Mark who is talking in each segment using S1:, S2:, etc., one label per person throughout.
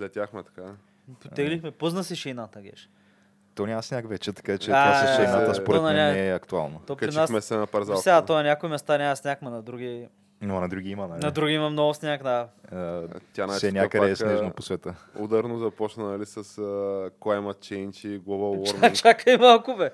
S1: летяхме Ами, така.
S2: Потеглихме, пъзна се шейната, геш.
S3: То няма сняг вече, така че
S2: А,
S3: това
S2: а,
S3: с шейната
S1: а,
S3: според
S2: пълна
S3: мен
S2: няма.
S3: не е актуално.
S2: То при нас...
S1: Качихме се на
S2: Сега,
S1: парзалка.
S2: то на някои места няма сняг, ма на други...
S3: Но на други има, нали?
S2: На други има много сняг, да.
S3: А,
S1: Тя
S3: Се
S1: значи,
S3: някъде е
S1: пак, а,
S3: снежно по света.
S1: Ударно започна нали, с uh, Climate Change и Global
S2: Ча,
S1: Warming.
S2: Е, чакай малко, бе.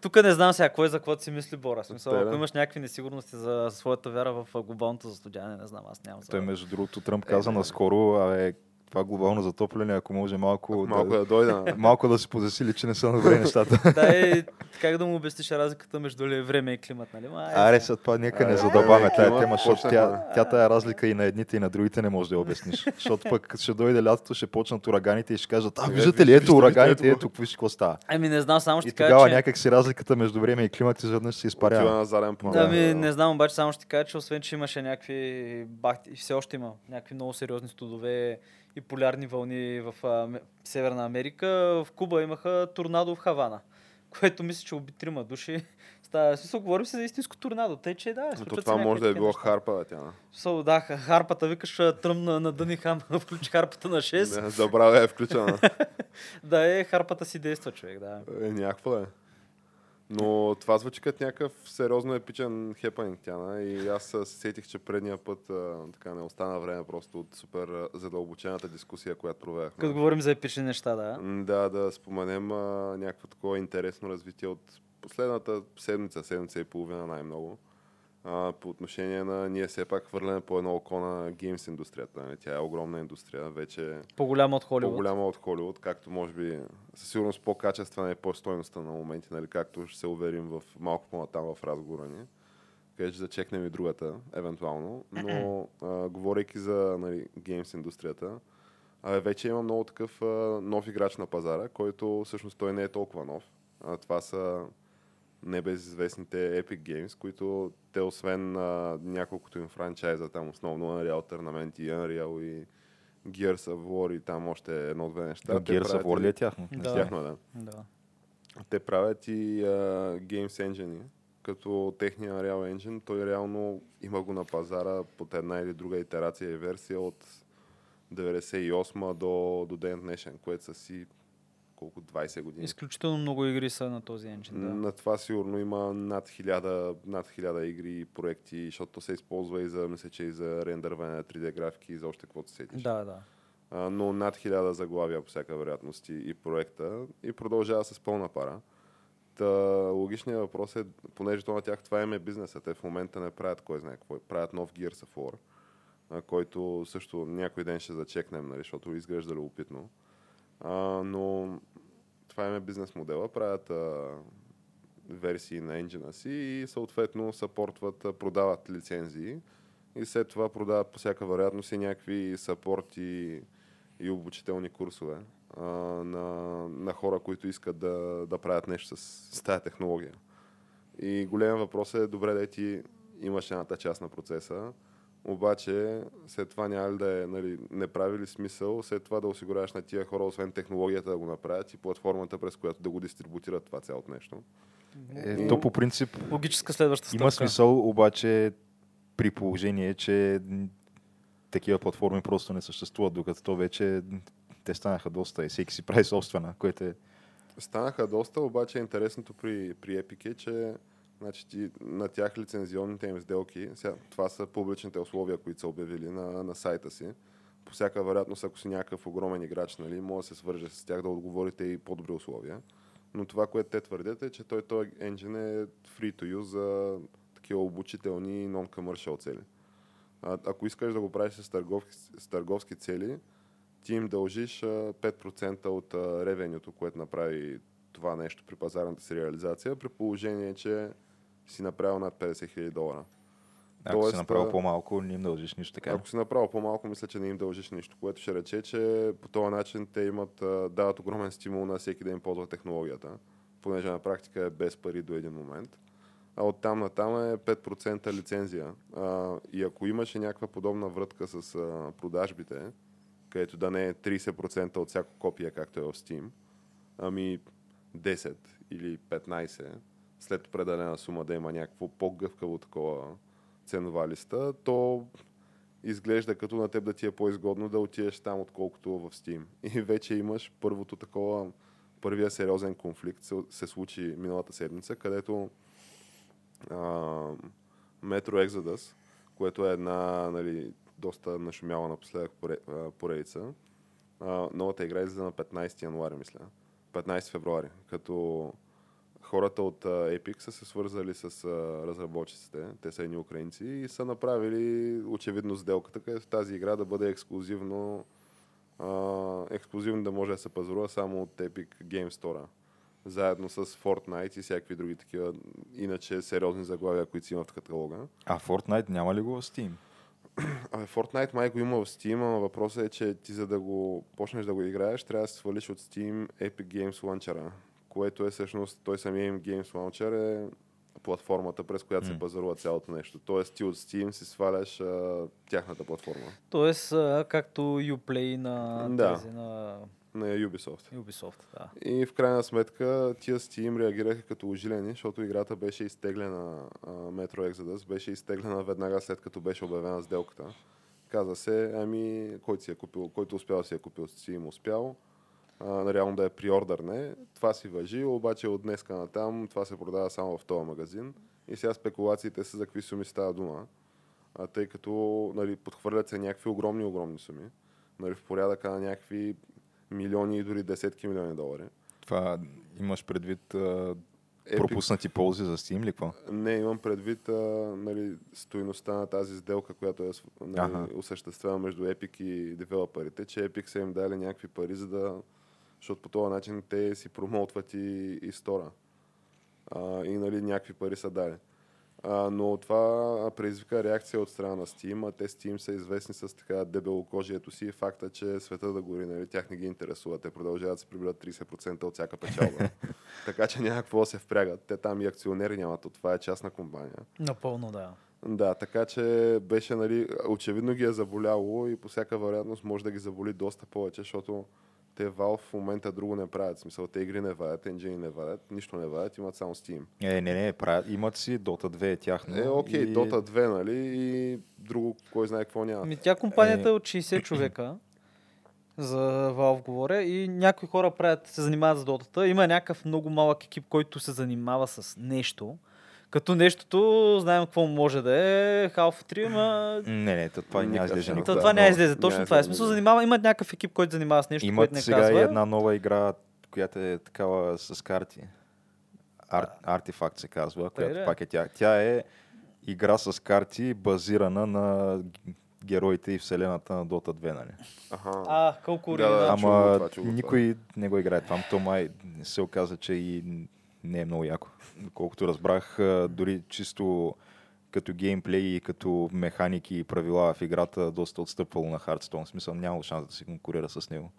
S2: Тук не знам сега кой за какво си мисли Бора. В Смисъл,
S1: Те, да.
S2: ако имаш някакви несигурности за своята вяра в а, глобалното застудяване, не знам, аз нямам. за-
S3: Той, между другото,
S1: Е,
S3: Тръмп каза наскоро, абе, това глобално затопляне, ако може малко,
S1: Малко
S3: да,
S1: да дойде. нали?
S3: малко да се позасили, че не са добре нещата.
S2: Да, и как да му обясниш разликата между ли време и климат, нали? Ма, е, сега.
S3: Аре, сега това нека
S1: Абе,
S3: не задълбаваме
S1: е,
S3: тая
S1: има,
S3: тема, защото тя,
S1: почнахме.
S3: тя тая разлика и на едните и на другите не може да я обясниш. Защото пък ще дойде лятото, ще почнат ураганите и ще кажат, а
S1: Е,
S3: виждате ли,
S1: вижте, вижте,
S3: ето ураганите,
S1: ето го.
S3: ето какво ще какво става.
S2: Ами не знам, само ще
S3: И
S2: ти кажа,
S3: тогава
S2: че...
S3: някак си разликата между време и климат изведнъж се
S1: Отива
S3: изпарява.
S1: на заден план. Ами,
S2: Да, ми, не знам, обаче само ще ти кажа, че освен, че имаше някакви бахти, и все още има някакви много сериозни студове и полярни вълни в а, Ме- Северна Америка, в Куба имаха торнадо в Хавана, което мисля, че уби трима души. Става, в смисъл, говорим си за истинско торнадо. Тъй, че да,
S1: Но
S2: случват
S1: то
S2: се
S1: това
S2: някакви
S1: може да е
S2: такива
S1: било
S2: неща.
S1: харпа, бе, Тяна.
S2: В Смисъл, да, ха- харпата, викаш, а, тръмна на дъни хам, включи харпата на 6.
S1: Не, Забравя е включена.
S2: Да, е, харпата си действа, човек, да.
S1: Е, някакво да е. Но това звучи като някакъв сериозно епичен хепанинг, Тяна. И аз се сетих, че предния път а, така не остана време просто от супер а, задълбочената дискусия, която проведахме.
S2: Като говорим за епични неща, да.
S1: М, Да, да споменем а, някакво такова интересно развитие от последната седмица, седмица и половина най-много. А, по отношение на ние все пак хвърляме по едно око на геймс индустрията. Нали? Тя е огромна индустрия, вече е
S2: По-голяма от Холивуд.
S1: по-голяма от Холивуд, както може би със сигурност по-качествена и по-стойността на моменти, нали? както ще се уверим в малко по-натам в разговора ни. Където ще зачекнем и другата, евентуално. Но а, говорейки за нали, геймс индустрията, а, вече има много такъв а, нов играч на пазара, който всъщност той не е толкова нов. А, това са небезизвестните Epic Games, които те освен а, няколкото им франчайза, там основно Unreal Tournament и Unreal и Gears of War и там още едно-две неща.
S3: Да,
S1: те
S3: Gears of
S1: правят нали?
S3: War ли
S1: и-
S3: е тяхно?
S2: Да.
S1: Тяхно, да.
S2: Да.
S1: Те правят и а, Games Engine, като техния Unreal Engine, той реално има го на пазара под една или друга итерация и версия от 98 до, до ден днешен, което са си колко 20 години.
S2: Изключително много игри са на този енджин, да.
S1: На това сигурно има над 1000, над 1000 игри и проекти, защото то се използва и за, мисля, че и за рендърване на 3D графики и за още каквото се сетиш.
S2: Да, да.
S1: А, но над 1000 заглавия по всяка вероятност и, и проекта и продължава с пълна пара. Та, логичният въпрос е, понеже то на тях това им е бизнеса, те в момента не правят кой знае какво, правят нов Gears of War, а, който също някой ден ще зачекнем, нали, защото изглежда любопитно. А, но това им е бизнес модела, правят а, версии на енджина си и съответно съпортват, а, продават лицензии и след това продават по всяка вероятност и някакви сапорти и обучителни курсове а, на, на хора, които искат да, да правят нещо с, с тази технология. И голям въпрос е, добре да ти имаш едната част на процеса, обаче след това няма ли да е, нали, не прави ли смисъл след това да осигуряваш на тия хора, освен технологията да го направят и платформата, през която да го дистрибутират това цялото нещо.
S3: Е, то по принцип
S2: Логическа следваща стъпка.
S3: Има смисъл, обаче при положение, че н- такива платформи просто не съществуват, докато то вече н- те станаха доста и всеки си прави собствена, което е...
S1: Станаха доста, обаче интересното при, при Epic е, че значи, ти, на тях лицензионните им сделки, сега, това са публичните условия, които са обявили на, на сайта си. По всяка вероятност, ако си някакъв огромен играч, нали, може да се свърже с тях да отговорите и по-добри условия. Но това, което те твърдят е, че той, той енджин е free to use за такива обучителни и non-commercial цели. А, ако искаш да го правиш с търговски, с търговски цели, ти им дължиш а, 5% от а, ревенюто, което направи това нещо при пазарната си реализация, при положение, че си направил над 50 000 долара.
S3: Ако
S1: Тоест,
S3: си направил
S1: а,
S3: по-малко, не им дължиш нищо така.
S1: Ако си направил по-малко, мисля, че не им дължиш нищо, което ще рече, че по този начин те имат, а, дават огромен стимул на всеки да им ползва технологията, понеже на практика е без пари до един момент. А от там на там е 5% лицензия. А, и ако имаше някаква подобна врътка с а, продажбите, където да не е 30% от всяко копие, както е в Steam, ами 10 или 15, след определена сума да има някакво по-гъвкаво такова ценова листа, то изглежда като на теб да ти е по-изгодно да отидеш там, отколкото в Steam. И вече имаш първото такова, първия сериозен конфликт се, се случи миналата седмица, където а, Metro Exodus, което е една нали, доста нашумяла напоследък поре- а, поредица, а, новата игра излиза на 15 януари, мисля. 15 февруари, като хората от а, Epic са се свързали с а, разработчиците, те са едни украинци и са направили очевидно сделката, където тази игра да бъде ексклюзивно а, ексклюзивно да може да се пазарува само от Epic Game Store. Заедно с Fortnite и всякакви други такива, иначе сериозни заглавия, които си има в каталога.
S3: А Fortnite няма ли го в Steam?
S1: Абе, Fortnite май го има в Steam, ама въпросът е, че ти за да го почнеш да го играеш, трябва да се свалиш от Steam Epic Games Launcher, което е всъщност, той самия им Games Launcher е платформата, през която се
S3: М.
S1: пазарува цялото нещо. Тоест ти от Steam си сваляш а, тяхната платформа
S2: Тоест, а, както Uplay на,
S1: Да.
S2: тези, на
S1: на Ubisoft.
S2: Ubisoft. Да.
S1: И в крайна сметка тия Steam реагираха като ожилени, защото играта беше изтеглена, а, Metro Exodus беше изтеглена веднага след като беше обявена сделката. Каза се, ами, който, си е купил, който успял си е купил, си им успял. А, реално да е приордърне. Това си въжи, обаче от днеска натам това се продава само в този магазин. И сега спекулациите са за какви суми става дума. А, тъй като нали, подхвърлят се някакви огромни, огромни суми. Нали, в порядъка на някакви милиони и дори десетки милиони долари.
S3: Това имаш предвид а,
S1: Epic-
S3: пропуснати ползи за Steam ли какво?
S1: Не, имам предвид а, нали, стоиността на тази сделка, която е с-
S3: Аха.
S1: нали, осъществена между Epic и девелоперите, че Epic са им дали някакви пари, за да... Защото по този начин те си промоутват и, и стора. А, и нали, някакви пари са дали. А, но това предизвика реакция от страна на Steam, а те Steam са известни с така дебелокожието си и факта, че света да гори, нали, тях не ги интересува. Те продължават да се прибират 30% от всяка печалба. така че няма какво да се впрягат. Те там и акционери нямат, от това е частна компания.
S2: Напълно, да.
S1: Да, така че беше, нали, очевидно ги е заболяло и по всяка вероятност може да ги заболи доста повече, защото те Valve в момента друго не правят. В смисъл, те игри не вадят, енджини не вадят, нищо не вадят, имат само Steam.
S3: Е, не, не, правят, имат си Dota 2 е тяхно.
S1: Е, окей,
S3: и-
S1: Dota 2, нали, и друго, кой знае какво няма.
S2: Ми, тя компанията е от 60 човека, за Valve говоря, и някои хора правят, се занимават с дотата. Има някакъв много малък екип, който се занимава с нещо. Като нещото, знаем какво може да е, Half-3, ма...
S3: Не, не, то това няма
S1: Никак.
S3: излезе.
S1: Ами,
S3: никога,
S2: То, това не
S3: но
S2: излезе,
S1: няма
S2: точно това е.
S1: излезе
S2: Смисъл,
S1: никога.
S2: занимава, имат някакъв екип, който се занимава с нещо, което
S3: Имат
S2: не
S3: сега
S2: казва.
S3: и една нова игра, която е такава с карти. Ар, артефакт се казва, която
S2: да.
S3: пак е тя. Тя е игра с карти, базирана на г- героите и вселената на Dota 2, нали?
S1: Аха.
S2: А, колко
S1: Да,
S2: оригинално.
S1: да, чу го
S3: Ама
S1: това, чу го това.
S3: никой не го играе това. То май се оказа, че и не е много яко. Доколкото разбрах, а, дори чисто като геймплей и като механики и правила в играта, доста отстъпвало на Hearthstone. В смисъл, нямало шанс да се конкурира с него.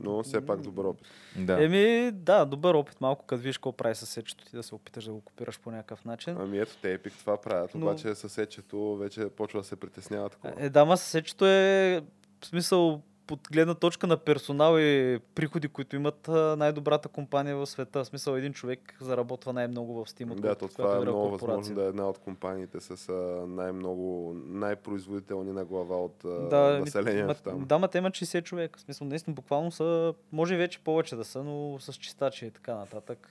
S1: Но все пак добър опит.
S3: Да.
S2: Еми, да, добър опит малко, като видиш какво прави съседчето ти, да се опиташ да го копираш по някакъв начин.
S1: Ами ето, те Epic това правят,
S2: Но-
S1: обаче съсечето вече почва да се притеснява такова.
S2: Е, да, ама съсечето е, в смисъл, под гледна точка на персонал и приходи, които имат а, най-добрата компания в света. В смисъл, един човек заработва най-много в Steam.
S1: Да,
S2: отколкото
S1: то
S2: която
S1: това е
S2: друга
S1: много
S2: корпорация.
S1: възможно да е една от компаниите с а, най-много, най-производителни на глава от а,
S2: Да, ами,
S1: населението там.
S2: Да, ма те имат 60 човека. В смисъл, наистина, буквално са, може и вече повече да са, но с чистачи и така нататък.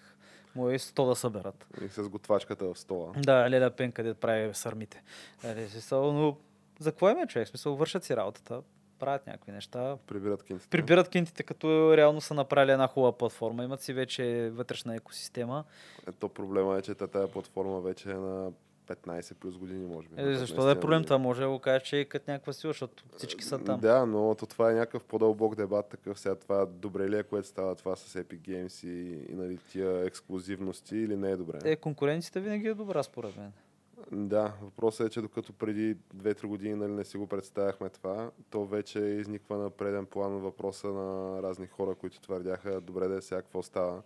S2: Му е 100 да съберат.
S1: И с готвачката в стола.
S2: Да, Леля Пен, къде прави сърмите. Нали, в смисъл, но за кое ме човек? В смисъл, вършат си работата, правят някакви неща,
S1: Прибират кинците.
S2: прибират кинтите, като реално са направили една хубава платформа. Имат си вече вътрешна екосистема.
S1: Ето проблема е, че та- тая платформа вече е на 15 плюс години, може би.
S2: Е,
S1: на
S2: защо да е
S1: 15
S2: проблем?
S1: години.
S2: Това може да го кажеш, че е като някаква сила, защото всички са там.
S1: Да, но то това е някакъв по-дълбок дебат, такъв сега това добре ли е, което става това с Epic Games и, и нали, тия ексклюзивности или не е добре.
S2: Е, конкуренцията винаги е добра, според мен.
S1: Да, въпросът е, че докато преди 2-3 години нали, не си го представяхме това, то вече изниква на преден план въпроса на разни хора, които твърдяха, добре да е сега какво става.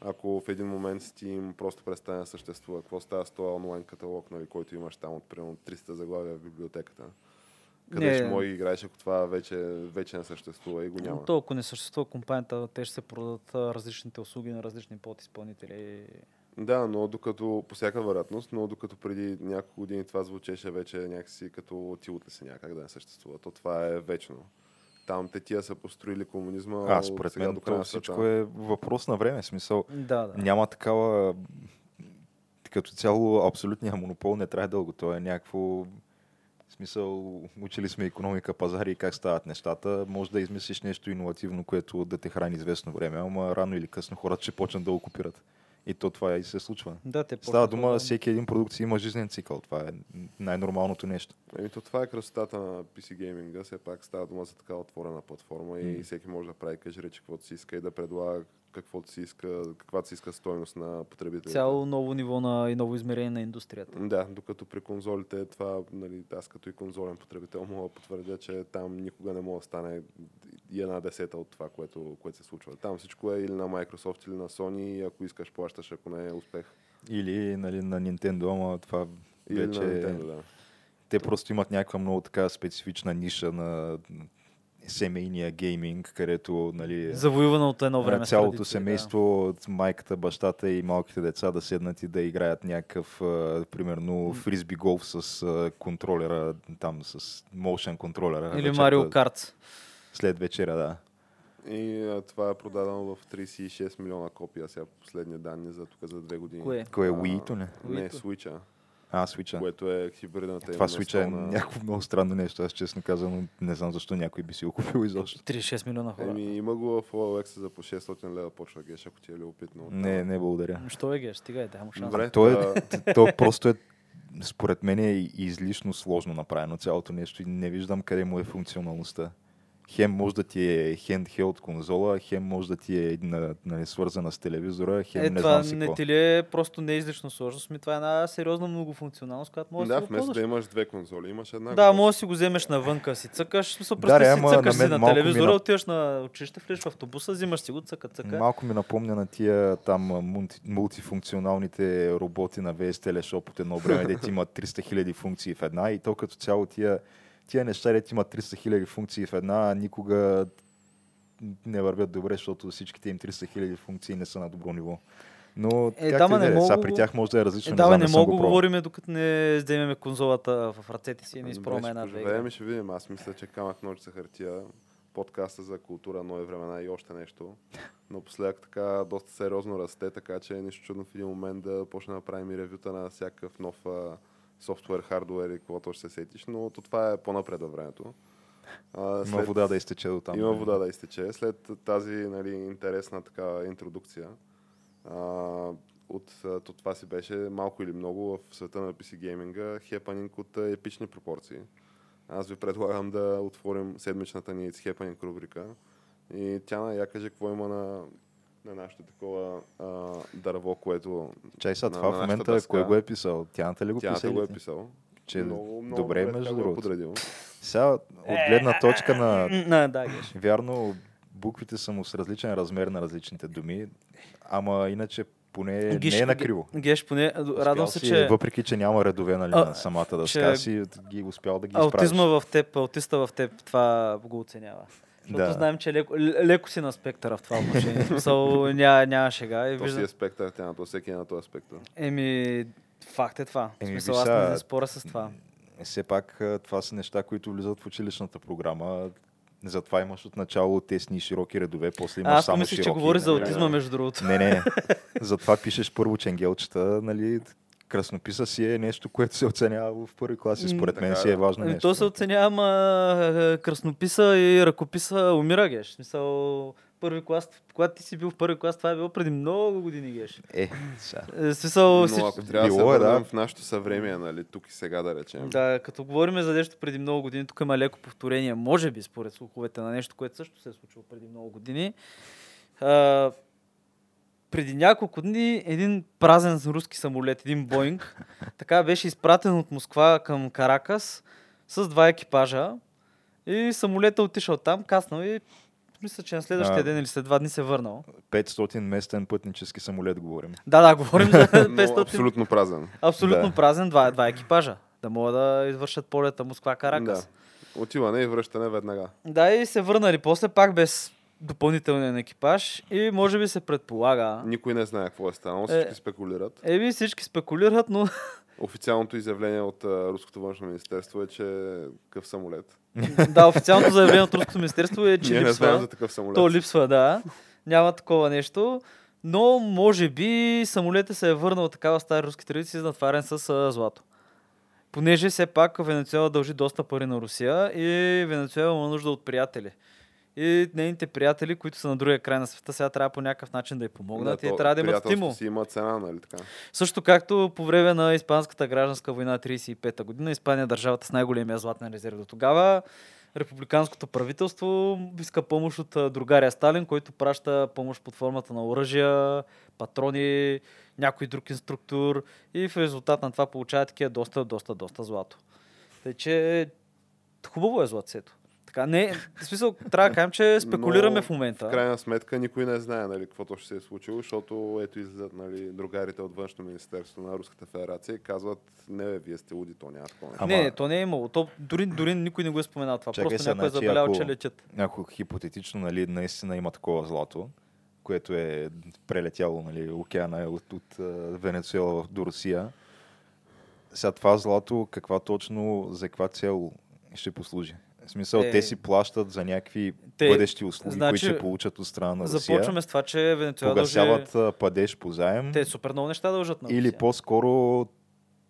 S1: Ако в един момент Steam просто престане да съществува, какво става с този онлайн каталог, нали, който имаш там от примерно 300 заглавия в библиотеката? Къде
S2: Не.
S1: ще може да играеш, ако това вече, вече не съществува и го няма?
S2: Но то, ако не съществува компанията, те ще се продадат а, различните услуги на различни подизпълнители.
S1: Да, но докато, по всяка вероятност, но докато преди няколко години това звучеше вече някакси като ти отнесе някак да не съществува. То това е вечно. Там те тия са построили комунизма.
S3: А,
S1: от
S3: според
S1: сега
S3: мен
S1: до края
S3: то
S1: на
S3: всичко
S1: света.
S3: е въпрос на време. Смисъл,
S2: Да, да.
S3: няма такава... Като цяло, абсолютния монопол не трябва дълго. То е някакво... в Смисъл, учили сме економика, пазари и как стават нещата. Може да измислиш нещо иновативно, което да те храни известно време, ама рано или късно хората ще почнат да го купират. И то това и се случва.
S2: Да, те
S3: Става
S2: почнаха
S3: дума,
S1: е.
S2: да-
S3: всеки един продукт си има жизнен цикъл. Това е най-нормалното нещо.
S1: Еми, то това е красотата на PC гейминга. Все пак става дума за така отворена платформа и всеки може да прави кажи речи каквото си иска и да предлага каквото си иска, каквато си иска стойност на потребителите.
S2: Цяло ново ниво на, и ново измерение на индустрията.
S1: Да, докато при конзолите това, нали, аз като и конзолен потребител мога да потвърдя, че там никога не мога да стане и една десета от това, което, което се случва. Там всичко е или на Microsoft, или на Sony и ако искаш плащаш, ако не е успех.
S3: Или нали, на Nintendo, ама това
S1: Или
S3: вече... е.
S1: на Nintendo, да.
S3: Те просто имат някаква много така специфична ниша на семейния гейминг, където нали,
S2: Завоювана от едно време. с
S3: е, цялото
S2: традиции,
S3: семейство, да. майката, бащата и малките деца да седнат и да играят някакъв, а, примерно, фризби голф с а, контролера, там с motion контролера.
S2: Да. Или
S3: вечерта-
S2: Марио Карт.
S3: След вечера, да.
S1: И а, това е продадено в 36 милиона копия сега по последни данни за тук за две години.
S2: Кое?
S3: Кое е
S1: А,
S3: Wii-то, не?
S1: Не,
S2: Wii-то.
S1: Switch-а,
S3: А, Switch-а.
S1: което е хибридната
S3: Това
S1: им
S3: Switch-а е
S1: настолна-
S3: някакво много странно нещо. Аз честно казвам, не знам защо някой би си го купил изобщо.
S2: 36 милиона хора.
S1: Еми, има го в OLX за по 600 лева почва геш, ако ти е любопитно.
S3: Не, не благодаря.
S2: Що е геш? Стига е, дай му шанс.
S1: Добре.
S3: То, е,
S1: Та-
S3: т- то просто е, според мен е и- излишно сложно направено цялото нещо и не виждам къде му е функционалността. Хем може да ти е хендхелд конзола, хем може да ти е на, нали, свързана с телевизора, хем
S2: Е,
S3: не
S2: това
S3: знам си
S2: не
S3: какво.
S2: ти ли е просто не е излишна сложност, ми това е една сериозна многофункционалност, която може
S1: Да,
S2: да, си го
S1: вместо да
S2: ползваш.
S1: имаш две конзоли, имаш една.
S2: Да,
S1: готова.
S2: може да си го вземеш навънка, си цъкаш, в смисъл,
S3: Да,
S2: просто
S3: ре,
S2: си
S3: ама
S2: цъкаш
S3: на
S2: си
S3: мен
S2: на
S3: малко ми
S2: телевизора,
S3: на-
S2: отиваш на училище, влизаш в автобуса, взимаш си го, цъка, цъка.
S3: Малко ми напомня на тия там а, мулти, мултифункционалните роботи на VS Teleshop от едно време, дето има 300 000 функции в една и то като цяло тия, тия неща, дето има 300 000 функции в една, никога не вървят добре, защото всичките им 300 000 функции не са на добро ниво. Но
S2: Е,
S3: е,
S2: да,
S3: както
S2: ма
S3: и да
S2: не
S3: е, сега
S2: мога
S3: при
S2: го-
S3: тях може да е различно.
S2: Е, да, бе,
S3: знам,
S2: не
S3: не съм
S2: мога да
S3: го пробвал. Ами,
S2: говорим, докато не вземеме конзолата в ръцете си и не изпробваме
S1: Добре,
S2: една
S1: ще
S2: две
S1: поживеем
S2: игри.
S1: и ще видим. Аз мисля, че камък ножица хартия, подкаста за култура, нови времена и още нещо. Но последък така доста сериозно расте, така че е нищо чудно в един момент да почне да правим и ревюта на всякакъв нов а, софтуер, хардуер и каквото ще се сетиш, но то това е по-напред във времето. А,
S3: Има вода да е изтече до там.
S1: Има вода да е. изтече. След тази нали, интересна така интродукция, а, от, а, то това си беше малко или много в света на PC гейминга, хепанинг от а, епични пропорции. Аз ви предлагам да отворим седмичната ни It's Happening рубрика. И Тяна, я каже какво има на, на нашето такова а, дърво, което
S3: Чай сега,
S1: на-
S3: това
S1: на
S3: в
S1: нашата
S3: момента,
S1: дъска.
S3: кой го е писал? Тяната ли го
S1: Тяната
S3: писа?
S1: го е
S3: или ти?
S1: писал.
S3: Че
S1: Много, много
S3: добре,
S1: как
S3: между
S1: го е
S3: другото.
S1: подредил.
S3: Сега, от гледна точка на
S2: Не, да, геш.
S3: Вярно, буквите са му с различен размер на различните думи, ама иначе поне
S2: Гиш,
S3: не е накриво.
S2: Геш, поне, радвам
S3: Успял
S2: се,
S3: си,
S2: че...
S3: Въпреки, че няма редове нали,
S2: А,
S3: на самата дъска,
S2: че-
S3: си ги е успял да ги
S2: Аутизма
S3: изправиш.
S2: в теб, аутиста в теб, това го оценява. Защото
S3: Да.
S2: знаем, че леко, л- леко си на спектъра в това отношение. В Смисъл, няма, няма шега.
S1: То
S2: И
S1: си
S2: вижда...
S1: е спектър, Тяната, всеки е на този спектър.
S2: Еми, факт е това. В
S3: Еми,
S2: смисъл,
S3: виж
S2: аз
S3: сега,
S2: не се споря с това.
S3: Е, Все пак а, това са неща, които влизат в училищната програма. Затова имаш от начало тесни и широки редове, после имаш
S2: А, аз
S3: само
S2: помислих, че
S3: широки.
S2: говори за
S3: нали?
S2: аутизма, между другото.
S3: Не, не. Затова пишеш първо ченгелчета, нали? Краснописа си е нещо, което се оценява в първи клас и според
S1: М,
S3: мен
S1: така
S3: си
S1: е,
S3: е
S1: да.
S3: важно
S2: Ами,
S3: нещо.
S2: то се оценява, ама е, краснописа и ръкописа умира, геш. В Смисъл, първи клас, когато ти си бил в първи клас, това е било преди много години, геш.
S3: Е, сега.
S2: Е, в Смисъл, всич-
S1: Но ако трябва да се
S3: Било е, да.
S1: върнем в нашето съвремие, нали, тук и сега да речем.
S2: Да, като говорим за нещо преди много години, тук има леко повторение, може би, според слуховете на нещо, което също се е случило преди много години. А, преди няколко дни един празен руски самолет, един Боинг, така беше изпратен от Москва към Каракас с два екипажа и самолета отишъл там, каснал и мисля, че на следващия
S3: А.
S2: ден или след два дни се е върнал.
S3: 500 местен пътнически самолет говорим.
S2: Да, да, говорим за
S1: Но
S2: 500
S1: абсолютно празен.
S2: Абсолютно
S3: Да.
S2: празен, два, два екипажа. Да могат да извършат полета Москва-Каракас.
S1: Да. Отиване и връщане веднага.
S2: Да, и се върнали. После пак без допълнителен екипаж и може би се предполага.
S1: Никой не знае какво е станало,
S2: Е.
S1: всички спекулират.
S2: Еми всички спекулират, но
S1: Официалното изявление от а, Руското външно министерство е, че къв самолет.
S2: да, официалното заявление от Руското министерство е, че
S1: Ние не знаем за
S2: липсва.
S1: такъв самолет.
S2: То липсва, да. Няма такова нещо. Но може би самолетът се е върнал така в стари руски традиции, натварен с а, злато. Понеже все пак Венецуела дължи доста пари на Русия и Венецуела има нужда от приятели. И нейните приятели, които са на другия край на света, сега трябва по някакъв начин да й помогнат и
S1: то
S2: трябва да имат
S1: приятелството
S2: стимул.
S1: си има цена, нали така?
S2: Също както по време на Испанската гражданска война 35-та година, Испания е държавата с най-големия златен резерв до тогава. Републиканското правителство иска помощ от а, другаря Сталин, който праща помощ под формата на оръжия, патрони, някой друг инструктор и в резултат на това получава такива доста, доста, доста злато. Тъй, че хубаво е златцето. Така, не, в смисъл, трябва да кажем, че спекулираме
S1: Но
S2: в момента.
S1: В крайна сметка никой не знае нали, каквото ще се е случило, защото ето излизат нали, другарите от външно министерство на Руската федерация и казват, не бе, вие сте луди, то няма такова. нещо.
S3: Ама-
S2: Не, не, то не е имало. То, дори, дори никой не го е споменал това.
S3: Чакай
S2: Просто
S3: сега,
S2: някой е
S3: значи,
S2: забелял,
S3: ако-
S2: че летят.
S3: Ако хипотетично, нали, наистина има такова злато, което е прелетяло нали, океана от, от а, Венецуела в- до Русия, сега това злато, каква точно, за каква цел ще послужи? В смисъл,
S2: Е.
S3: те си плащат за някакви
S2: Те-
S3: бъдещи услуги,
S2: значи,
S3: които ще получат от страна на Русия.
S2: Започваме с това, че Венецуела дължи...
S3: погасяват а, падеж по заем
S2: Те супер много е. неща дължат на
S3: или
S2: Русия.
S3: по-скоро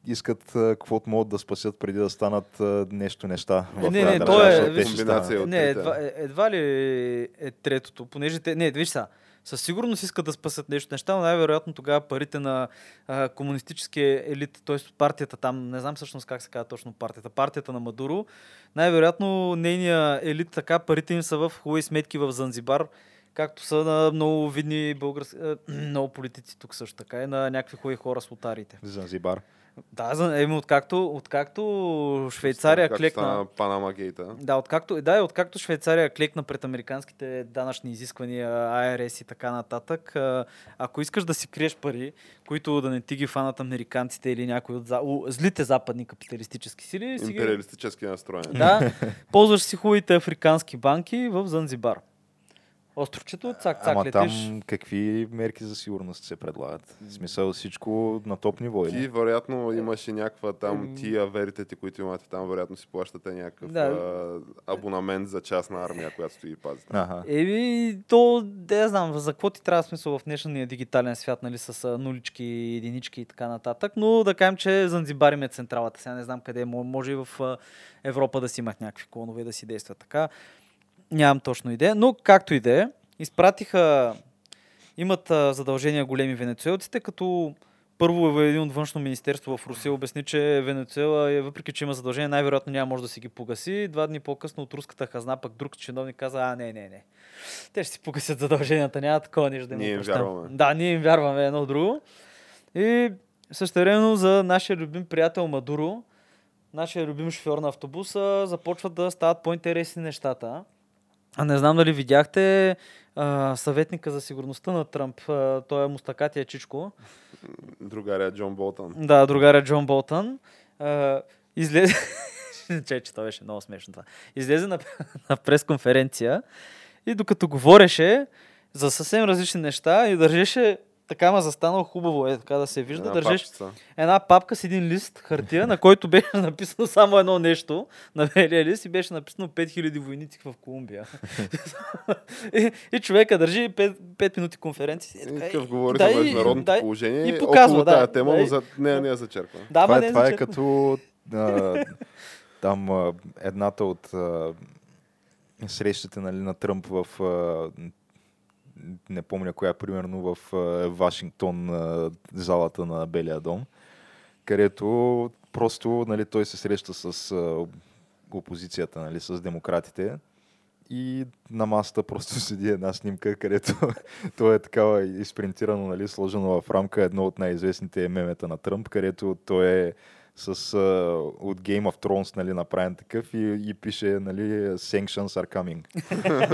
S3: искат а, каквото могат да спасят преди да станат а, нещо неща.
S2: Е,
S3: в
S2: не, не,
S3: тази
S2: то
S3: държава,
S2: е-
S3: защото те
S2: виж-
S3: ще станат.
S1: Комбинация от
S2: Не,
S1: трите.
S2: едва, е- едва ли е третото, понеже те... Не, виж сега. Със сигурност искат да спасят нещо неща, но най-вероятно тогава парите на а, комунистическия елит, т.е. партията там, не знам всъщност как се казва точно партията, партията на Мадуро, най-вероятно нейния елит, така парите им са в хубави сметки в Занзибар, както са на много видни български, е, много политици тук също така и на някакви хубави хора с лотарите.
S3: Занзибар.
S2: Да, за, еми, откакто, откакто Швейцария
S1: Както
S2: клекна.
S1: стана Панама гейта.
S2: Да, откакто, да, и откакто Швейцария клекна пред американските данъчни изисквания, АРС и така нататък, а, ако искаш да си криеш пари, които да не ти ги фанат американците или някои от за... у, злите западни капиталистически сили, си ги...
S1: Империалистически настроен.
S2: Да, ползваш си хубавите африкански банки в Занзибар. Островчето, цак-цак
S3: Ама
S2: летиш.
S3: там какви мерки за сигурност се предлагат? В смисъл всичко на топ ниво е
S1: Ти
S3: или?
S1: вероятно имаш и някаква там,
S2: Ем.
S1: тия верите ти, които имате там, вероятно си плащате някакъв
S2: Да.
S1: а, абонамент за частна армия, която стои и пазите.
S3: Аха.
S2: Еми, то, да я знам, за какво ти трябва смисъл в днешния дигитален свят, нали, с а, нулички, единички и така нататък, но да кажем, че Занзибар им е централата. Сега не знам къде е, мо- може и в а, Европа да си имат някакви клонове да си действат така. Нямам точно идея, но както и да е, изпратиха, имат а, задължения големи венецуелците, като първо е един от външно министерство в Русия обясни, че Венецуела, е, въпреки че има задължения, най-вероятно няма може да си ги погаси. Два дни по-късно от руската хазна пък друг чиновник каза, а не, не, не. Те ще си погасят задълженията, няма такова нещо да им
S1: Ние им
S2: опрощаваме.
S1: вярваме.
S2: Да, ние им вярваме едно друго. И същевременно за нашия любим приятел Мадуро, нашия любим шофьор на автобуса, започват да стават по-интересни нещата. А не знам дали видяхте а, съветника за сигурността на Тръмп, а, той е мустакатия чичко,
S1: Другаря Джон Болтън.
S2: да, другаря Джон Болтън, а, излезе... Че, че, това беше много смешно това. Излезе на, на пресконференция и докато говореше за съвсем различни неща и държеше така ма застанал хубаво, е така да се вижда,
S1: Една
S2: държеше
S1: папчица.
S2: една папка с един лист хартия, на който беше написано само едно нещо на белия лист и беше написано 5000 войници в Колумбия. и, и човека държи 5, 5 минути конференция. Е,
S1: И
S2: така,
S1: такъв
S2: и-
S1: говори
S2: да,
S1: за
S2: и-
S1: международното
S2: да, и-
S1: положение.
S2: и показва,
S1: около
S2: да,
S1: тая тема,
S2: да,
S1: но
S2: и-
S1: за нея не я зачерпва.
S2: Да, ама
S3: това,
S2: не
S3: е, това е
S2: значи-
S3: като а, там а, едната от а, срещите нали, на Тръмп в а, не помня коя, примерно в а, Вашингтон а, залата на Белия дом, където просто нали, той се среща с а, опозицията, нали, с демократите и на масата просто седи една снимка, където то е такава изпринтирано, нали, сложено в рамка едно от най-известните мемета на Тръмп, където той е с, а, от Game of Thrones, нали, направен такъв и, и пише, нали, Sanctions are coming.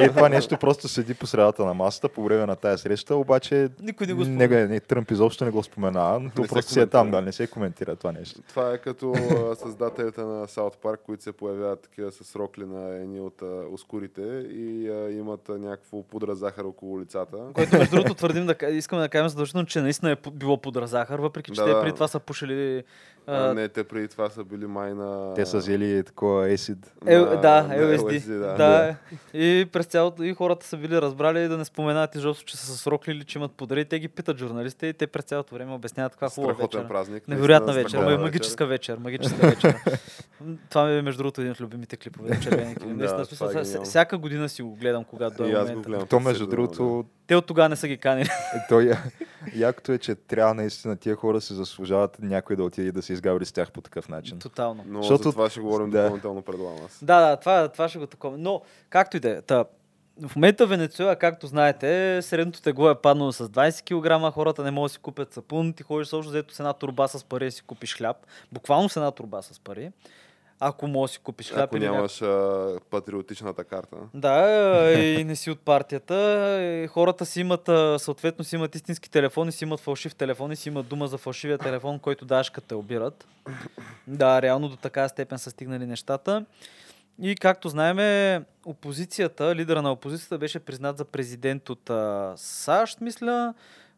S3: е, това нещо просто седи по средата на масата по време на тая среща, обаче
S2: Никой не го
S3: не, не, не, Тръмп изобщо не го спомена, но то
S1: се
S3: просто си е там,
S1: коментира.
S3: да, не се коментира това нещо.
S1: Това е като а, създателите на Саут Парк, които се появяват такива с рокли на едни от а, ускорите и а, имат а, някакво пудра захар около лицата.
S2: Което между другото твърдим, да, ка- искаме да кажем задължително, че наистина е п- било подразахар, въпреки че
S1: Да,
S2: те
S1: да.
S2: преди това са пушили...
S1: А,
S2: А,
S1: не, те преди това са били май на...
S3: Те са взели такова acid.
S2: е,
S1: на-
S2: да,
S1: на
S2: LSD. Да,
S1: да.
S2: И през цялото и хората са били разбрали да не споменават изобщо, че са с рокли или че имат подреди. Те ги питат журналистите и те през цялото време обясняват каква хубава
S1: Страхотен
S2: вечер.
S1: празник.
S2: Невероятна
S1: наистина,
S2: вечер,
S1: страхотна
S2: ма и магическа вечер, магическа вечер. М, Това ми е между другото един от любимите клипове на червения клип.
S1: Да,
S2: Наистина, в смисъл,
S1: това е
S2: ся-
S1: гениално.
S2: всяка година си го гледам, когато
S1: И
S2: дойде
S1: аз го
S2: момента.
S1: гледам. нали?
S3: То,
S1: със
S3: между
S1: седно, да.
S3: другото,
S2: Те от тогава не са ги канили.
S3: Той, якото е, че трябва наистина тия хора се заслужават някой да отиде и да се изгаври с тях по такъв начин.
S2: Тотално.
S1: Но
S3: Защото-
S1: за това ще говорим
S3: Да.
S1: допълнително, предлагам аз.
S2: Да, да, това, това ще го такова. Но, както и да е. Та, в момента Венецуела, както знаете, средното тегло е паднало с 20 кг, хората не могат да си купят сапун, ти ходиш също взето с една турба с пари и си купиш хляб. Буквално с една турба с пари. Ако можеш да си купиш хляб
S1: Ако
S2: или някакъв-
S1: нямаш а, патриотичната карта.
S2: Да, е, и не си от партията. И хората си имат, а, съответно си имат истински телефон и си имат фалшив телефон и си имат дума за фалшивия телефон, който даш като те обират. Да, реално до такава степен са стигнали нещата. И както знаем, опозицията, лидера на опозицията беше признат за президент от а, САЩ, мисля.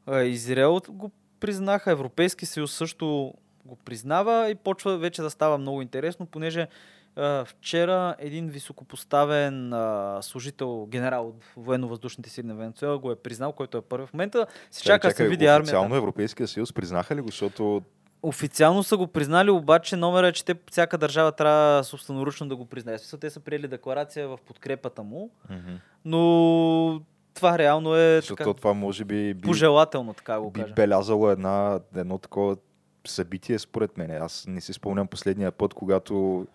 S2: А, Израел го признаха, Европейски съюз също го признава и почва вече да става много интересно, понеже а, вчера един високопоставен а, служител, генерал от военно-въздушните сили на Венецуела го е признал, който е първи. В момента се чака да се види армията.
S3: Официално Европейския съюз признаха ли го, защото
S2: Официално са го признали, обаче номера е, че те, всяка държава трябва собственоръчно да го признае. В Смисъл, те са приели декларация в подкрепата му, но това реално е така,
S3: защото това може би би,
S2: пожелателно, така го
S3: би
S2: кажа.
S3: белязало една, едно такова събитие според мен. Аз не си спомням последния път, когато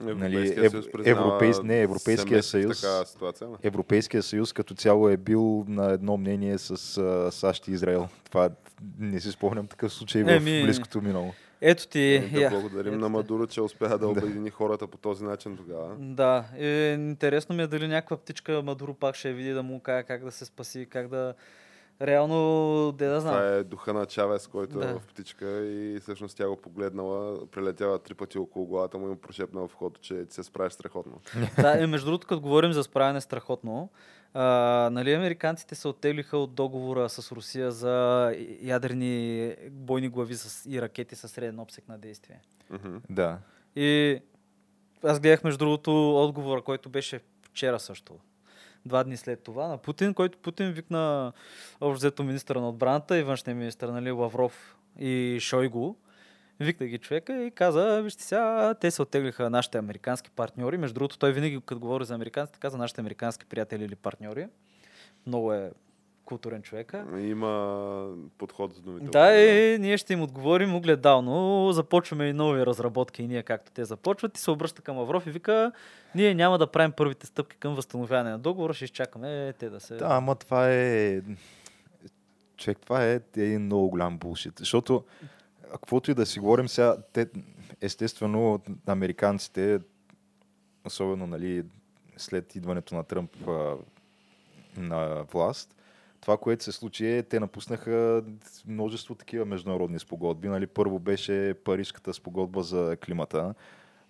S1: Европейския
S3: Нали, ев-
S1: съюз признава
S3: европейс- не, Европейския
S1: семейство в
S3: съюз.
S1: Такава ситуация. не?
S3: Европейския съюз като цяло е бил на едно мнение с а, САЩ и Израел. Това не си спомням такъв случай в
S2: Еми,
S3: близкото минало.
S2: Ето
S1: И
S3: Е,
S2: ти.
S1: Е, Да
S2: Е, я.
S1: благодарим
S2: Ето
S1: на
S2: те.
S1: Мадуро, че успя да обедини хората по този начин тогава.
S2: Да, е, интересно ми е дали някаква птичка Мадуро пак ще я види да му каже как да се спаси, как да... Реално, де да знам.
S1: Това е духа на Чавес, който е
S2: Да.
S1: в птичка и всъщност тя го погледнала, прелетява три пъти около главата му и му прошепнала в ход, че ти се справиш страхотно.
S2: Да, и между другото, като говорим за справяне страхотно, а, нали американците се оттеглиха от договора с Русия за ядрени бойни глави с, и ракети със среден обсек на действие.
S1: Мгм.
S3: Да.
S2: И аз гледах, между другото, отговора, който беше вчера също. Два дни след това на Путин, който Путин викна общо взето министъра на отбраната и външния министър, нали, Лавров и Шойгу. Викна ги човека и каза, вижте сега, те се оттеглиха нашите американски партньори. Между другото, той винаги, като говори за американците, каза нашите американски приятели или партньори. Много е културен човека.
S1: Има подход за думите.
S2: Да, и ние ще им отговорим огледално. Започваме и нови разработки и ние както те започват. И се обръща към Авров и вика, ние няма да правим първите стъпки към възстановяване на договора, ще изчакаме те да се...
S3: Да, ама това е... Човек, това е един много голям булшит. Защото, а, каквото и да си говорим сега, те, естествено, американците, особено нали, след идването на Тръмп а, на власт, това, което се случи е, те напуснаха множество такива международни спогодби. Нали, първо беше Парижката спогодба за климата,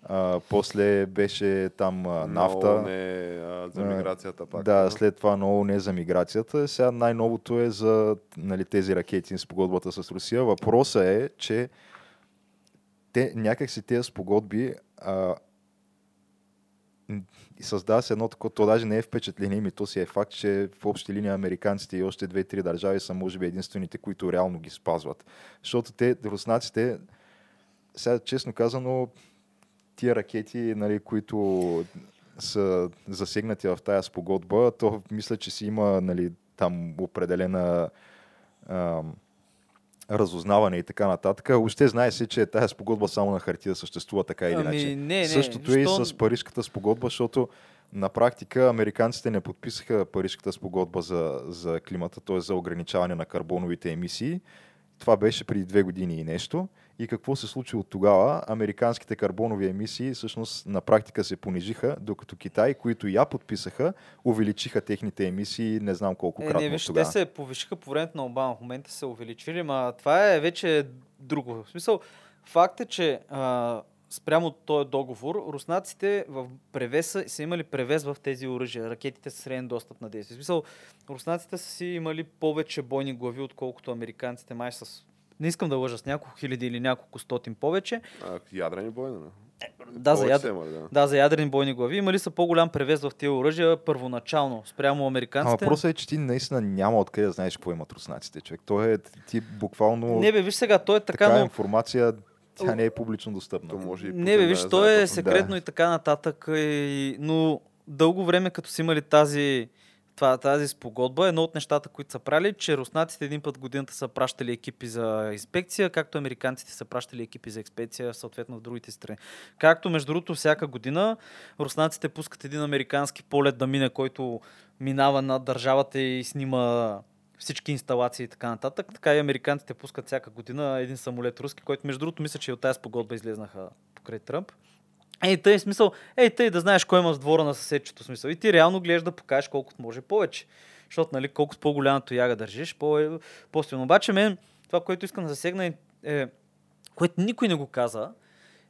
S3: а, после беше там а, нафта.
S1: Но не а, за
S3: А,
S1: миграцията пак. нали?
S3: Да, след това ново не е за миграцията. Сега най-новото е за нали, тези ракети с погодбата с Русия. Въпросът е, че те, някакси тези спогодби а, н- създава се едно такова, то даже не е впечатление ми, то си е факт, че в общи линии американците и още две-три държави са може би единствените, които реално ги спазват. Защото те, руснаците, сега честно казано, тия ракети, нали, които са засегнати в тая спогодба, то мисля, че си има нали, там определена ам, разузнаване и така нататък. Още знае се, че тая спогодба само на хартия съществува така или иначе.
S2: Ами, не, не.
S3: Същото е и
S2: що-
S3: с Парижката спогодба, защото на практика американците не подписаха Парижката спогодба за, за климата, т.е. за ограничаване на карбоновите емисии. Това беше преди две години и нещо. И какво се случи от тогава? Американските карбонови емисии всъщност на практика се понижиха, докато Китай, които я подписаха, увеличиха техните емисии не знам колко
S2: Е,
S3: кратно
S2: не,
S3: от
S2: виж, те
S3: тогава.
S2: се повишиха по времето на Обама. В момента са увеличили, ма това е вече друго. В смисъл, факт е, че а, спрямо този договор, руснаците в превеса са имали превес в тези оръжия. Ракетите с среден достъп на действие. В смисъл, руснаците са си имали повече бойни глави, отколкото американците, май с не искам да лъжа с няколко хиляди или няколко стотин повече.
S1: А, ядрени бойни, не?
S2: Е, Да, за,
S1: Повече
S2: яд...
S1: са имали, да.
S2: да, за ядрени бойни глави. Имали са по-голям превес в тези оръжия първоначално, спрямо
S3: Ама
S2: американците.
S3: въпросът е, че ти наистина няма откъде да знаеш какво имат руснаците, човек. Той е ти буквално
S2: Не бе, виж сега, той е така,
S3: такава
S2: но
S3: информация, тя не е публично достъпна.
S1: То може и
S2: Не, бе, виж, то
S1: той
S2: е секретно
S3: Да.
S2: и така нататък. И... Но дълго време, като са имали тази, това, тази спогодба, едно от нещата, които са правили, че руснаците един път в годината са пращали екипи за инспекция, както американците са пращали екипи за инспекция, съответно в другите страни. Както, между другото, всяка година руснаците пускат един американски полет да мине, който минава над държавата и снима всички инсталации и така нататък. Така и американците пускат всяка година един самолет руски, който между другото мисля, че и от тази спогодба излезнаха покрай Тръмп. Ей, тъй смисъл, ей, тъй да знаеш кой има в двора на съседчето смисъл. И ти реално гледаш да покажеш колкото може повече. Защото, нали, колкото по-голяма тояга държиш, по- е, по-силно. Обаче, мен, това, което искам да засегна е, е което никой не го каза,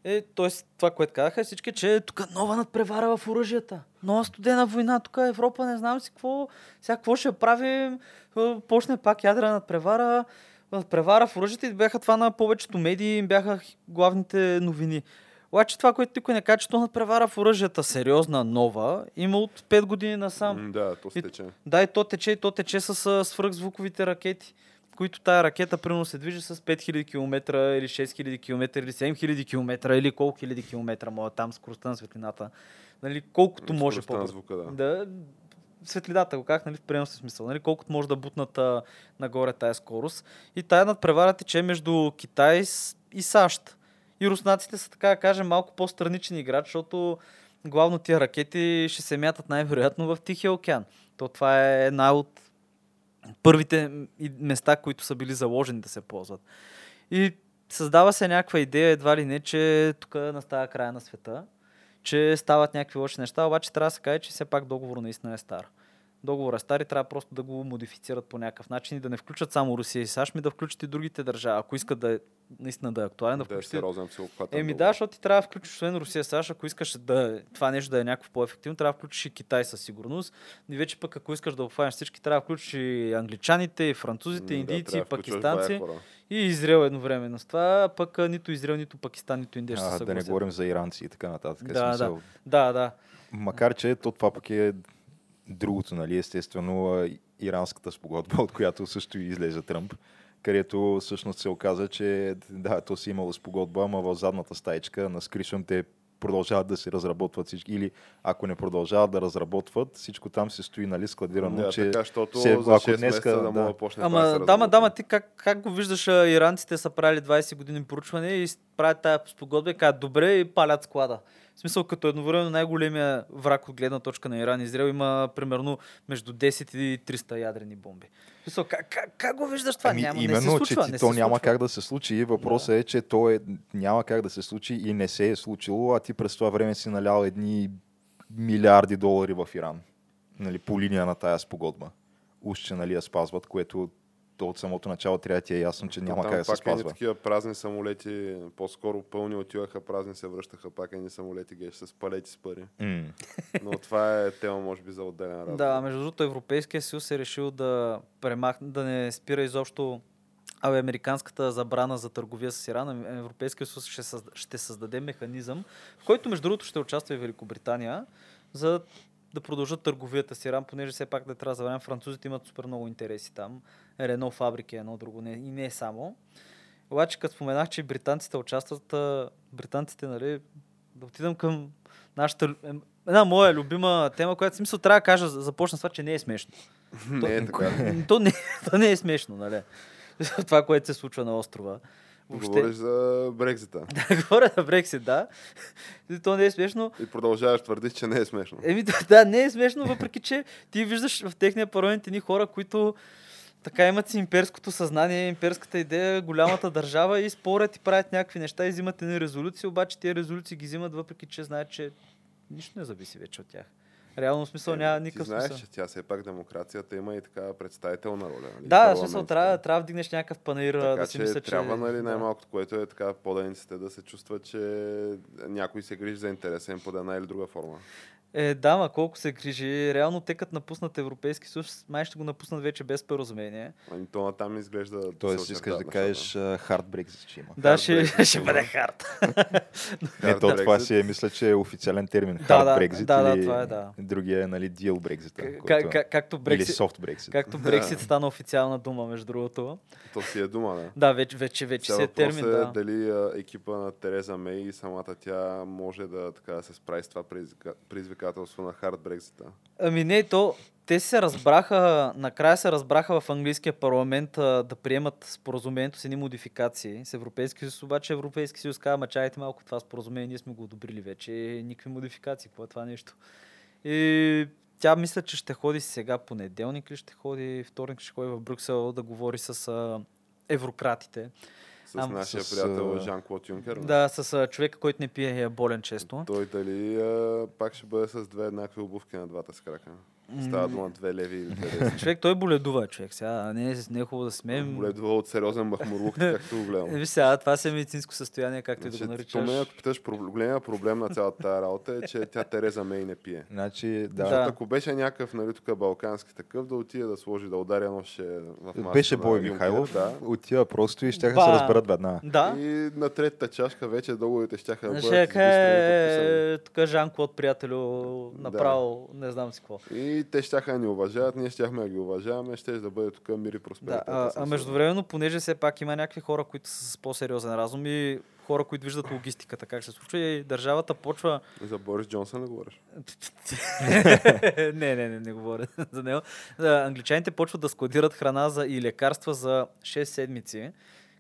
S2: е, т.е. това, което казаха всички, че е тук нова надпревара в оръжията. Нова студена война, тук Европа, не знам си какво, сега какво ще правим, Е, почне пак ядрена надпревара, надпревара в оръжията и бяха това на повечето медии, им бяха хи- главните новини. Обаче това, което никой не каже, че то надпревара в оръжията, сериозна, нова, има от 5 години насам.
S1: М, Да, то се
S2: И-
S1: тече.
S2: Да, и то тече, и то тече с а, свръхзвуковите ракети, които тая ракета примерно се движи с 5000 км или 6000 км или 7000 км или колко хиляди км, моя там скоростта на светлината. Нали, колкото може
S1: Скоростта на
S2: по-бързо.
S1: звука, да.
S2: Да, светлината го как, нали, в преносен смисъл. Нали, колкото може да бутнат а, нагоре тая скорост. И тая надпревара тече между Китай с- и САЩ. И руснаците са, така да кажем, малко по-страничен играч, защото главно тия ракети ще се мятат най-вероятно в Тихия океан. То това е една от първите м- и- места, които са били заложени да се ползват. И създава се някаква идея, едва ли не, че тук настава края на света, че стават някакви лоши неща, обаче трябва да се каже, че все пак договор наистина е стар. Договор е стар и трябва просто да го модифицират по някакъв начин и да не включат само Русия и САЩ, ми да включат и другите държави. Ако искат да е, наистина да е актуален, да
S1: Да, е
S2: включат и
S1: сериозен психопатен.
S2: Еми
S1: договор.
S2: Ами да, защото ти трябва да включиш, освен Русия, САЩ, ако искаш да е- това нещо да е някакво по-ефективно, трябва да включиш и Китай със сигурност. И вече пък, ако искаш да обхванеш всички, трябва да включиш и англичаните, и
S1: М,
S2: французите,
S1: да,
S2: и индийци,
S1: трябва
S2: и
S1: да включваш
S2: пакистанци,
S1: бая хора.
S2: и Израел едновременно с това. А Пък а, нито Израел, нито Пакистан, нито Индия ще се
S3: А, да не
S2: съгласят.
S3: говорим за иранци и така нататък. Е,
S2: Да, да.
S3: смисъл,
S2: Да, да.
S3: Макар, че то това пък е другото, нали, естествено, а, иранската спогодба, от която също и излезе Тръмп, където всъщност се оказа, че да, то си имало спогодба, ама в задната стаечка на скришъм те продължават да се разработват всички, или ако не продължават да разработват, всичко там се стои, нали, складирано,
S1: Да,
S3: че
S1: така, защото
S3: се-
S1: за
S3: ако
S1: 6
S3: днеска,
S1: месеца да
S3: да.
S1: мога да почне това да се
S2: Ама, дама, дама,
S1: разработва.
S2: ти как, как го виждаш, а, иранците са правили 20 години проучване и с- правят тая спогодба и казват добре и палят склада. В смисъл, като едновременно най-големия враг от гледна точка на Иран и Израел има примерно между 10 и 300 ядрени бомби. В смисъл, как, как, как го виждаш това?
S3: Ами,
S2: няма,
S3: именно,
S2: не се случва,
S3: че
S2: не
S3: ти,
S2: се
S3: то няма
S2: случва.
S3: как да се случи. И Въпросът е, че то е, няма как да се случи и не се е случило, а ти през това време си налял едни милиарди долари в Иран. Нали, по линия на тая спогодба. Уж, че нали, я спазват, което то от самото начало трябва да ти е ясно, че
S1: То
S3: няма
S1: там
S3: как да се
S1: пак едни
S3: спазва.
S1: такива празни самолети, по-скоро пълни отиваха, празни се връщаха, пак едни самолети геш с палети с пари.
S3: М.
S1: Но това е тема, може би, за отделен разговор.
S2: Да, ами, между другото, Европейския съюз е решил да премахне, да не спира изобщо абе, американската забрана за търговия с Иран. Ами, Европейския съюз ще, създ... ще създаде механизъм, в който, между другото, ще участва и Великобритания, за да продължат търговията с Иран, понеже все пак да трябва да забравим, французите имат супер много интереси там. Рено фабрики, е едно друго, не, и не само. Обаче, като споменах, че британците участват, а, британците, нали, да отидем към нашата... лю- ем, Една моя любима тема, която в смисъл трябва да кажа, за- започна с това, че не е смешно.
S1: Не е така.
S2: М, То не, то не е смешно, нали? Това, което се случва на острова.
S1: Говориш за Брекзита.
S2: Да, говоря за Брексит, да. То не е смешно.
S1: И продължаваш, твърдиш, че не е смешно.
S2: Еми да, да, не е смешно, въпреки че ти виждаш в техния парламент едни хора, които така имат си имперското съзнание, имперската идея, голямата държава и спорят и правят някакви неща и взимат едни резолюции, обаче тия резолюции ги взимат, въпреки че знаят, че нищо не зависи вече от тях. Реално в смисъл
S1: Е,
S2: няма
S1: ти
S2: никакъв
S1: знаеш,
S2: смисъл.
S1: че тя все пак демокрацията има и така представителна роля. Нали?
S2: Да, в
S1: Парламент,
S2: смисъл
S1: нали?
S2: трябва, трябва да вдигнеш някакъв панаир, а,
S1: Така,
S2: да си
S1: че
S2: мисля, че...
S1: трябва, нали,
S2: да.
S1: най-малкото, което е така, поданиците да се чувстват, че някой се грижи за интереса им под една или друга форма.
S2: Е, да, ма колко се грижи. Реално те като напуснат Европейски съюз, май ще го напуснат вече без споразумение.
S1: Ами то натам изглежда... да
S3: Тоест,
S1: се
S3: искаш да
S1: очертават
S3: кажеш хардбрек, че има.
S2: Да, ще,
S1: Brexit,
S2: ще бъде хард.
S1: нещата.
S3: Не,
S1: Hard
S3: то
S1: Brexit.
S3: това си е, мисля, че е официален термин.
S2: Да,
S3: Hard
S2: да,
S3: Brexit
S2: да, да,
S3: или
S2: това е, да.
S3: другия е, нали, deal Brexit.
S2: Как- как- Както
S3: е. Или
S2: Брексит.
S3: soft Brexit.
S2: Както Брексит стана официална дума, между другото.
S1: То си е дума, да.
S2: Да, вече, вече, вече
S1: Сега
S2: си е
S1: въпросът
S2: термин,
S1: е
S2: да.
S1: дали а, екипа на Тереза Мей и самата тя може да така да се справи с това предизвика- предизвикателство на хард Брекзита.
S2: Ами не, то те се разбраха, накрая се разбраха в английския парламент а, да приемат споразумението с едни модификации с Европейски съюз, обаче Европейски съюз каза, ма чайте малко това споразумение, ние сме го одобрили вече, никакви модификации, какво е това нещо. И тя мисля, че ще ходи сега понеделник ли ще ходи, вторник ще ходи в Брюксел да говори с а, еврократите.
S1: С
S2: Ам,
S1: нашия
S3: с,
S1: приятел
S3: а,
S1: Жан-Клод Юнкер. нали?
S2: Да, с а, човека, който не пие и е болен често.
S1: Той дали а, пак ще бъде с две еднакви обувки на двата с крака. Става дума две леви или две десни.
S2: Човек, той боледува, човек. Сега не е, не е хубаво да смеем.
S1: Боледува от сериозен махмурлук, както го
S2: Е,
S1: гледам.
S2: Виж сега, това си е медицинско състояние, както и да го
S1: Значи,
S2: наричаш.
S1: според мен, ако питаш проблем- големия проблем на цялата тази работа е, че тя Тереза Мей не пие.
S3: Значи, да.
S2: Да.
S1: Ако беше някакъв, нали, тук балкански такъв, да отиде да сложи, да удари едно ще в маска
S3: Беше
S1: на
S3: Бой
S1: Юнкер,
S3: Михайлов,
S1: Да.
S3: отива просто и ще
S2: Ба!
S3: се разберат веднага.
S2: Да.
S1: И на третата чашка вече договорите ще да бъдат
S2: Ще
S1: изристрани,
S2: е, тук Жан-Клод, приятелю, направо не знам си какво.
S1: подписани. И те щяха да ни уважават, ние щяхме да ги уважаваме, ще да бъде тук мир и
S2: Да,
S1: просперитет.
S2: а,
S1: аз съм
S2: а междувременно, понеже все пак има някакви хора, които са с по-сериозен разум и хора, които виждат логистиката, как се случва и държавата почва...
S1: сигурен. За Борис Джонсън ли говориш?
S2: не, не, не, не говоря за него. А, Англичаните почват да складират храна за, и лекарства за 6 седмици,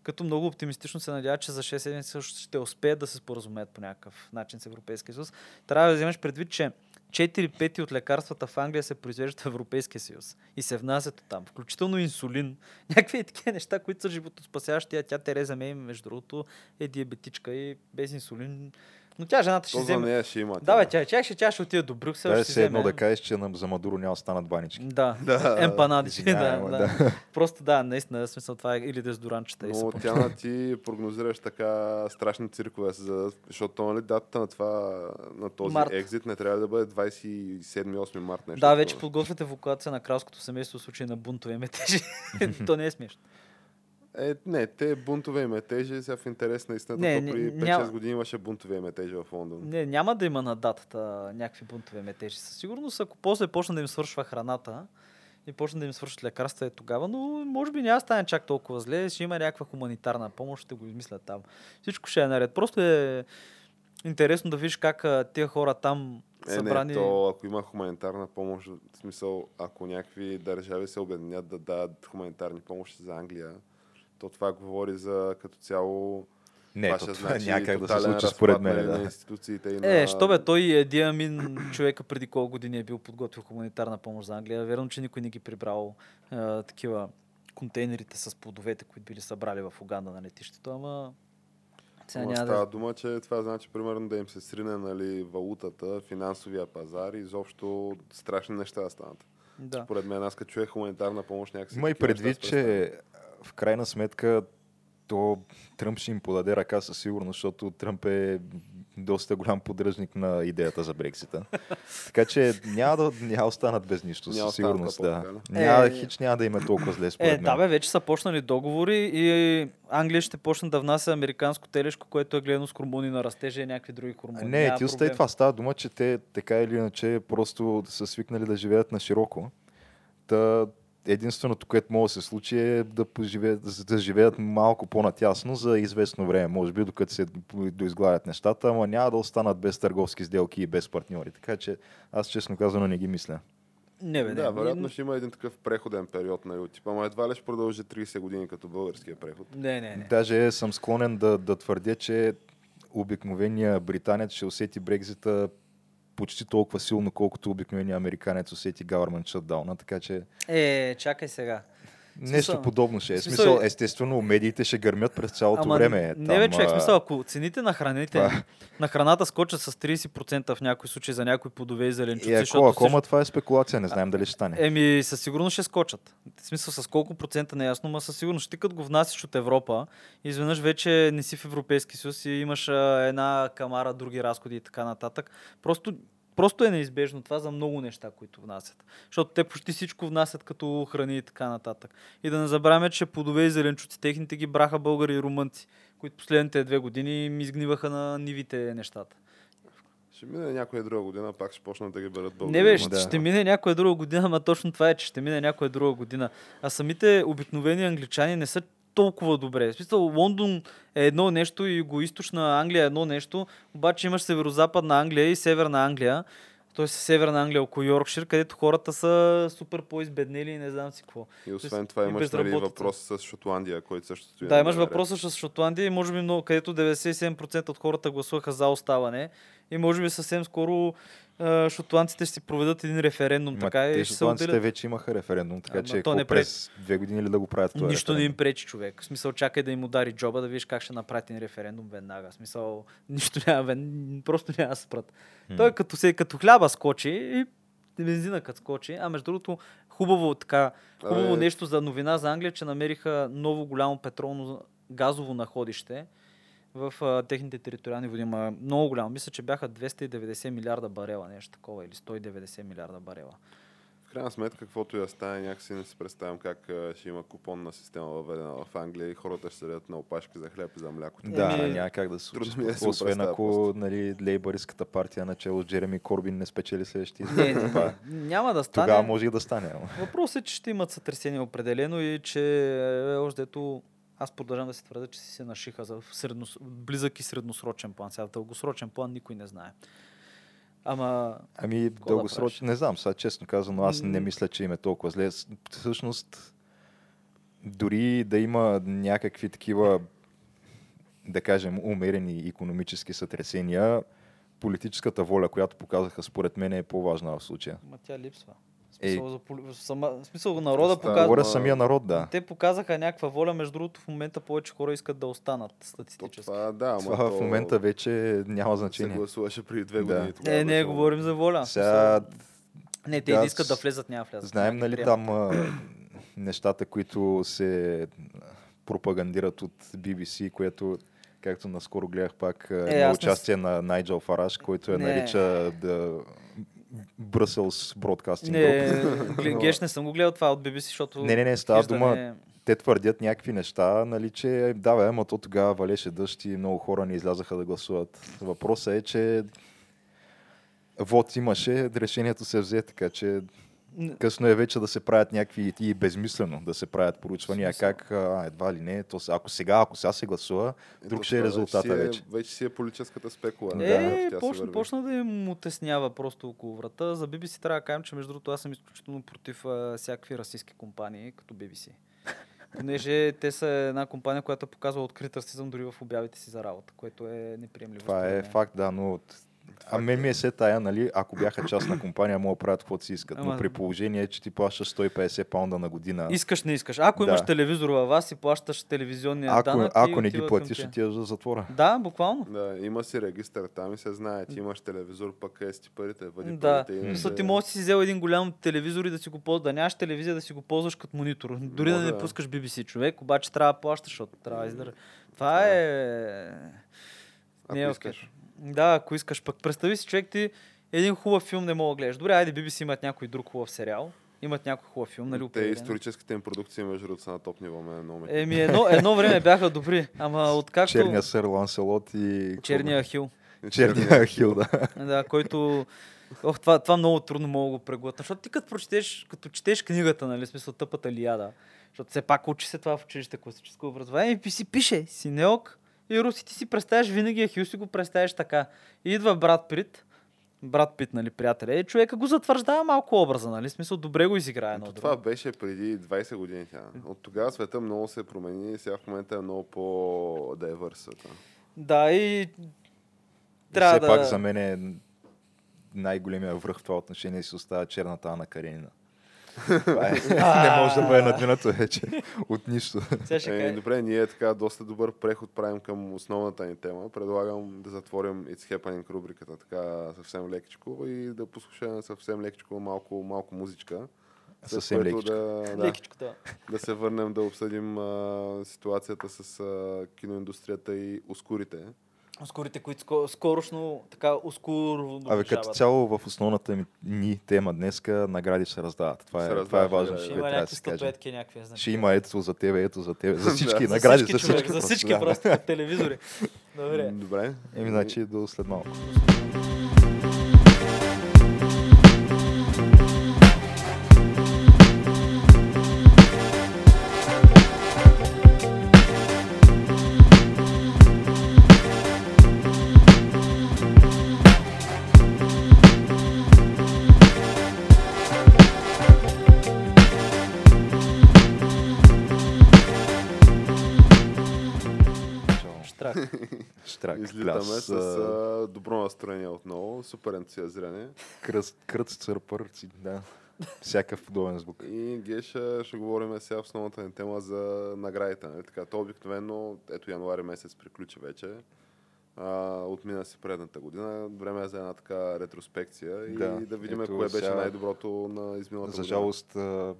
S2: като много оптимистично се надява, че за 6 седмици също ще успеят да се споразумеят по някакъв начин с Европейския съюз. Трябва да вземеш предвид, че 4 пети от лекарствата в Англия се произвеждат в Европейския съюз и се внасят от там, включително инсулин. Някакви такива неща, които са животоспасяващи. А тя Тереза Мей, между другото, е диабетичка и без инсулин. Но тя жената ще
S1: То за
S2: вземе.
S1: нея е, ще има.
S2: Да, бе, тя, тя, ще, тя ще отиде до Брюксел,
S3: Това е
S2: ще си
S3: все едно
S2: вземе.
S3: да кажеш, че на- за Мадуро няма да станат банички.
S2: Да, да. емпанади. си, Да,
S3: Извинявай,
S2: да. Просто да, наистина, в смисъл това е или дезодорантчета и
S1: Но
S2: сапун.
S1: тя на ти прогнозираш така страшни циркове, да се зададат, защото нали, датата на, това, на този
S2: Март.
S1: екзит не трябва да бъде 27-8 март. Нещо
S2: Да,
S1: такова.
S2: вече подготвяте евакуация на кралското семейство в случай на бунтове и метежи. То не е смешно.
S1: Е, не, те бунтове и метежи, сега в интерес на истината,
S2: Не,
S1: то
S2: не,
S1: при 5-6
S2: няма.
S1: години имаше бунтове и метежи в Лондон.
S2: Не, няма да има на датата някакви бунтове и метежи. Със сигурност, ако после почне да им свършва храната и почне да им свършат лекарства е тогава, но може би няма да стане чак толкова зле. Ще има някаква хуманитарна помощ, ще го измислят там. Всичко ще е наред. Просто е интересно да видиш как а, тия хора там
S1: Е,
S2: събрани...
S1: не, то ако има хуманитарна помощ, в смисъл, ако някакви държави се обединят да дадат хуманитарни помощи за Англия, то това говори за като цяло...
S3: Не,
S1: ще
S3: то това е
S1: значи
S3: някак да се
S1: тотален
S3: случи
S1: разпад,
S3: според
S1: нали,
S3: мен.
S1: На
S3: Да.
S1: институциите и на...
S2: Е, що бе, той Еди Амин, човека преди колко години е бил подготвил хуманитарна помощ за Англия. Верно, че никой не ги прибрал а, такива контейнерите с плодовете, които били събрали в Уганда на летището, ама сега
S1: Ама
S2: няма
S1: става
S2: да...
S1: дума, че това значи примерно да им се срине нали, валутата, финансовия пазар и изобщо страшни неща да станат.
S2: да.
S1: Според мен аз като човек хуманитарна помощ някакси...
S3: Има и
S1: такива
S3: предвид,
S1: неща се представят.
S3: че в крайна сметка то Тръмп ще им подаде ръка със сигурност, защото Тръмп е доста голям поддръжник на идеята за Брексита. Така че няма да няма да останат без нищо,
S1: Няма
S3: със
S1: останат
S3: сигурност.
S1: капак,
S3: Да.
S1: така ли?
S3: Няма,
S2: Е,
S3: хич няма да им е толкова зле според
S2: Е,
S3: мен.
S2: да бе, вече са почнали договори и Англия ще почне да внася американско телешко, което е гледано с хормони на растежа и някакви други хормони.
S3: Не,
S2: Няма
S3: ти остави
S2: проблем.
S3: това. Става дума, че те така или иначе просто са свикнали да живеят на широко. Та единственото, което може да се случи е да, поживеят, да живеят малко по-натясно за известно време, може би докато се доизгладят нещата, ама няма да останат без търговски сделки и без партньори. Така че аз честно казано не ги мисля.
S2: Не, бе, не.
S1: Да,
S2: Да,
S1: вероятно ще има един такъв преходен период, нали, от типа, ама едва ли ще продължи 30 години като българския преход.
S2: Не, не, не.
S3: Даже съм склонен да, да твърдя, че обикновения британец ще усети Брекзита почти толкова силно, колкото обикновения американец усети government shutdown, така че
S2: Е, чакай сега.
S3: Нещо
S2: Смисъл-
S3: подобно ще е.
S2: смисъл-
S3: Смисъл, естествено, медиите ще гърмят през цялото
S2: Ама
S3: време. е
S2: Не,
S3: Там,
S2: бе, човек,
S3: а,
S2: смисъл, ако цените на храните,
S3: това-
S2: на храната скочат с 30% в някои случаи за някои плодове и зеленчуци,
S3: И ако,
S2: защото Е,
S3: ако,
S2: всичко-
S3: ама това е спекулация, не знаем дали ще стане.
S2: Еми, със сигурност ще скочат. В смисъл с колко процента не е ясно, но със сигурност. Ти като го внасяш от Европа, изведнъж вече не си в Европейски съюз и имаш а, една камара, други разходи и така нататък. Просто, просто е неизбежно това за много неща, които внасят. Защото те почти всичко внасят като храни и така нататък. И да не забравяме, че плодове и зеленчуци, техните ги браха българи и румънци, които последните две години ми изгниваха на нивите нещата.
S1: Ще мине някоя друга година, пак ще почнат да ги берат
S2: Не
S1: българи.
S2: бе,
S1: Ама
S2: ще,
S3: да.
S2: ще мине някоя друга година, ама точно това е, че ще мине някоя друга година. А самите обикновени англичани не са толкова добре. В смисъл, Лондон е едно нещо и югоизточна Англия е едно нещо, обаче имаш северо-западна Англия и северна Англия, т.е. северна Англия около Йоркшир, където хората са супер по-избеднели и не знам си какво.
S1: И освен това
S2: и
S1: имаш нали,
S2: безработица.
S1: въпрос с Шотландия, който също стои.
S2: Да,
S1: на
S2: имаш
S1: МВР.
S2: въпроса с Шотландия и може би много, където 97% от хората гласуваха за оставане. И може би съвсем скоро а, шотландците ще си проведат един референдум.
S3: Ма
S2: така
S3: те
S2: и ще се отделят.
S3: шотландците вече имаха референдум, така
S2: Ама
S3: че
S2: то
S3: какво
S2: не пречи.
S3: през две години ли да го правят това
S2: Нищо не им пречи човек. В смисъл, чакай да им удари джоба, да видиш как ще направи един референдум веднага. В смисъл, нищо няма, вен... просто няма да спрат.
S3: М.
S2: Той е като, се, като хляба скочи и бензина като скочи. А между другото, хубаво така, хубаво
S1: Абе.
S2: нещо за новина за Англия, че намериха ново голямо петролно газово находище в а, техните териториални води. Ма, много голямо. Мисля, че бяха 290 милиарда барела, нещо такова, или 190 милиарда барела.
S1: В крайна сметка, каквото и да стане, някакси не си представям как а, ще има купонна система въведена в Англия и хората ще седят на опашки за хляб и за мляко.
S3: Да,
S2: Еми,
S3: няма как да се случи.
S1: трудно ми е да си го
S3: Освен
S1: представя
S3: ако
S1: просто.
S3: нали, лейбаристската партия начало с Джереми Корбин не спечели следващия
S2: Не,
S3: избори.
S2: не,
S3: Това
S2: не,
S3: е.
S2: няма да стане.
S3: Тогава може и да стане. ама.
S2: Въпросът е, че ще имат сътресение определено и че е, още ето аз продължавам да се твърда, че си се нашиха за в среднос... близък и средносрочен план. Сега в дългосрочен план никой не знае. Ама
S3: Ами,
S2: да правиш?
S3: дългосрочно, не знам, сега честно казано, аз не
S2: М.
S3: мисля, че им е толкова зле. С- Всъщност, дори да има някакви такива, да кажем, умерени економически сътресения, политическата воля, която показаха, според мен е по-важна в случая.
S2: ма тя липсва. В
S3: Ей.
S2: Смисъл, за, поли- в сама... в смисъл народа
S1: Става
S2: показва.
S3: Говоря самия народ, да.
S2: Те показаха някаква воля, между другото в момента повече хора искат да останат
S1: То,
S2: статистически.
S1: това, да, ама
S3: Това е
S1: то,
S3: в момента вече няма
S1: се
S3: значение.
S1: гласуваше преди две
S3: Да.
S1: години.
S3: Е,
S1: тогава
S2: Не, не,
S1: беше много-
S2: говорим за воля.
S3: Сега
S2: Не, те
S3: да,
S2: не искат да
S3: с-
S2: влезат, няма да влязат. Е.
S3: Знаем
S2: Няма да
S3: нали
S2: приемат.
S3: там а, нещата, които се пропагандират от BBC, което както наскоро гледах пак
S2: Е, аз
S3: е, на
S2: не с-
S3: участие на Найджел Фараш, който я
S2: Не.
S3: нарича да Brussels Broadcasting
S2: Не,
S3: Group.
S2: гл- геш не съм го гледал това от BBC, защото...
S3: Не, не, не, става
S2: геш да
S3: дума-
S2: не- е.
S3: Те твърдят някакви неща, нали, че да, бе, ама то тогава валеше дъжд и много хора не излязаха да гласуват. Въпросът е, че вод имаше, решението се взе, така че
S2: Н-
S3: късно е вече да се правят някакви и безмислено да се правят поручвания.
S2: Смисъл.
S3: Как, а, едва ли не, то, се- ако сега, ако сега се гласува,
S1: Ето
S3: друг ще е
S1: това си
S3: резултата
S1: е-
S3: вече.
S1: Вече си е политическата спекула.
S3: Да.
S2: Е,
S1: Тя се
S2: почна,
S1: върви.
S2: почна да им отеснява просто около врата. За BBC трябва да кажем, че между другото аз съм изключително против а, всякакви расистски компании, като BBC. Понеже те са една компания, която показва открит расизъм дори в обявите си за работа, което е неприемливо.
S3: Това
S2: според
S3: е
S2: мен.
S3: факт, да, но от- а мен ми е се тая, нали, ако бяха частна компания, могат да правят каквото си искат.
S2: Ама-
S3: Но при положение, че ти плащаш 150 паунда на година.
S2: Искаш, не искаш. Ако
S3: Да.
S2: имаш телевизор във вас и плащаш телевизионния
S3: Ако,
S2: данък, и
S3: ако не ги
S2: отива към
S3: платиш,
S2: тях.
S3: отиваш за затвора.
S2: Да, буквално.
S1: Да, има си регистър, там и се знае, ти имаш телевизор, пък къде си ти парите, въди
S2: Да,
S1: парите. иначе-
S2: мисля, ти можеш да си взел един голям телевизор и да си го ползваш, да нямаш телевизия, да си го ползваш като монитор. Дори да
S1: Може,
S2: не
S1: да.
S2: пускаш BBC човек, обаче трябва да плащаш, защото трябва да издържа. Това е... Не е
S1: Ако
S2: окей.
S1: искаш.
S2: Да, ако искаш. Пък представи си, човек ти един хубав филм не мога да гледаш. Добре, айде BBC имат някой друг хубав сериал. Имат някой хубав филм, нали?
S1: Те
S2: определено. Е,
S1: историческите им продукции, между другото, са на топ ниво, мен много ме.
S2: Еми, едно, едно време бяха добри, ама откакто...
S3: Черния сър Ланселот и...
S2: Черния хил.
S3: Черния Хил, да.
S2: Да, който... Ох, това, това много трудно мога да го преглътна. Защото ти като прочетеш, като четеш книгата, нали, в смисъл тъпата лияда, защото все пак учи се това в училище класическо образование, и пи- си пише синеок и руси ти си представяш винаги, а хил си го представяш така. И идва брат Прит, брат Пит, нали, приятеля, и човека го затвърждава малко образа, нали, в смисъл добре го изиграе едно
S1: То
S2: друго.
S1: Това беше преди 20 години тя. От тогава света много се промени и сега в момента е много по е дайвърсата.
S2: Да, и
S3: Трябва
S2: трябва
S3: Все
S2: да...
S3: пак за мен е най-големия връх в това отношение си остава черната Ана Каренина. Това е. не може да бъде надминато вече. От нищо.
S2: Сега ще
S1: Е,
S2: кажа.
S1: добре, ние така доста добър преход правим към основната ни тема. Предлагам да затворим It's Happening рубриката така съвсем лекичко и да послушаме съвсем лекичко малко, малко музичка. След
S3: Съвсем
S1: което
S3: лекичко.
S1: Да, да,
S2: Лекичко, да.
S1: да се върнем да обсъдим а, ситуацията с а, киноиндустрията и ускорите.
S2: Ускорите, които ско- скорошно, така ускоро
S3: Абе, като цяло в основната ми, ни тема днеска награди ще се раздават. Това
S1: Се
S3: е, това е
S1: раздават
S3: важно,
S1: награди.
S2: Ще
S3: което
S2: има
S3: трябва да
S2: някакви
S3: се каже.
S2: статуетки, някакви, знам.
S3: Ще има ето за тебе, ето за тебе. За
S1: Да,
S3: всички
S1: за
S3: награди,
S2: за всички, човек, за
S3: просто,
S2: всички
S3: да.
S2: просто от телевизори. Добре.
S1: Добре.
S3: Е, Еми, значи до след малко.
S2: Штрак.
S3: Штрак.
S1: Излитаме
S3: кляс,
S1: с а, добро настроение отново, супер ентусиазиране.
S3: Кръст, кръц, църпър, ци- да. Всякакъв подобен звук.
S1: И Геша ще говорим сега в основната ни тема за наградите. Нали? Така, то обикновено, ето януари месец приключи вече. А, отмина се предната година. Време е за една така ретроспекция да,
S3: Да,
S1: и да видим
S3: ето
S1: кое беше
S3: сега-
S1: най-доброто на изминалата
S3: За
S1: година.
S3: жалост, а,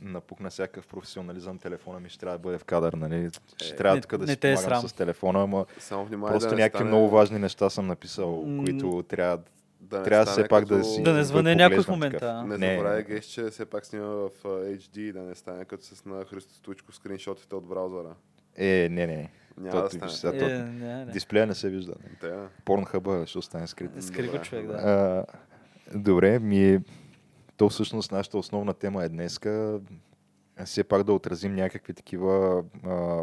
S3: напукна всякакъв професионализъм. Телефона ми ще трябва да бъде в кадър, нали? Ще
S1: Е,
S3: трябва
S2: не-
S3: тук да
S2: не
S3: си
S2: те е
S3: помагам
S2: срам.
S3: с телефона, ама
S1: Само внимай
S3: просто
S1: да не
S3: някакви
S1: стане,
S3: много важни неща съм написал,
S2: М.
S3: които трябва
S1: да не
S3: трябва
S1: стане
S3: все пак да
S1: като-
S3: си-
S2: Да
S3: Да
S2: не
S3: го
S2: звъне
S3: поглеждам
S2: някой в
S3: така.
S2: момента.
S1: Не,
S3: Не,
S1: не забравяй,
S3: не.
S1: Геш, че все пак снима в а, HD, да не стане като с на Христо Стоичков скриншотите от браузъра.
S3: Е, не, не, не.
S1: Няма
S3: То
S1: да
S3: ти
S1: стане.
S3: ще
S2: а.
S3: сега
S2: Е,
S3: то-
S2: не, не.
S3: Дисплея не се вижда.
S1: Тя,
S3: Порнхъба ще остане скрит.
S2: Скри го
S1: Добре,
S2: човек, да.
S3: А, добре, ми... То всъщност нашата основна тема е днеска. Все пак да отразим някакви такива а,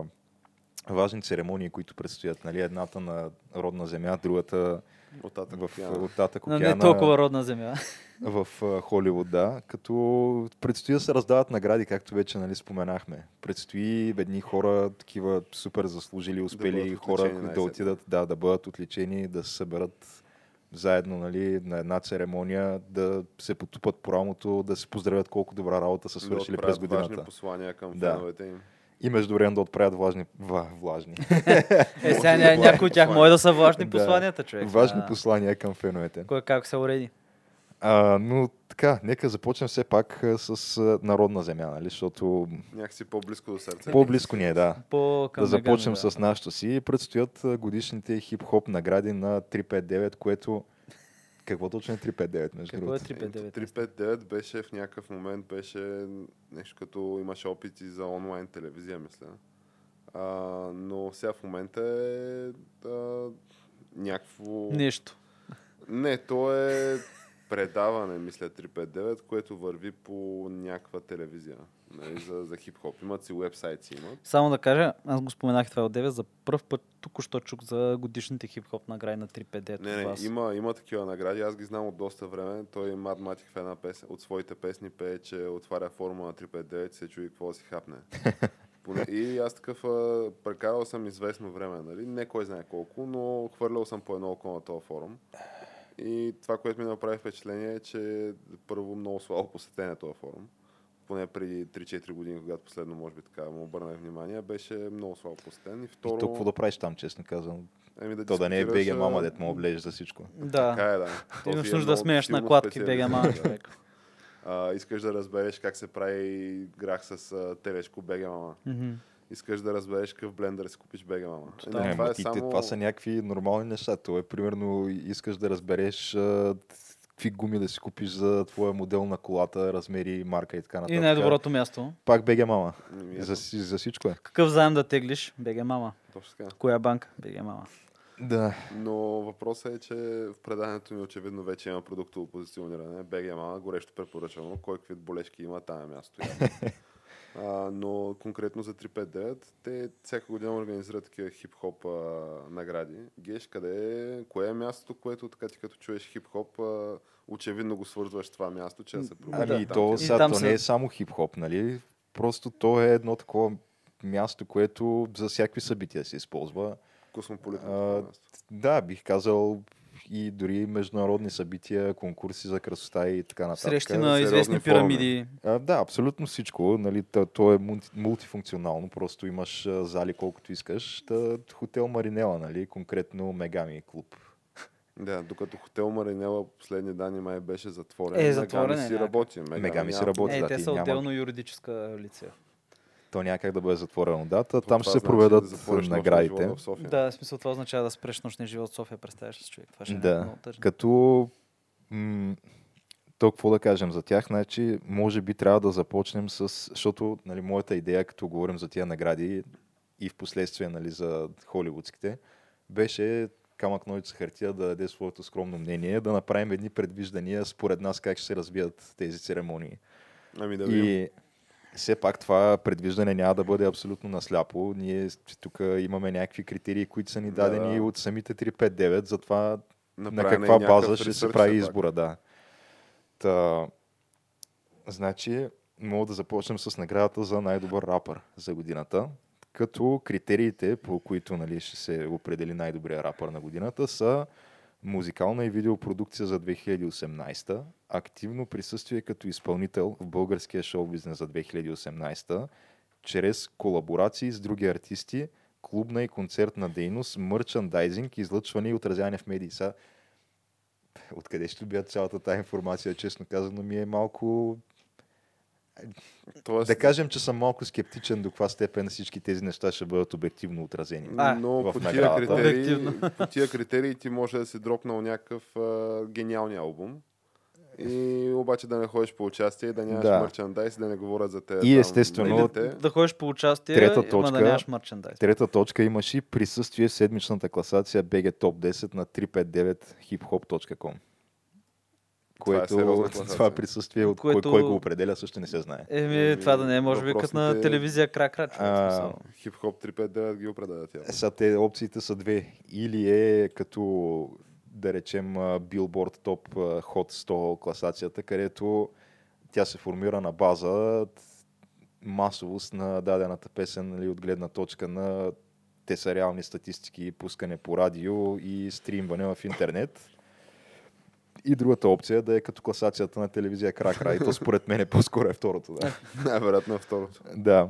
S3: важни церемонии, които предстоят. Нали? Едната на родна земя, другата
S1: оттатък
S3: в
S1: океана.
S3: от Татък
S2: На
S3: океана.
S2: не е толкова родна земя.
S3: в а, Холивуд, да, като предстои да се раздават награди, както вече нали, споменахме. Предстои едни хора, такива супер заслужили, успели
S1: бъдат
S3: хора
S1: отличени
S3: които да
S1: най-сетне.
S3: отидат, да, да бъдат отличени, да се съберат заедно нали, на една церемония, да се потупат по рамото, да се поздравят колко добра работа са
S1: Да
S3: свършили
S1: отправят
S3: през
S1: Важни
S3: годината.
S1: послания към
S3: Да.
S1: феновете им.
S3: И между време да отправят влажни, ва, влажни,
S2: Е, сега ня, някои от тях
S1: послания.
S2: може да са важни
S3: Да.
S2: посланията, човек.
S3: важни
S2: Да.
S3: послания към феновете.
S2: Кой как се уреди.
S3: А, но така, нека започнем все пак а, с а, народна земя, нали, защото
S1: Някакси по-близко до сърцето.
S3: по-близко ни е, да.
S2: По към
S3: да
S2: Меган,
S3: започнем с нашото си. Предстоят а, годишните хип-хоп награди на 359, което... Какво точно е 359, между
S2: Какво е
S3: другото?
S2: 359?
S1: 359 беше в някакъв момент, беше нещо като имаше опити за онлайн телевизия, мисля. А, но сега в момента е а, някакво...
S2: Нещо.
S1: Не, то е предаване, мисля, 359, което върви по някаква телевизия нали, за, за хип-хоп. Имат си уебсайт, имат.
S2: Само да кажа, аз го споменах това от 9, за първ път току-що чух за годишните хип-хоп награди на 359
S1: Не, не,
S2: вас.
S1: има, има такива награди. Аз ги знам от доста време. Той Мат Матик в една песен, от своите песни пее, че отваря формула на 359 и се чуи какво да си хапне. Поне- И аз такъв а, прекарал съм известно време, нали? Не кой знае колко, но хвърлял съм по едно око на този форум. И това, което ми направи впечатление е, че първо много слабо посетен е този форум. Поне преди 3-4 години, когато последно, може би така, му обърнах внимание, беше много слабо посетен. И второ,
S3: И то какво да правиш там, честно казвам?
S1: еми,
S3: То да не е
S1: дискутираш,
S3: БГ мама,
S1: а,
S3: дет му облежеш за всичко.
S2: Да.
S1: така е, да.
S2: Ти
S1: Този
S2: имаш
S1: е
S2: нужда да
S1: много
S2: сменяш
S1: силно
S2: накладки
S1: специализиран.
S2: бега мама, човек.
S1: А, искаш да разбереш как се прави грах с а, телешко БГ мама.
S2: Мгм.
S1: Искаш да разбереш какъв блендър си купиш БГ мама. Е,
S2: Да,
S3: Да,
S1: не,
S3: това, Ами ти, само... това са някакви нормални неща. То е примерно, искаш да разбереш а, какви гуми да си купиш за твоя модел на колата, размери, марка и така е. нататък.
S2: И най-доброто място.
S3: Пак БГ мама.
S1: Ами, ето.
S3: За, си- за всичко е.
S2: Какъв заем да теглиш? БГ Мама.
S1: Точно така.
S2: Коя банка? БГ Мама.
S3: Да.
S1: Но въпросът е, че в преданието ми очевидно вече има продуктово позициониране. БГ мама, горещо препоръчвано. Кой какви болешки има, там е място. явно. а, но конкретно за 359, те всяка година организират такива хип-хоп а, награди. Геш, къде е, кое е мястото, което така ти като чуеш хип-хоп, а, очевидно го свързваш с това място, че да се проведе
S3: Ами и
S1: там
S3: то,
S1: хип-хоп.
S2: И
S3: сега,
S2: там
S3: то
S2: са-
S3: не е само хип-хоп, нали? Просто то е едно такова място, което за всякакви събития се използва.
S1: космополитно
S3: А,
S1: това място.
S3: Да, бих казал и дори международни събития, конкурси за красота и така нататък.
S2: Срещи
S1: сериозни
S2: на известни
S1: форми.
S2: пирамиди.
S3: А, да, абсолютно всичко. Нали, то, то е мулти, мултифункционално, просто имаш а, зали колкото искаш. Та, хотел Маринела, нали, конкретно Мегами клуб.
S1: Да, докато хотел Маринела последни данни май беше затворен.
S2: Е,
S1: Мегами
S2: затворен е,
S1: си
S2: да.
S1: работи. Мегами,
S3: Мегами си
S1: няма.
S3: работи.
S2: Е,
S3: да,
S2: те
S3: ти
S2: са
S3: няма-
S2: отделно юридическа лице.
S3: То няма как да бъде затворено. Да, та,
S1: То
S3: там
S1: това
S3: ще се
S1: значи
S3: проведат
S1: да затвориш нощния
S3: наградите.
S1: живот в София.
S2: Да, в смисъл това означава да спреш нощния живот в София, представяш ли си човек. Това ще е
S3: Да,
S2: много тъжно.
S3: като м- то какво да кажем за тях, значи може би трябва да започнем с, защото нали, моята идея, като говорим за тия награди и в последствие нали, за холивудските, беше камък ножица хартия да даде своето скромно мнение, да направим едни предвиждания според нас как ще се развият тези церемонии.
S1: Ами да видим.
S3: И все пак това предвиждане няма да бъде абсолютно насляпо. Ние тук имаме някакви критерии, които са ни
S1: Да, да.
S3: дадени от самите 359, затова на
S1: Направен е
S3: каква
S1: някакъв
S3: база ще се
S1: ресърч
S3: прави
S1: все пак.
S3: избора, да. Та, значи, мога да започнем с наградата за най-добър рапър за годината, като критериите, по които нали, ще се определи най-добрия рапър на годината, са музикална и видеопродукция за 2018, активно присъствие като изпълнител в българския шоу-бизнес за 2018, чрез колаборации с други артисти, клубна и концертна дейност, мърчандайзинг, излъчване и отразяване в медии. Са, откъде ще бият цялата тази информация, честно казано, ми е малко...
S1: Тоест,
S3: Да кажем, че съм малко скептичен до каква степен всички тези неща ще бъдат обективно отразени.
S2: А,
S1: но
S3: в
S1: по тия,
S3: наградата.
S1: критерии,
S2: Обективно.
S1: по тия критерии ти може да си дропнал някакъв а, гениалния албум. И обаче да не ходиш по участие, и да нямаш
S3: Да.
S1: да. мерчандайз, и да не говоря за те.
S3: И
S1: там,
S3: естествено-
S1: медиите.
S2: Да ходиш по участие,
S3: Трета
S2: ама да
S3: точка.
S2: нямаш мерчендайз.
S3: Трета точка имаш и присъствие в седмичната класация BG Top 10 на 359 hiphop.com.
S1: Това е
S3: Което
S1: сериозна
S3: това, е
S1: класация.
S3: това присъствие, от
S2: Което-
S3: кой, кой го определя, също не се знае.
S2: Еми, това да не е, може би, като на
S1: въпросните-
S2: телевизия крак-крак. човек,
S3: А,
S2: в смисъл.
S1: Хип-хоп 359 ги определят. явно.
S3: Е, Сега те опциите са две. Или е като, да речем, а, Billboard Top а, Hot 100 класацията, където тя се формира на база т- масовост на дадената песен нали, от гледна точка на те са реални статистики, пускане по радио и стримване в интернет. И другата опция е да е като класацията на телевизия Кракра. И то според мен е по-скоро е второто. Да.
S1: Най-вероятно е второто.
S3: Да.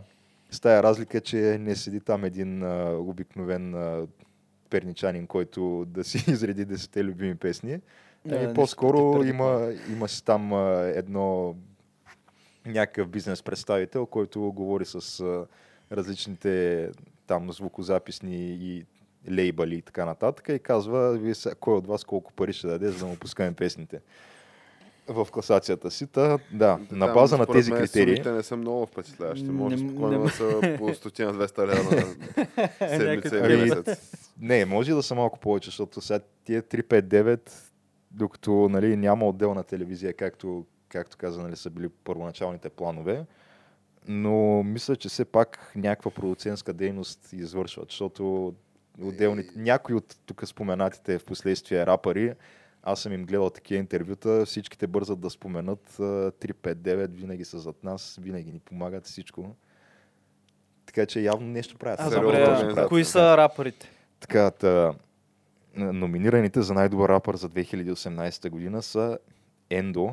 S3: С тая разлика, че не седи там един а, обикновен а, перничанин, който да си изреди десете любими песни.
S2: Да,
S3: Да,
S2: нищо
S3: и по-скоро
S2: против
S3: има, има си там а, едно някакъв бизнес представител, който говори с а, различните там звукозаписни и лейбъли и така нататък и казва вие са, кой от вас колко пари ще даде, за да му пускаме песните в класацията си. Та, да, на
S1: Там,
S3: база на
S1: според
S3: тези
S1: мен,
S3: критерии.
S1: Сумите не са много впечатляващи.
S2: Не-
S1: Може
S2: не-
S1: спокойно
S2: не-
S1: да са по 100 на 200 лева на седмица
S2: Някъде.
S1: или
S3: Ами,
S1: месец.
S3: Не, може да са малко повече, защото сега тия 359, докато нали, няма отделна телевизия, както, както каза, нали, са били първоначалните планове, но мисля, че все пак някаква продуцентска дейност извършват, защото отделни, някои от тук споменатите в последствие рапъри, аз съм им гледал такива интервюта, всичките бързат да споменат а, 359, винаги са зад нас, винаги ни помагат всичко. Така че явно нещо правят.
S2: А,
S1: Сериозна
S2: добре, а
S1: организация.
S2: кои са рапърите?
S3: Така, та, н- е, номинираните за най-добър рапър за 2018 година са Ендо,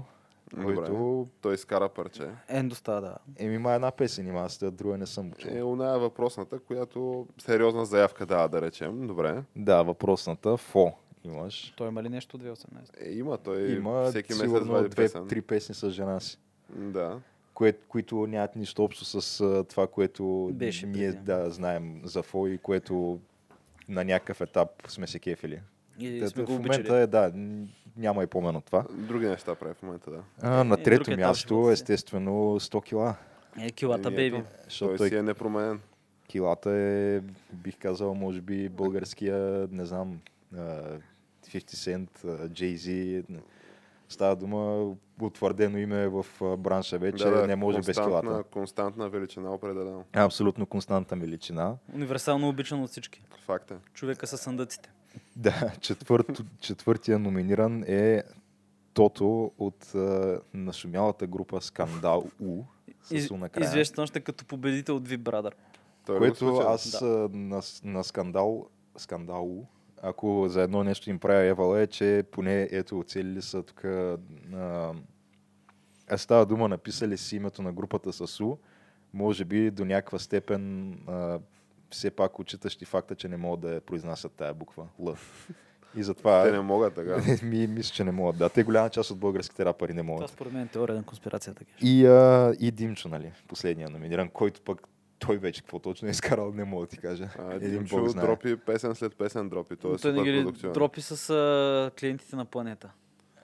S3: Ами,
S1: Добре.
S3: който
S1: Той изкара парче.
S2: Ендоста, да.
S3: еми, има една песен, има аз тя друга не съм чул.
S1: Е оная въпросната, която сериозна заявка дава, да речем. Добре.
S3: Да, въпросната Фо имаш.
S2: Той има ли нещо от 2018?
S1: Е, има той.
S3: Има
S1: всеки месец
S3: сигурно
S1: вади песен.
S3: две-три песни с жена си,
S1: Да.
S3: кое, които нямат нищо общо с а, това, което
S2: Беше
S3: ние
S2: преди.
S3: да, знаем за Фо и което на някакъв етап сме се кефили.
S2: И
S3: Та,
S2: сме
S3: в
S2: го
S3: момента
S2: обичали. Е,
S3: е, да, н- няма и помен от това.
S1: Други неща прави в момента, да.
S3: А, на
S2: друг
S3: трето
S2: етап
S3: място,
S2: живота си.
S3: естествено, 100 кила.
S2: Е, килата,
S1: Еми, ето.
S2: бейби.
S3: Защото
S1: Той
S3: той
S1: си е непроменен.
S3: Килата е, бих казал, може би българския, не знам, а, 50 Cent, а, Jay-Z. Става дума, утвърдено име е в а, бранша вече, да, да, не може без
S1: константна-
S3: килата.
S1: Константна величина, определено.
S3: Абсолютно константна величина.
S2: Универсално обичан от всички.
S1: Факт е.
S2: Човека с съндъците.
S3: Да, четвърто, четвъртия номиниран е Тото от а, нашумялата група Скандал У. С
S2: Из,
S3: У накрая.
S2: известен още като победител от Big Brother.
S1: Той е
S3: Което
S1: случайно.
S3: аз да. на, с- на скандал, скандал ако за едно нещо им правя Евала е, че поне ето оцелили са тук... А, а става дума, написали си името на групата с Су, може би до някаква степен а, все пак отчитащи факта, че не могат да я произнасят тая буква Л. И затова...
S1: Те не могат така.
S3: ми, мисля, че не могат. Да, те голяма част от българските рапъри не
S2: Това
S3: могат.
S2: според мен е теория на конспирацията. Геш.
S3: И, а, и Димчо, нали, последния номиниран, който пък той вече какво точно е изкарал, не мога да ти кажа.
S1: А,
S3: Един
S1: Димчо
S3: бог знае.
S1: дропи песен след песен дропи. Той е
S2: Той не
S1: супер
S2: ги
S1: продукционен.
S2: дропи с а, клиентите на планета.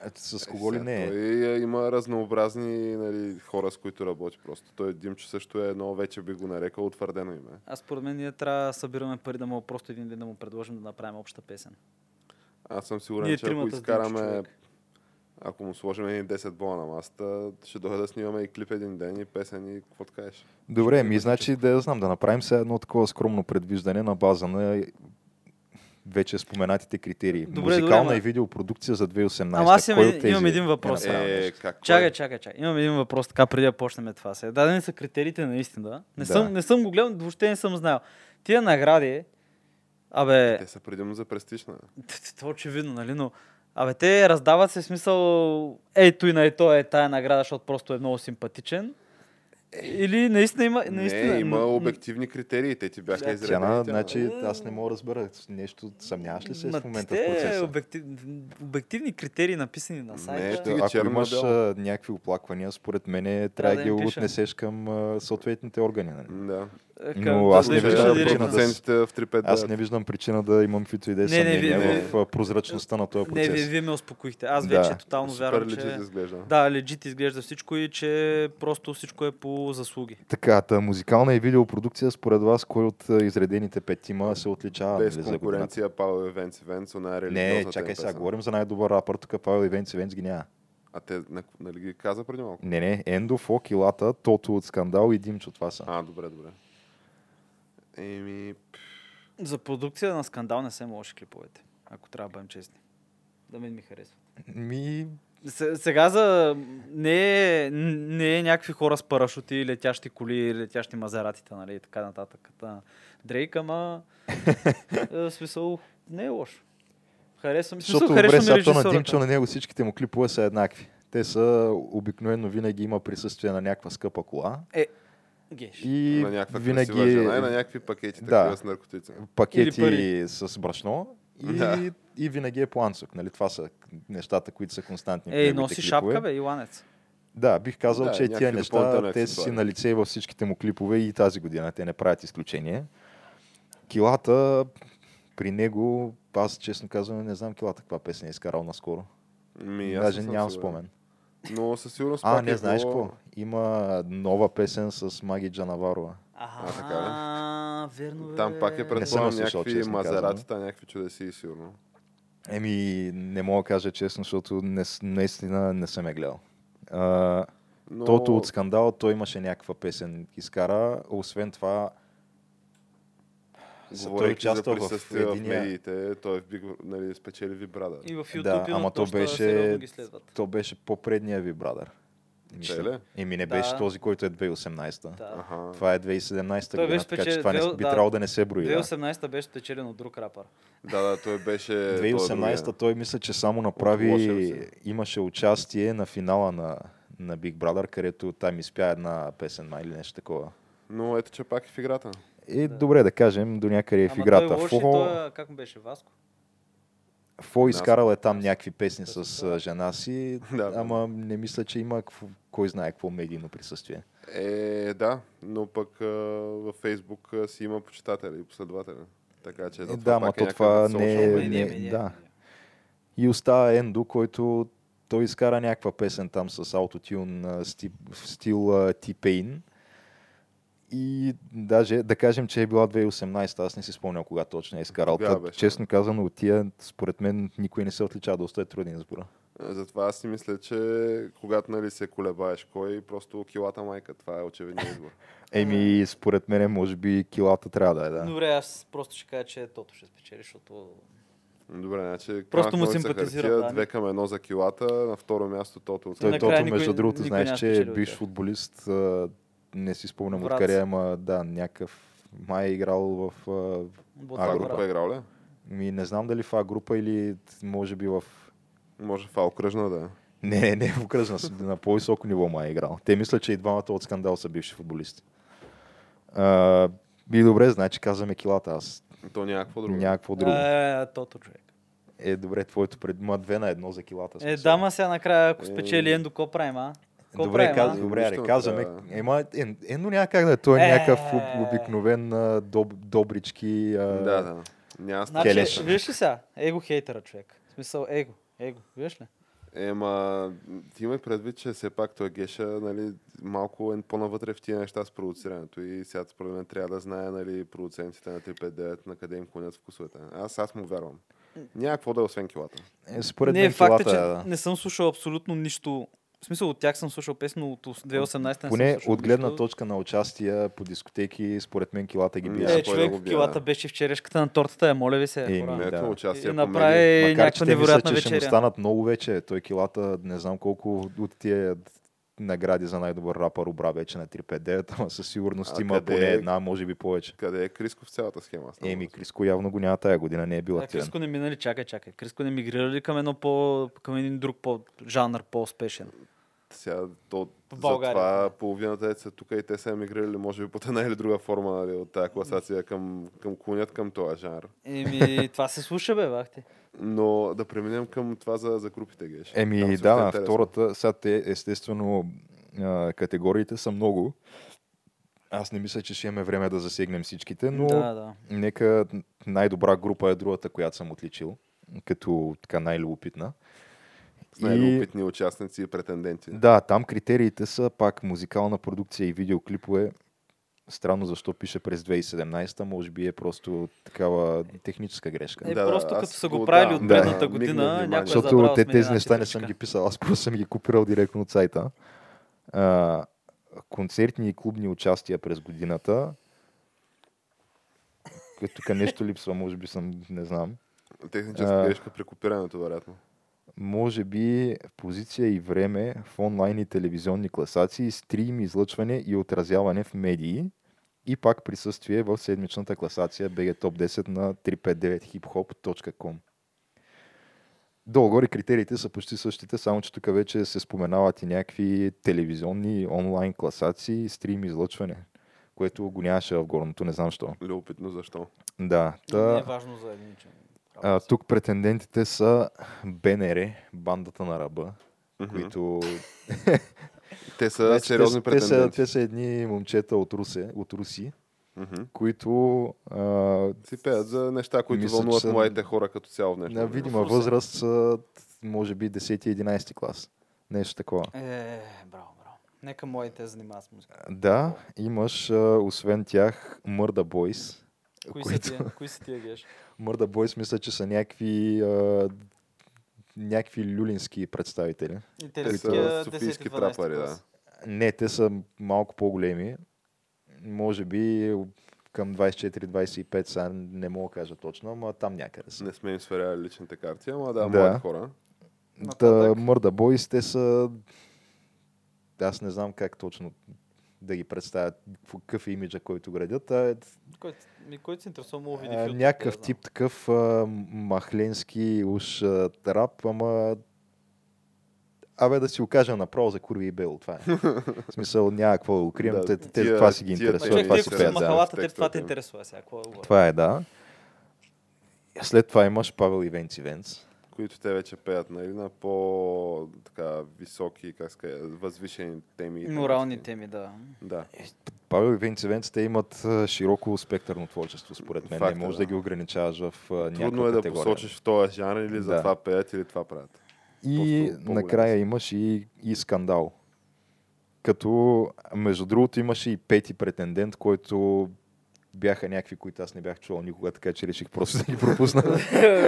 S3: А, С кого ли
S1: Сега
S3: не е?
S1: Той е- има разнообразни нали, хора, с които работи просто. Той Димчо също е едно, вече би го нарекал утвърдено име.
S2: Аз според мен ние трябва да събираме пари да му просто един ден да му предложим да направим обща песен.
S1: Аз съм сигурен,
S2: ние
S1: че ако
S2: тримата с Димчо
S1: изкараме,
S2: човек. е.
S1: ако му сложим едни 10 бола на масата, ще дойде да снимаме и клип един ден и песен и какво така кажеш.
S3: Добре, ми значи да я знам, да направим сега едно такова скромно предвиждане на база на вече споменатите критерии.
S2: Добре,
S3: Музикална
S2: добре, ама-
S3: и видеопродукция за 2018.
S2: Ама аз имам
S3: Кой
S2: един-
S3: от тези
S2: имам един въпрос.
S3: е направил
S1: Е,
S3: нещо?
S1: как?
S2: Чакай, чакай, чакай. Имам един въпрос, така преди да почнем това се. Дадени са критериите наистина. Не,
S3: Да.
S2: съм, не съм го гледал, въобще не съм знаел. Тия награди, абе,
S1: Те са предимно за нали? престижна.
S2: т- т- това е очевидно, нали, но абе, те раздават се в смисъл ей той на ето е тая награда, защото просто е много симпатичен. Или наистина има... Е, Наистина,
S1: не, има
S2: н- н-
S1: обективни критерии, те ти бяха
S2: Да.
S1: изредени.
S3: Тяна,
S1: е, тя-
S3: значи аз не мога да разбера. Нещо съмняваш ли се
S2: ма
S3: в момента в
S2: те
S3: процеса?
S2: Обектив, обективни критерии написани на сайта.
S1: Нещо. Ти ги
S3: Ако
S1: черно
S3: имаш
S1: дело.
S3: а, някакви оплаквания, според мен трябва
S2: да
S3: да ги
S2: им пишем.
S3: отнесеш към а, съответните органи. Нали?
S1: Да.
S2: Е, към-
S3: Но
S2: да
S3: аз
S2: се
S3: не
S2: пише
S3: виждам
S2: директно.
S3: причина да се-
S1: процентите в 3-5
S3: Аз не виждам причина да имам каквито и да е
S2: Не, не, ви-
S3: съмнения
S1: ви-
S3: в а, прозрачността на този
S2: Не,
S3: процес.
S2: вие, вие ме успокоихте. Аз
S3: Да.
S2: вече тотално вярвам, че...
S1: Супер изглежда.
S2: Да, легит изглежда всичко и че просто всичко е по заслуги.
S3: Така, та, музикална и видеопродукция, според вас, кой от а, изредените петима се отличава? нали,
S1: Без
S3: за годината?
S1: конкуренция, Павел Евенц Евенц, она е
S3: Не,
S1: религиозната
S3: чакай
S1: им
S3: сега,
S1: песен.
S3: говорим за най-добър рапър, тук е Павел Ивенц Ивенц ги няма.
S1: А те, на- нали ги каза преди малко?
S3: Не, не, Ендо, Фо, Килата, Тото от Скандал и Димчо, това са.
S1: А, добре, добре. Еми, п-
S2: За продукция на скандал не се може клиповете, ако трябва да бъдем честни. Да мен ми харесва.
S3: Ми,
S2: Се- Сега за... Не е, не е някакви хора с парашути, летящи коли, летящи мазератите, нали, и така нататък. Та, Дрейк, ама... е, в смисъл, не е лошо. Харесвам. в смисъл,
S3: защото
S2: харесва
S3: добре,
S2: ми
S3: сега на
S2: режисьора,
S3: Димчо,
S2: да.
S3: на него всичките му клипове са еднакви. Те са обикновено винаги има присъствие на някаква скъпа кола
S2: Геш.
S3: и
S1: на някаква
S3: винаги е-
S1: красива жена и на някакви пакети
S3: Да.
S1: такива с наркотици.
S3: пакети
S2: пари.
S3: с брашно и,
S1: Да.
S3: и винаги е планцук. Нали? Това са нещата, които са константни. в
S2: Ей,
S3: неговите
S2: Е, носи
S3: клипове.
S2: шапка, бе, Иланец.
S3: Да, бих казал,
S1: Да,
S3: да, че тия
S1: някакви
S3: неща,
S1: допълнителни
S3: те са си
S1: аксесуари.
S3: на лице във всичките му клипове и тази година. Те не правят изключение. Килата, при него, аз честно казвам, не знам Килата каква песен е изкарал наскоро.
S1: Ми, аз
S3: Даже
S1: не съм
S3: нямам
S1: сигурен.
S3: спомен.
S1: Но със сигурност
S3: А,
S1: пак
S3: не
S1: е
S3: знаеш
S1: било-
S3: какво? Има нова песен с Маги Джанаварова.
S2: Аха,
S1: А, така
S2: верно, бе.
S1: Там пак е
S3: Не съм я
S1: предполагам
S3: слушал,
S1: някакви
S3: честно казано.
S1: мазератата, някакви чудеси, сигурно.
S3: Еми, не мога да кажа честно, защото не, с- наистина не съм я гледал. А,
S1: Но...
S3: Тото от скандала, той имаше някаква песен изкара. Освен това, за- той
S1: Говорейки за
S3: участва в
S1: присъствие в
S3: единия...
S1: медиите, той е в Big, Bro- нали, спечели ви брада.
S2: И в YouTube
S3: да,
S2: и
S3: ама то беше,
S2: сериозно ги следват.
S3: то беше по-предния ви брадър.
S1: ли?
S3: Еми не
S2: Да.
S3: беше този, който е 2018-та.
S2: Да.
S1: Аха.
S3: Това е 2017-та
S2: Той
S3: година,
S2: беше
S3: така че
S2: спечелил-
S3: това не,
S2: две-
S3: би
S2: да.
S3: трябвало да не се брои. Да.
S2: 2018 беше спечелен от друг рапър.
S1: Да, да, той беше... той е
S3: 2018-та
S1: другия.
S3: той мисля, че само
S1: лошия
S3: направи,
S1: осем.
S3: имаше участие на финала на, на Big Brother, където там изпя една песен май или нещо такова.
S1: Но ето, че пак е в играта.
S3: Е, добре да кажем, до някъде е в
S2: Ама
S3: играта.
S2: той лоши,
S3: Фо,
S2: той, е- как му беше, Васко?
S3: Фо
S1: Нас-
S3: изкарал е там някакви песни с а, жена си,
S1: Да, да.
S3: ама не мисля, че има какво- кой знае какво медийно присъствие.
S1: Е, да, но пък а, във Фейсбук а, си има почитатели и последователи. Така че...
S3: Е, да, ма
S1: пак
S3: то
S1: някакъв
S3: това
S1: вид
S3: не е-
S1: social media.
S2: Ами
S3: не-
S2: ами
S3: да.
S2: ами
S3: И остава Ендо, който той изкара някаква песен там с аутотюн а, сти- в стил а, T-Pain. И даже да кажем, че е била 2018, аз не си спомням кога точно е изкарал.
S1: Тогава
S3: Та,
S1: беше, да.
S3: Честно казано, от тия, според мен, никой не се отличава. Доста е труден избора.
S1: Затова аз си мисля, че когато нали, се колебаеш кой, просто килата майка. Това е очевиден избор. Ами,
S3: Еми, според мен, може би килата трябва да е, да.
S2: Добре, аз просто ще кажа, че Тото ще спечели, защото...
S1: Добре, значи...
S2: Просто
S1: камък,
S2: му
S1: ножица,
S2: симпатизира,
S1: хартия,
S2: да, не? е
S1: Две към едно за килата, на второ място тото от
S3: Той
S2: Накрая
S3: Тото,
S2: никой-
S3: между другото,
S2: никой
S3: знаеш,
S2: няма
S3: че е
S2: спечелил,
S3: бивш
S2: да.
S3: футболист. а, Не си спомням
S2: Враца.
S3: откъде, ама да, някакъв май е играл в а,
S2: Ботва
S3: А,
S1: Това
S3: група.
S1: група е играл ли?
S3: Ми не знам дали в А група или може би в...
S1: Може фал кръжна да е.
S3: Не, не, в кръжна, с- на по-високо ниво май е играл. Те мислят, че и двамата от скандал са бивши футболисти. А, и добре, значи казваме килата, аз
S1: То някакво друго.
S3: някакво друго.
S2: Е, тото човек.
S3: Е, добре, твоето пред... Ма две на едно за килата.
S2: Е,
S3: смисъл.
S2: да, ма сега накрая, ако
S1: Е.
S2: спечели Ендо, какво правим, а? Какво
S3: Добре,
S2: правим,
S3: каз...
S2: а?
S3: добре, аре,
S1: Нищо,
S3: казваме.
S1: да.
S3: Ема, е, е, но няма как да е. Той е
S2: Е.
S3: някакъв об- обикновен а, доб, добрички. А...
S1: Да, да. Няма значи...
S2: Значи,
S3: Келеш.
S2: виж ли сега? Его хейтера, човек. В смисъл, его. Его, виж ли?
S1: Ема, ти имай предвид, че все пак той Геша, нали, малко е по-навътре в тия неща с продуцирането. И сега според мен трябва да знае, нали, продуцентите на 359 на къде им клонят вкусовете. Аз, аз му вярвам. Няма какво да е освен килата.
S3: Е, според
S2: не,
S3: мен
S2: факт е,
S3: килата
S2: че
S3: е, да.
S2: не съм слушал абсолютно нищо. В смисъл, от тях съм слушал песен, но от 2018 не
S3: Поне
S2: съм слушал
S3: от гледна
S2: нищо.
S3: точка на участия по дискотеки, според мен килата ги
S1: Не,
S3: бие.
S1: Няма кой
S2: Е,
S1: да
S2: човек,
S1: го
S2: в
S1: бие,
S2: килата
S1: да.
S2: беше вчерешката на тортата, е, моля ви се.
S3: Еми,
S2: хора.
S3: да.
S1: Ами Ето
S2: И
S1: участие по медии.
S2: направи
S3: Макар,
S2: е, някаква
S3: че те мислят,
S2: невероятна
S3: че ще му
S2: вечеря.
S3: станат много вече. Той килата, не знам колко от тия награди за най-добър рапър обра вече на 359, ама със сигурност
S1: А
S3: има
S1: къде
S3: поне
S1: е?
S3: една, може би повече.
S1: Къде е Криско в цялата схема? Аз не
S3: Еми,
S1: мога да
S3: Криско явно го няма тая година, не е бил
S2: А
S3: активен.
S2: Криско не минали, чакай, чакай. Криско не мигрира ли към, едно по, към един друг по-жанр, по-успешен?
S1: Сега, то,
S2: В България.
S1: затова половината деца тук и те са емигрирали, може би под една или друга форма нали, от тази класация към, към клонят към този жанр.
S2: Еми, това се слуша, бе, бахте.
S1: Но да преминем към това за, за групите, Геш. Там
S3: Еми
S1: също
S3: да,
S1: е
S3: на
S1: интересно.
S3: втората, сега те, естествено а, категориите са много. Аз не мисля, че ще имаме време да засегнем всичките, но
S2: Да, да.
S3: нека най-добра група е другата, която съм отличил, като така най-любопитна.
S1: С най-любопитни участници и претенденти.
S3: Да, там критериите са пак музикална продукция и видеоклипове. Странно защо пише през 2017, може би е просто такава техническа грешка.
S2: Е,
S1: Да, да,
S2: просто
S1: аз
S2: като са го
S1: го
S2: правили
S1: давам.
S2: от
S3: Да.
S2: предната
S1: Мигна
S2: година,
S1: внимание.
S2: някой е
S3: Защото
S2: забрал
S3: те,
S2: сме
S3: тези
S2: една
S3: неща не съм
S2: четвърчка.
S3: ги писал, аз просто съм ги купирал директно от сайта. А, концертни и клубни участия през годината. Като Тук нещо липсва, може би съм, не знам.
S1: Техническа
S3: А.
S1: грешка при копирането, вероятно.
S3: Може би позиция и време в онлайн и телевизионни класации, стрим, излъчване и отразяване в медии и пак присъствие в седмичната класация BG Top 10 на 359hiphop.com. Долу-горе критериите са почти същите, само че тук вече се споменават и някакви телевизионни онлайн класации, стрим, излъчване, което го нямаше в горното, не знам що.
S1: Любопитно защо.
S3: Да,
S2: Не е
S3: та,
S2: важно за един че-
S3: а, тук претендентите са БНР, бандата на ръба,
S1: Мгм.
S3: които...
S1: Те са
S3: Значи,
S1: сериозни
S3: те, са-
S1: претенденти.
S3: Те са, те са едни момчета от, Русе, от Руси,
S1: Мгм.
S3: които а,
S1: Си пеят за неща, които
S3: Мисля, че
S1: вълнуват
S3: са-
S1: младите хора като цяло в днешно
S3: на
S1: време.
S3: видима
S2: Русе.
S3: възраст са може би 10-11 клас. Нещо такова.
S2: Е, браво, браво. Нека моите занимават с музика.
S3: Да, имаш а, освен тях Мърда Бойс.
S2: Кои са тия? Кои са тия геш?
S3: Мърда Бойс мисля, че са някакви а, някакви люлински представители.
S2: И
S1: Те са
S2: те са
S1: софийски
S2: 10-12
S1: трапари, да.
S2: клас.
S3: Не, те са малко по-големи. Може би към 24-25 са, не мога да кажа точно, ама там някъде са.
S1: Не сме им сверяли личните карти, ама да,
S3: Да.
S1: млади хора.
S3: Та,
S2: Нататък.
S3: Мърда Бойс, те са... Аз не знам как точно да ги представят, какъв е имиджа, който градят. А, е-
S2: Кой- ми, Който се интересува, му види в
S3: а,
S2: YouTube,
S3: Е, някакъв
S2: да знам.
S3: тип такъв а, махленски уж а, рап, ама... Абе да си го кажа направо за курви и бело, това е. В смисъл няма какво да укрием,
S1: Да,
S3: те, те,
S1: тия-
S3: това си ги
S1: тия
S2: Ма,
S3: интересува,
S2: човек,
S3: това
S2: ти
S3: си
S1: пеят
S2: ако си
S3: пеят
S1: заедно.
S3: заедно.
S2: махалата, те това те
S1: Текстовете.
S2: интересува сега. Какво говорим?
S3: Това е, да. След това имаш Павел Ивенц Ивенц.
S1: които те вече пеят нали, на по така високи, как се казва, възвишени теми.
S3: е
S1: и
S2: Морални
S1: тематики.
S2: теми, да.
S1: Да.
S3: Павел и Венци Венц, те имат а, широко спектърно творчество, според мен.
S1: Факт е,
S3: не можеш
S1: да.
S3: да. ги ограничаваш в а, някаква
S1: Трудно е да
S3: категория.
S1: посочиш в този жанр или за
S3: Да.
S1: това пеят или това правят.
S3: И
S1: Просто по-големи
S3: накрая имаш и, и скандал. Като, между другото, имаше и пети претендент, който бяха някакви, които аз не бях чувал никога, така че реших просто да ги пропусна.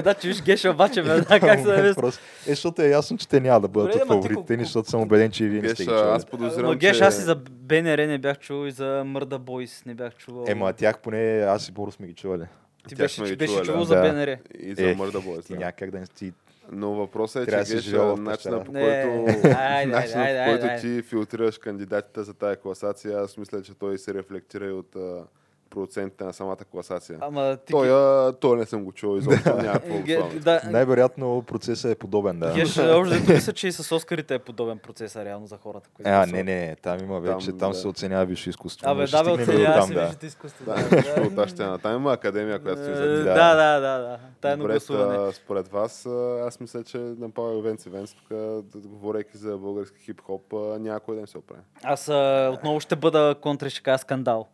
S2: да, че виж Геша обаче, бе, да, как се навис.
S3: Просто- Е, защото е ясно, че те няма да бъдат
S2: Добре,
S3: от
S2: ама ти
S3: фаворитите, ни,
S2: колко-
S3: защото съм убеден, че и вие не сте ги
S1: Геша,
S3: чували.
S1: аз подозирам,
S2: Но Геш, аз и
S1: че-
S2: за БНР не бях чувал и за Мърда Бойс не бях чувал.
S3: Ема тях поне аз и Боро сме ги чували.
S2: ти
S1: тях
S2: беше,
S1: сме
S2: ти
S1: ги
S2: беше
S1: чували,
S2: чувал
S1: да.
S2: за
S3: Да.
S2: БНР.
S1: И за
S3: Е,
S1: Мърда Бойс.
S3: Ти
S1: Да.
S3: някак да не си...
S1: Но въпросът е,
S3: Трябва да
S1: че
S3: си
S1: Геш,
S3: живял в
S1: начина по
S3: пещера.
S2: Не,
S1: който,
S2: айде, айде,
S1: начина,
S2: айде,
S1: по който
S2: айде.
S1: ти филтрираш кандидатите за тая класация, аз мисля, че той се рефлектира и от а, процентите на самата класация.
S2: Ама ти
S1: Той, е
S2: ги-
S1: а, той не съм го чул изобщо, няма какво го
S2: ги-
S1: славя.
S2: да,
S3: Най-вероятно процесът е подобен, да.
S2: Геш, общо взето мисля, че и с Оскарите е подобен процес реално за хората.
S1: Е,
S2: Които
S3: А,
S2: са-
S3: не, не, не, там има
S1: Там,
S3: вече, там, там
S1: да.
S3: се оценява висше изкуство.
S2: Абе,
S3: Ние ще
S2: да, бе,
S3: стигнем и до
S2: оценява
S3: там,
S2: се
S3: да.
S2: виждате изкуство.
S1: Да,
S2: да,
S1: ще оттащите на там. Има академия, която стои
S2: Е,
S1: за
S3: да.
S2: Да, да, да, да. Тайно
S1: Добре,
S2: гласуване.
S1: та, според вас, а, аз мисля, че на Павел Венци Венц, тук, а, да- говорейки за български хип-хоп, а, някой ден се оправи.
S2: Аз а, отново ще бъда контра, ще кажа скандал.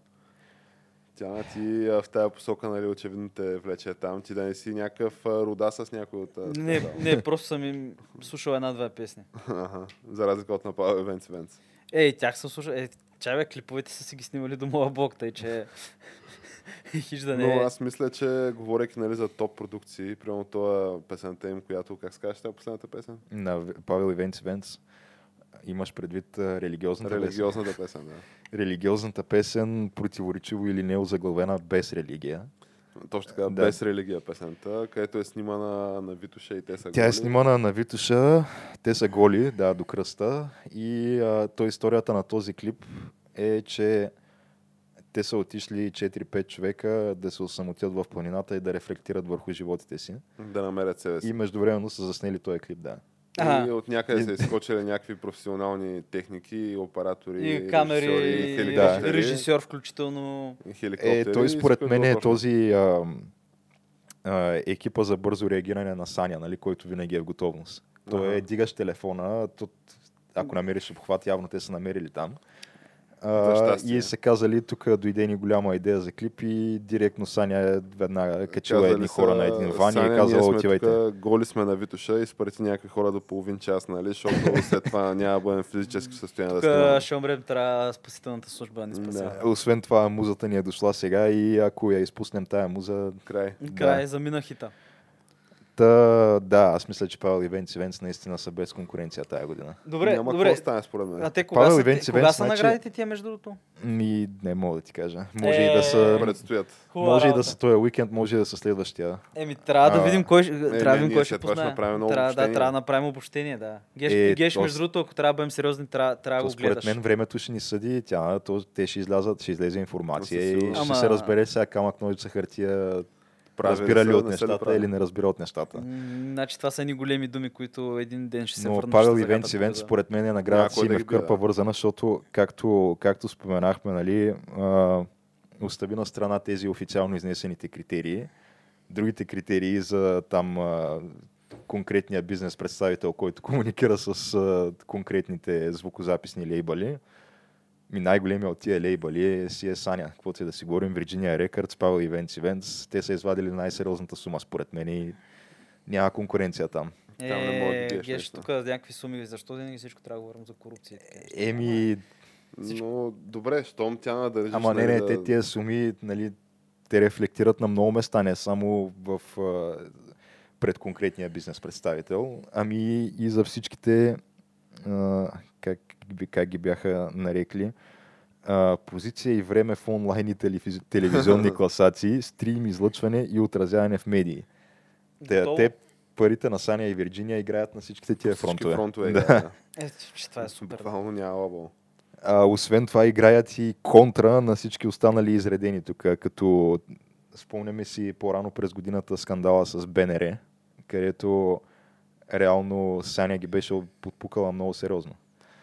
S1: Тя на ти а, в тая посока, нали, очевидно те влече там, ти да не си някакъв а, рода с някой от... а,
S2: Не, не, просто съм им слушал една-две песни.
S1: Аха, за разлика от на Павел Венци Венц.
S2: Ей, тях съм слушал. Е, чай бе, клиповете са си ги снимали до моя блог, тъй че... Хич да не
S1: Но
S2: е.
S1: аз мисля, че говорейки нали, за топ продукции, примерно това песента им, която, как се казваше тая последната песен?
S3: На В- Павел Ивенц Венц имаш предвид а, религиозната песен.
S1: Религиозната песен, да.
S3: Религиозната песен, противоречиво или не озаглавена без религия.
S1: Точно така,
S3: Да.
S1: без религия песента, където е снимана на Витоша и те са
S3: Тя е
S1: голи.
S3: снимана на Витуша, те са голи, да, до кръста. И а, то историята на този клип е, че те са отишли 4-5 човека да се осамотят в планината и да рефлектират върху животите си.
S1: Да намерят себе си.
S3: И междувременно са заснели този клип, да.
S2: Аха.
S1: И от някъде са изкочили някакви професионални техники, оператори,
S2: И камери,
S1: режисьори,
S2: и реж-
S3: Да.
S1: хеликоптери.
S2: режисьор включително.
S1: И хеликоптери.
S3: Е, той
S1: и
S3: според
S1: искат
S3: мен е
S1: да точно.
S3: този а, а, екипа за бързо реагиране на Саня, нали, който винаги е в готовност. Той
S1: Ага.
S3: е дигаш телефона, тут, ако намериш обхват, явно те са намерили там.
S1: За
S3: А,
S1: щастие.
S3: и са казали, тук дойде ни голяма идея за клип и директно Саня е веднага качила
S1: Казали
S3: едни
S1: са,
S3: хора на един ван
S1: Саня,
S3: и
S1: ние
S3: е казала,
S1: сме
S3: отивайте.
S1: Тук, голи сме на Витоша и спрати някакви хора до половин час, нали? Защото след това няма да бъдем в физическо състояние
S2: Тук
S1: да снимаме.
S2: ще умрем, трябва спасителната служба да ни спасява.
S3: Освен това, музата ни е дошла сега и ако я изпуснем тая муза,
S1: Край.
S2: Край,
S3: Да.
S2: замина хита.
S3: Та, да, аз мисля, че Павел Ивенц Ивенц наистина са без конкуренция тая година.
S2: Добре,
S1: Няма
S2: добре.
S1: какво стане според мен.
S2: А те кога
S3: Павел
S2: са,
S3: Ивенци
S2: те, кога
S3: Ивенци,
S2: са
S3: значи-
S2: наградите тия между другото?
S3: Ми, не мога да ти кажа. Може и
S2: Е,
S3: да са...
S1: Предстоят.
S2: Хубава
S3: Може и да
S2: работа.
S3: са този уикенд, може и да са следващия.
S2: Еми, трябва да
S3: А,
S2: видим кой, ще-
S1: не,
S2: трябва да видим
S1: ние
S2: кой ще
S1: след това ще
S2: познае.
S1: направим ново
S2: трябва, да,
S1: обобщение.
S2: трябва да направим обобщение, да. Геш,
S3: Е,
S2: геш
S3: то с-
S2: между другото, ако трябва да бъдем сериозни, трябва, трябва да
S3: То,
S2: го гледаш.
S3: според мен времето ще ни съди, тя, то, те ще излязат, ще излезе информация
S1: Със
S3: и ще
S1: сигурност.
S2: Ама-
S3: се разбере сега камък, ножица, хартия,
S1: Прави
S3: разбира
S1: ли
S3: ли
S1: са,
S3: от
S1: не са ли
S3: нещата
S1: прави?
S3: или не разбира от нещата.
S2: М, Значи това са едни големи думи, които един ден ще се
S3: Но
S2: върнат.
S3: Павел
S2: ще загатат
S3: Ивенц Ивенц,
S2: тук, да.
S3: според мен, е наградата
S1: Някой
S3: си
S1: да
S3: ме
S1: ги
S3: вкърпа
S1: гледа.
S3: вързана, защото, както, както споменахме, нали, а, остави на страна тези официално изнесените критерии. Другите критерии за там а, конкретния бизнес представител, който комуникира с а, конкретните звукозаписни лейбали. Ми най-големия от тия лейбали е си е Саня. Каквото и да си говорим, Virginia Records, Павел Ивенц Ивенц, те са извадили най-сериозната сума, според мен, и няма конкуренция там.
S1: Там не може да
S2: Е,
S1: биеш
S2: геш,
S1: нещо.
S2: тук някакви суми, защо винаги всичко трябва да говорим за корупция? и такива неща?
S3: Еми,
S1: Но добре, щом тя надържиш...
S3: Ама не,
S1: нали,
S3: не,
S1: да-
S3: те тия суми, нали, те рефлектират на много места, не само в, а, пред конкретния бизнес представител, ами и за всичките, а, как, би- как ги бяха нарекли, а, позиция и време в онлайн и телевиз- телевизионни класации, стрим, излъчване и отразяване в медии. Те,
S2: Готово?
S3: те парите на Саня и Вирджиния играят на всичките тия
S1: Всички
S3: фронтове.
S1: фронтове.
S3: да.
S1: да.
S2: Е, че това е супер.
S1: Буквално няма лабо.
S3: А, освен това играят и контра на всички останали изредени тук, като спомняме си по-рано през годината скандала с БНР, където реално Саня ги беше подпукала много сериозно.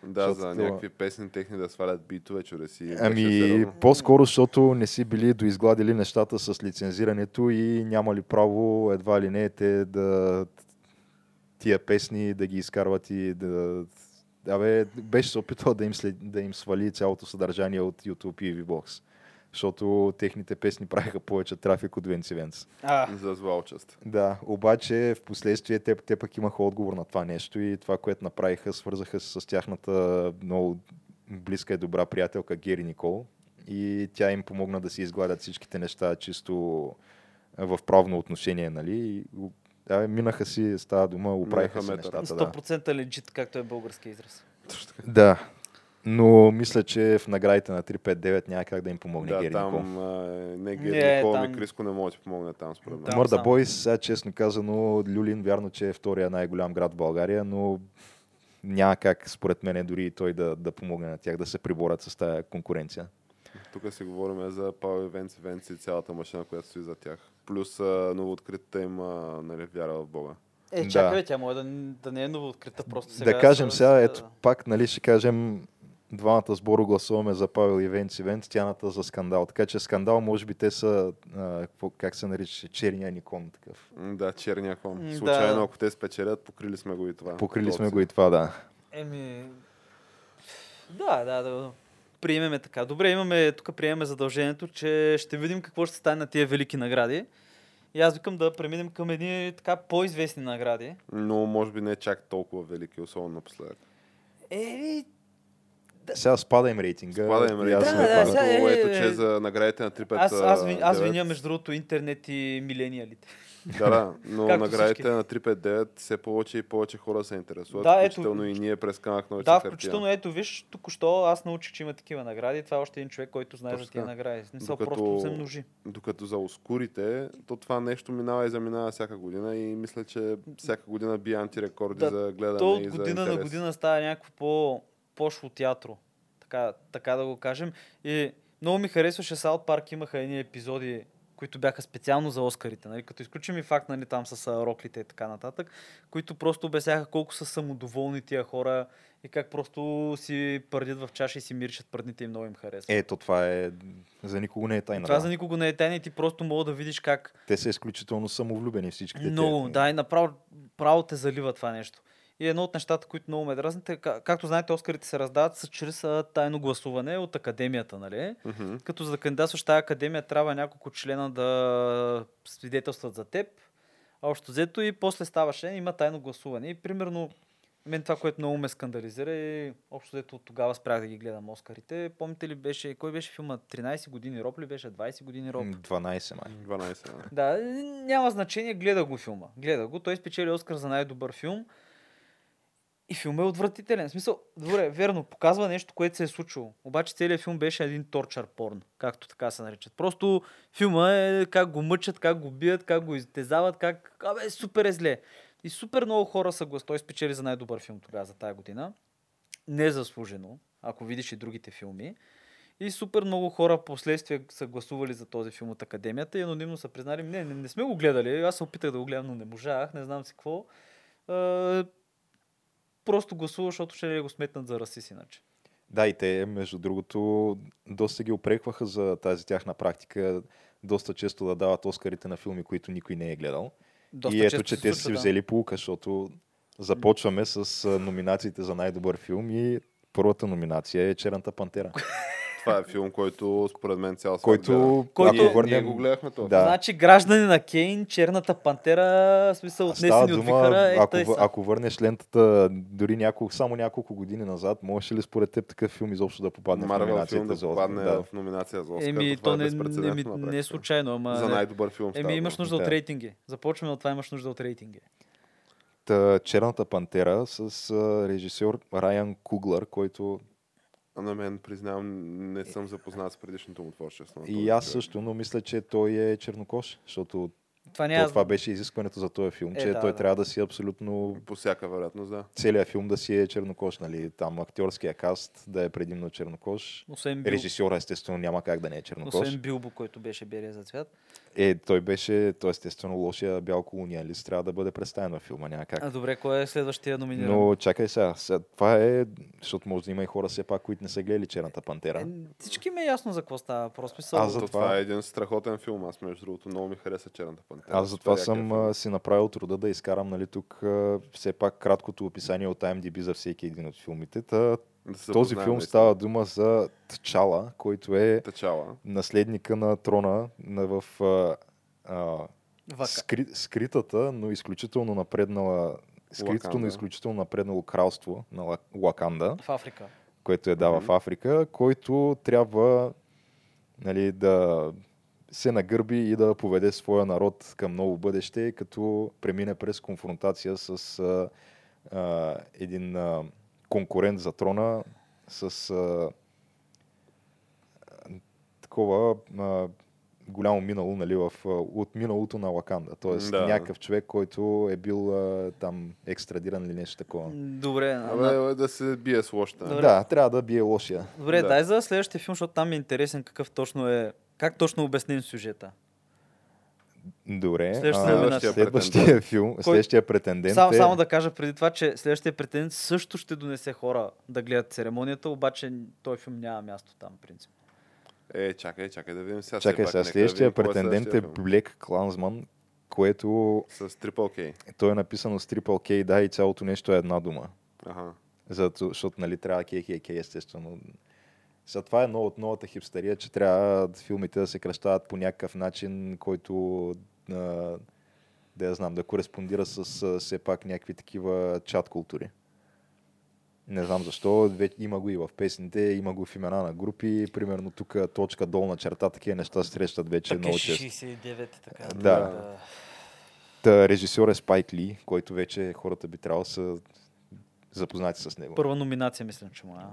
S1: Да, за
S3: Защото-
S1: някакви песни техни да свалят битове, чуреси. беше все
S3: Ами,
S1: равно.
S3: по-скоро, защото не си били доизгладили нещата с лицензирането и нямали право, едва ли не, те да тия песни да ги изкарват и да... Абе, беше се опитал да им, след... да им свали цялото съдържание от YouTube и VBOX. Защото техните песни правиха повече трафик от Венци Венц.
S2: А,
S1: За злоучест.
S3: Да, обаче в последствие те, те пък имаха отговор на това нещо и това, което направиха, свързаха се с тяхната много близка и добра приятелка Гери Никол и тя им помогна да си изгладят всичките неща чисто а, в правно отношение, нали? И, у- Да, минаха си с тази дума, оправиха си
S1: метър.
S3: нещата. Да.
S2: 100% legit, както е българския израз.
S3: да. Но мисля, че в наградите на 359 няма как да им помогне
S1: Да,
S3: Гери Никол.
S1: там а, не
S2: Не,
S1: Гери Никол, ами
S2: там-
S1: Криско не може да ти помогне там според мен.
S2: Да.
S3: Мърда
S2: само.
S3: Бойс, сега честно казано, Люлин вярно, че е втория най-голям град в България, но няма как, според мен, дори и той да, да помогне на тях да се приборят с тая конкуренция.
S1: Тук си говорим за Power Events, Events и цялата машина, която стои за тях. Плюс а, новооткритата им а, нали, вяра в Бога.
S2: Е,
S3: Да.
S2: чакай, бе, тя може да, да не е ново открита просто сега.
S3: да кажем
S2: с-
S3: сега,
S2: да-
S3: ето пак, нали, ще кажем, двамата сборо гласуваме за Павел Ивенц Ивенц, тяната за скандал. Така че скандал, може би те са, а, какво- как се нарича, черния никон такъв.
S1: М, Да, черния
S2: М,
S1: кон.
S2: да.
S1: Случайно, ако те спечелят, покрили сме го и това.
S3: Покрили сме
S1: Опция.
S3: го и това, да.
S2: Еми... Да, да, да. Приемеме така. Добре, имаме, тук приемаме задължението, че ще видим какво ще стане на тия велики награди. И аз викам да преминем към едни така по-известни награди.
S1: Но може би не чак толкова велики, особено напоследък.
S2: Еми,
S3: Сега спада им рейтинга.
S1: Спада им
S3: и аз
S1: рейтинга,
S3: не
S2: Да, да,
S3: пада.
S1: което-
S2: сега е-
S1: което че за наградите на трипет.
S2: аз, аз, ви, аз
S1: девет.
S2: виня между другото интернет и милениалите.
S1: Да, да, но
S2: Както
S1: наградите
S2: всички.
S1: на 359 все повече и повече хора се интересуват.
S2: Да,
S1: Да,
S2: ето-
S1: включително и ние през канах на
S2: Да, включително е. ето, виж, току-що аз научих, че има такива награди. Това е още един човек, който знае за
S1: Точно
S2: тия
S1: така.
S2: награди. Не са
S1: Докато-
S2: просто се множи.
S1: Докато за ускорите, то това нещо минава и заминава всяка година и мисля, че всяка година бие антирекорди
S2: Да,
S1: за гледане
S2: То от
S1: и за
S2: година на
S1: интерес.
S2: година става някакво по, по-шло театро, така, така да го кажем. И много ми харесваше Саут Парк, имаха едни епизоди, които бяха специално за Оскарите, нали? като изключим и факт нали, там с а, роклите и така нататък, които просто обясняха колко са самодоволни тия хора и как просто си пърдят в чаша и си мирчат пръдните и много им харесва.
S3: Ето, това е... За никого не е тайна.
S2: Това
S3: да.
S2: за никого не е тайна и ти просто мога да видиш как
S3: Те са изключително самовлюбени всички.
S2: Много, да, и направо право те залива това нещо. И едно от нещата, които много ме дразнят, е, ка- както знаете, Оскарите се раздават с, чрез а, тайно гласуване от академията, нали?
S1: Мгм.
S2: Като за да кандидатстваш в тази академия трябва няколко члена да свидетелстват за теб. А общо взето и после ставаше, има тайно гласуване. И примерно, мен това, което много ме скандализира и общо взето от тогава спрях да ги гледам Оскарите. Помните ли беше, кой беше филма? 13 години роб ли беше? 20 години роб?
S3: 12 май.
S1: 12. да.
S2: Да, е, няма значение, гледа го филма. Гледа го. Той спечели Оскар за най-добър филм. И филмът е отвратителен. В смисъл, добре, верно, показва нещо, което се е случило. Обаче целият филм беше един торчар порн, както така се наричат. Просто филма е как го мъчат, как го бият, как го изтезават, как... Абе, супер е зле. И супер много хора са глас. Той спечели за най-добър филм тогава за тази година. Незаслужено, ако видиш и другите филми. И супер много хора в последствие са гласували за този филм от академията и анонимно са признали, не, не, не сме го гледали, аз се опитах да го гледам, но не можах, не знам си какво. Е, просто гласуваш, защото ще ли го сметнат за расист иначе.
S3: Да, и те, между другото, доста ги опрекваха за тази тяхна практика. Доста често да дават Оскарите на филми, които никой не е гледал.
S2: Доста
S3: и ето,
S2: често
S3: че
S2: се
S3: те са
S2: случва,
S3: си
S2: да.
S3: взели полука, защото започваме с а, номинациите за най-добър филм и първата номинация е Черната пантера,
S1: Това е филм, който според мен цял свят гледа.
S3: който,
S2: е Който-
S3: ако
S1: Ние, ние
S3: върнем-
S1: го гледахме това.
S3: Да.
S2: Значи граждани на Кейн, черната пантера, в смисъл
S3: Става
S2: отнесени от
S3: дума,
S2: вихара, е
S3: ако,
S2: тъй
S3: въ-
S2: са.
S3: ако върнеш лентата дори няколко, само няколко години назад, можеше ли според теб такъв филм изобщо да попадне в
S1: Марвел
S3: номинацията
S1: филм да
S3: за Оскар?
S1: попадне
S3: Да.
S1: в номинация за Оскар.
S2: Еми,
S1: това
S2: то
S1: е
S2: не, не, ми-
S1: безпрецедентна
S2: не е
S1: практика.
S2: случайно, ама...
S1: За най-добър филм става
S2: Еми, имаш
S1: дума.
S2: нужда от
S3: Да.
S2: рейтинги. Започваме от това, имаш нужда от рейтинги.
S3: Та, Черната пантера с а, режисьор Райан Куглър, който
S1: А на мен, признавам, не съм запознат с предишното му творчество. е на този
S3: и аз
S1: човек.
S3: също, но мисля, че той е чернокош, защото
S2: Това
S3: то,
S2: няма...
S3: това беше изискването за този филм,
S2: Е,
S3: че
S2: да,
S3: той
S2: да.
S3: трябва да си абсолютно
S1: По всяка вероятност, да.
S3: целият филм да си е чернокош, нали? Там актьорския каст да е предимно чернокош.
S2: Освен, бил...
S3: Режисьора, естествено, няма как да не е чернокош.
S2: Освен Билбо, който беше белия за цвят.
S3: Е, той беше, той естествено, лошия бял колониалист, трябва да бъде представен във филма, няма как.
S2: А, добре, кой е следващия номиниран?
S3: Но чакай сега, сега, това е, защото може да има и хора все пак, които не са гледали Черната пантера.
S2: Е, всички ми е ясно за какво става въпрос. Мисъл,
S3: Аз
S1: За
S3: за-
S1: това...
S3: това
S1: е един страхотен филм. Аз, между другото, много ми хареса Черната пантера.
S3: Аз затова
S1: Супер якия
S3: съм
S1: филм.
S3: а, си направил труда да изкарам нали, тук а, все пак краткото описание от IMDb за всеки един от филмите. Та,
S1: Да се
S3: този
S1: запознаем,
S3: филм
S1: наистина.
S3: става дума за Тчала, който е
S1: Тачала.
S3: наследника на трона на, в а, а,
S2: Вака.
S3: скри, скритата, но изключително напреднала скритото, но
S1: Лаканда.
S3: изключително напреднало кралство на Ла- Лаканда,
S2: В Африка.
S3: което е дава в Африка, който трябва нали, да се нагърби и да поведе своя народ към ново бъдеще, като премине през конфронтация с а, а, един а, конкурент за трона, с а, такова а, голямо минало нали, в, а, от миналото на Лаканда. Тоест
S1: Да.
S3: да. някакъв човек, който е бил а, там екстрадиран или нещо такова.
S2: Добре, а,
S1: Абе, бе, да се бие с лошата.
S2: Добре.
S3: Да, трябва да бие лошия.
S2: добре
S1: да.
S2: дай за следващия филм, защото там ми е интересен какъв точно е. Как точно обясним сюжета?
S3: Добре.
S2: Следващия
S3: а,
S1: номинация.
S3: следващия филм, следващия претендент
S2: Само,
S3: е...
S2: само да кажа преди това, че следващия претендент също ще донесе хора да гледат церемонията, обаче той филм няма място там, принцип.
S1: Е, чакай, чакай да видим сега.
S3: Чакай
S1: все
S3: сега,
S1: пак, нека да
S3: следващия
S1: видим кой е
S3: претендент е
S1: следващия филм.
S3: Блек Клансман, което
S1: С Triple K.
S3: то е написано с Triple K, да, и цялото нещо е една дума.
S1: Аха.
S3: Зато, защото, нали, трябва KKK, естествено. За това е едно от новата хипстерия, че трябва филмите да се кръщават по някакъв начин, който а, да я знам, да кореспондира с а, все пак някакви такива чат култури. Не знам защо, ве- има го и в песните, има го в имена на групи, примерно тук точка долна черта, такива неща се срещат вече
S1: е
S3: много често.
S2: 69 така.
S3: Да. да. Та, режисьор е Спайк Ли, който вече хората би трябвало да са запознати с него.
S2: Първа номинация, мисля, че му е. а?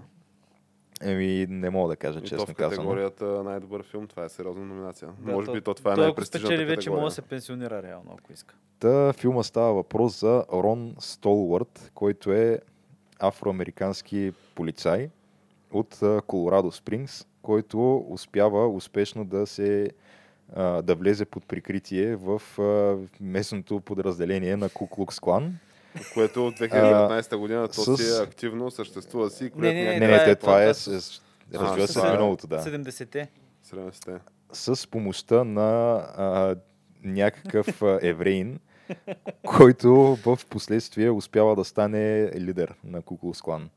S3: Еми, не мога да кажа,
S1: И то
S3: честно
S1: в
S3: казано.
S1: категорията най-добър филм, това е сериозна номинация.
S2: Да,
S1: Може би то това е
S2: той, ако
S1: най-престижната
S2: спечели, вече може
S1: категория.
S2: да се пенсионира реално, ако иска.
S3: Та, филма става въпрос за Рон Столвард, който е афроамерикански полицай от а, Колорадо Спрингс, който успява успешно да се а, да влезе под прикритие в а, местното подразделение на Куклукс Клан.
S1: Което от 2019 година то
S3: с-
S1: си е активно, съществува си. и
S2: Не, не,
S1: клеят
S3: Не, не,
S2: това е-
S3: те, това
S2: това
S3: е,
S2: е
S3: с-
S2: с-
S3: разбира
S1: с-
S3: се,
S1: с-
S3: миналото, да.
S2: 70-те.
S1: някакви 70-те.
S3: с помощта на а, някакъв а, евреин, който в последствие успява да стане лидер на Куклус Клан.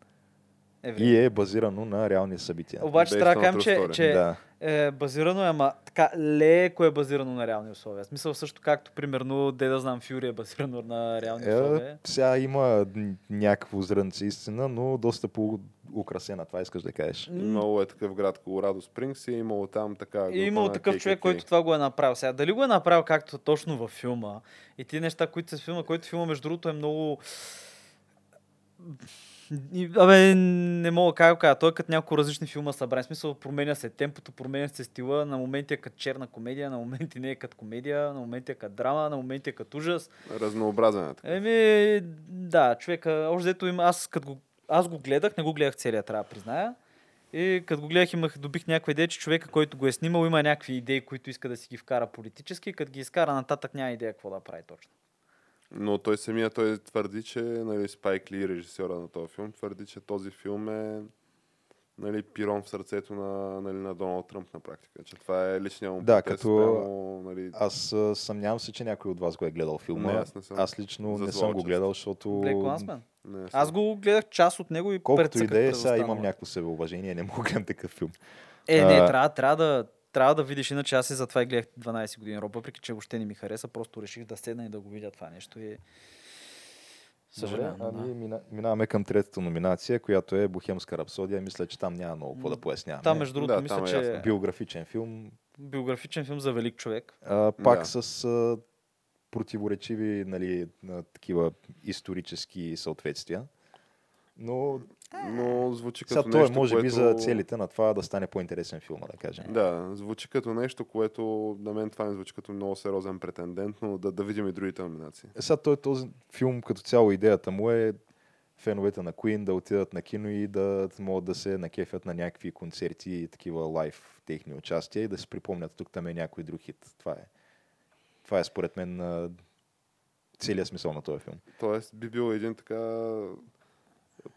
S2: Евреи.
S3: И е базирано на реални събития.
S2: Обаче
S1: Based
S2: трябва
S1: on
S2: да кажем,
S1: true
S2: че,
S1: story.
S2: че
S3: Да.
S2: е базирано, е, ама така леко е базирано на реални условия. В Смисъл също както, примерно, де да знам, Фюри е базирано на реални
S3: Е,
S2: условия.
S3: сега има н- някакво зрънце истина, но доста по-украсена. Това искаш да кажеш.
S1: Имало е такъв град Колорадо Спрингс и е имало там така група
S2: И имало
S1: на
S2: такъв
S1: KKK.
S2: човек, който това го е направил. Сега, дали го е направил както точно във филма и ти неща, които са в филма, който филма, между другото, е много... И, Абе, не мога как да кажа. Той е като няколко различни филма събрани. В смисъл, променя се темпото, променя се стила. На моменти е като черна комедия, на моменти не е като комедия, на моменти е като драма, на моменти е като ужас.
S1: Разнообразен е. така.
S2: Еми, да, човека, още дето има, аз като го, аз го гледах, не го гледах целия, трябва да призная. И като го гледах, имах, добих някаква идея, че човека, който го е снимал, има някакви идеи, които иска да си ги вкара политически, като ги изкара нататък, няма идея какво да прави точно.
S1: Но той самия той твърди, че нали, Спайк Ли, режисьора на този филм, твърди, че този филм е нали, пирон в сърцето на, нали, на Доналд Тръмп на практика. Че това е личният му
S3: Да,
S1: протест
S3: като-
S1: спрямо, нали,
S3: Аз а, съмнявам се, че някой от вас го е гледал филма.
S1: Не, аз не съм.
S3: аз лично
S1: За
S3: не
S1: зла
S3: съм го
S1: участ.
S3: гледал, защото...
S2: Блек Лансман.
S1: не, е
S2: Аз го гледах част от него и
S3: Колкото и
S2: прецъках
S3: да е,
S2: през
S3: сега имам
S2: останало.
S3: някакво себеуважение, не мога да гледам такъв филм.
S2: Е, не,
S3: А-
S2: трябва, трябва да трябва да видиш, иначе аз и затова и гледах 12 години роб, въпреки че въобще не ми хареса, просто реших да седна и да го видя това нещо и...
S3: Добре,
S2: Съжалявам, но да.
S3: ами мина, минаваме към третата номинация, която е Бохемска рапсодия. Мисля, че там няма много какво да поясняваме.
S2: Там, между другото,
S1: Да,
S2: мисля,
S1: там е
S2: че
S1: ясно.
S3: Биографичен филм,
S2: биографичен филм за велик човек.
S3: а, пак
S1: Да.
S3: с а, противоречиви нали, а, такива исторически съответствия. Но
S1: Но звучи като
S3: сега той е,
S1: нещо,
S3: може
S1: което...
S3: би, за целите на това да стане по-интересен филма, да кажем.
S1: Да, звучи като нещо, което на мен това ми звучи като много сериозен претендент, но да, да видим и другите номинации.
S3: Сега той този филм като цяло идеята му е феновете на Queen да отидат на кино и да могат да се накефят на някакви концерти и такива лайв техни участия и да си припомнят тук там е някой друг хит. Това е, това е според мен а, целият смисъл на този филм.
S1: Тоест би бил един така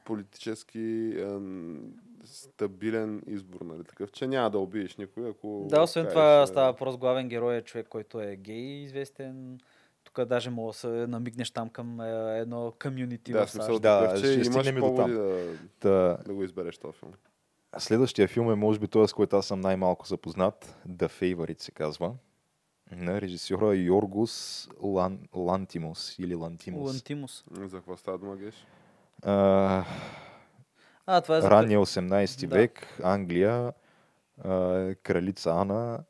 S1: политически ем, стабилен избор, нали такъв, че няма да убиеш никой, ако...
S2: Да, освен
S1: кажеш,
S2: това
S1: е,
S2: става въпрос, главен герой е човек, който е гей известен. Тук даже мога да се намигнеш там към е, едно комюнити
S1: Да,
S2: в
S1: смисъл
S2: САЩ.
S3: Да,
S1: да, такъв,
S3: ще
S1: че имаш
S3: стигнем и до
S1: поводи
S3: там.
S1: да,
S3: Та,
S1: да го избереш този филм.
S3: следващия филм е може би този, с който аз съм най-малко запознат. The Favorite се казва. На режисьора е Йоргус Лан, Лантимус или Лантимус.
S2: Лантимус.
S1: За какво става дума, Геш?
S3: А,
S2: А, това е за...
S3: ранния 18
S2: Да.
S3: век, Англия, а, кралица Ана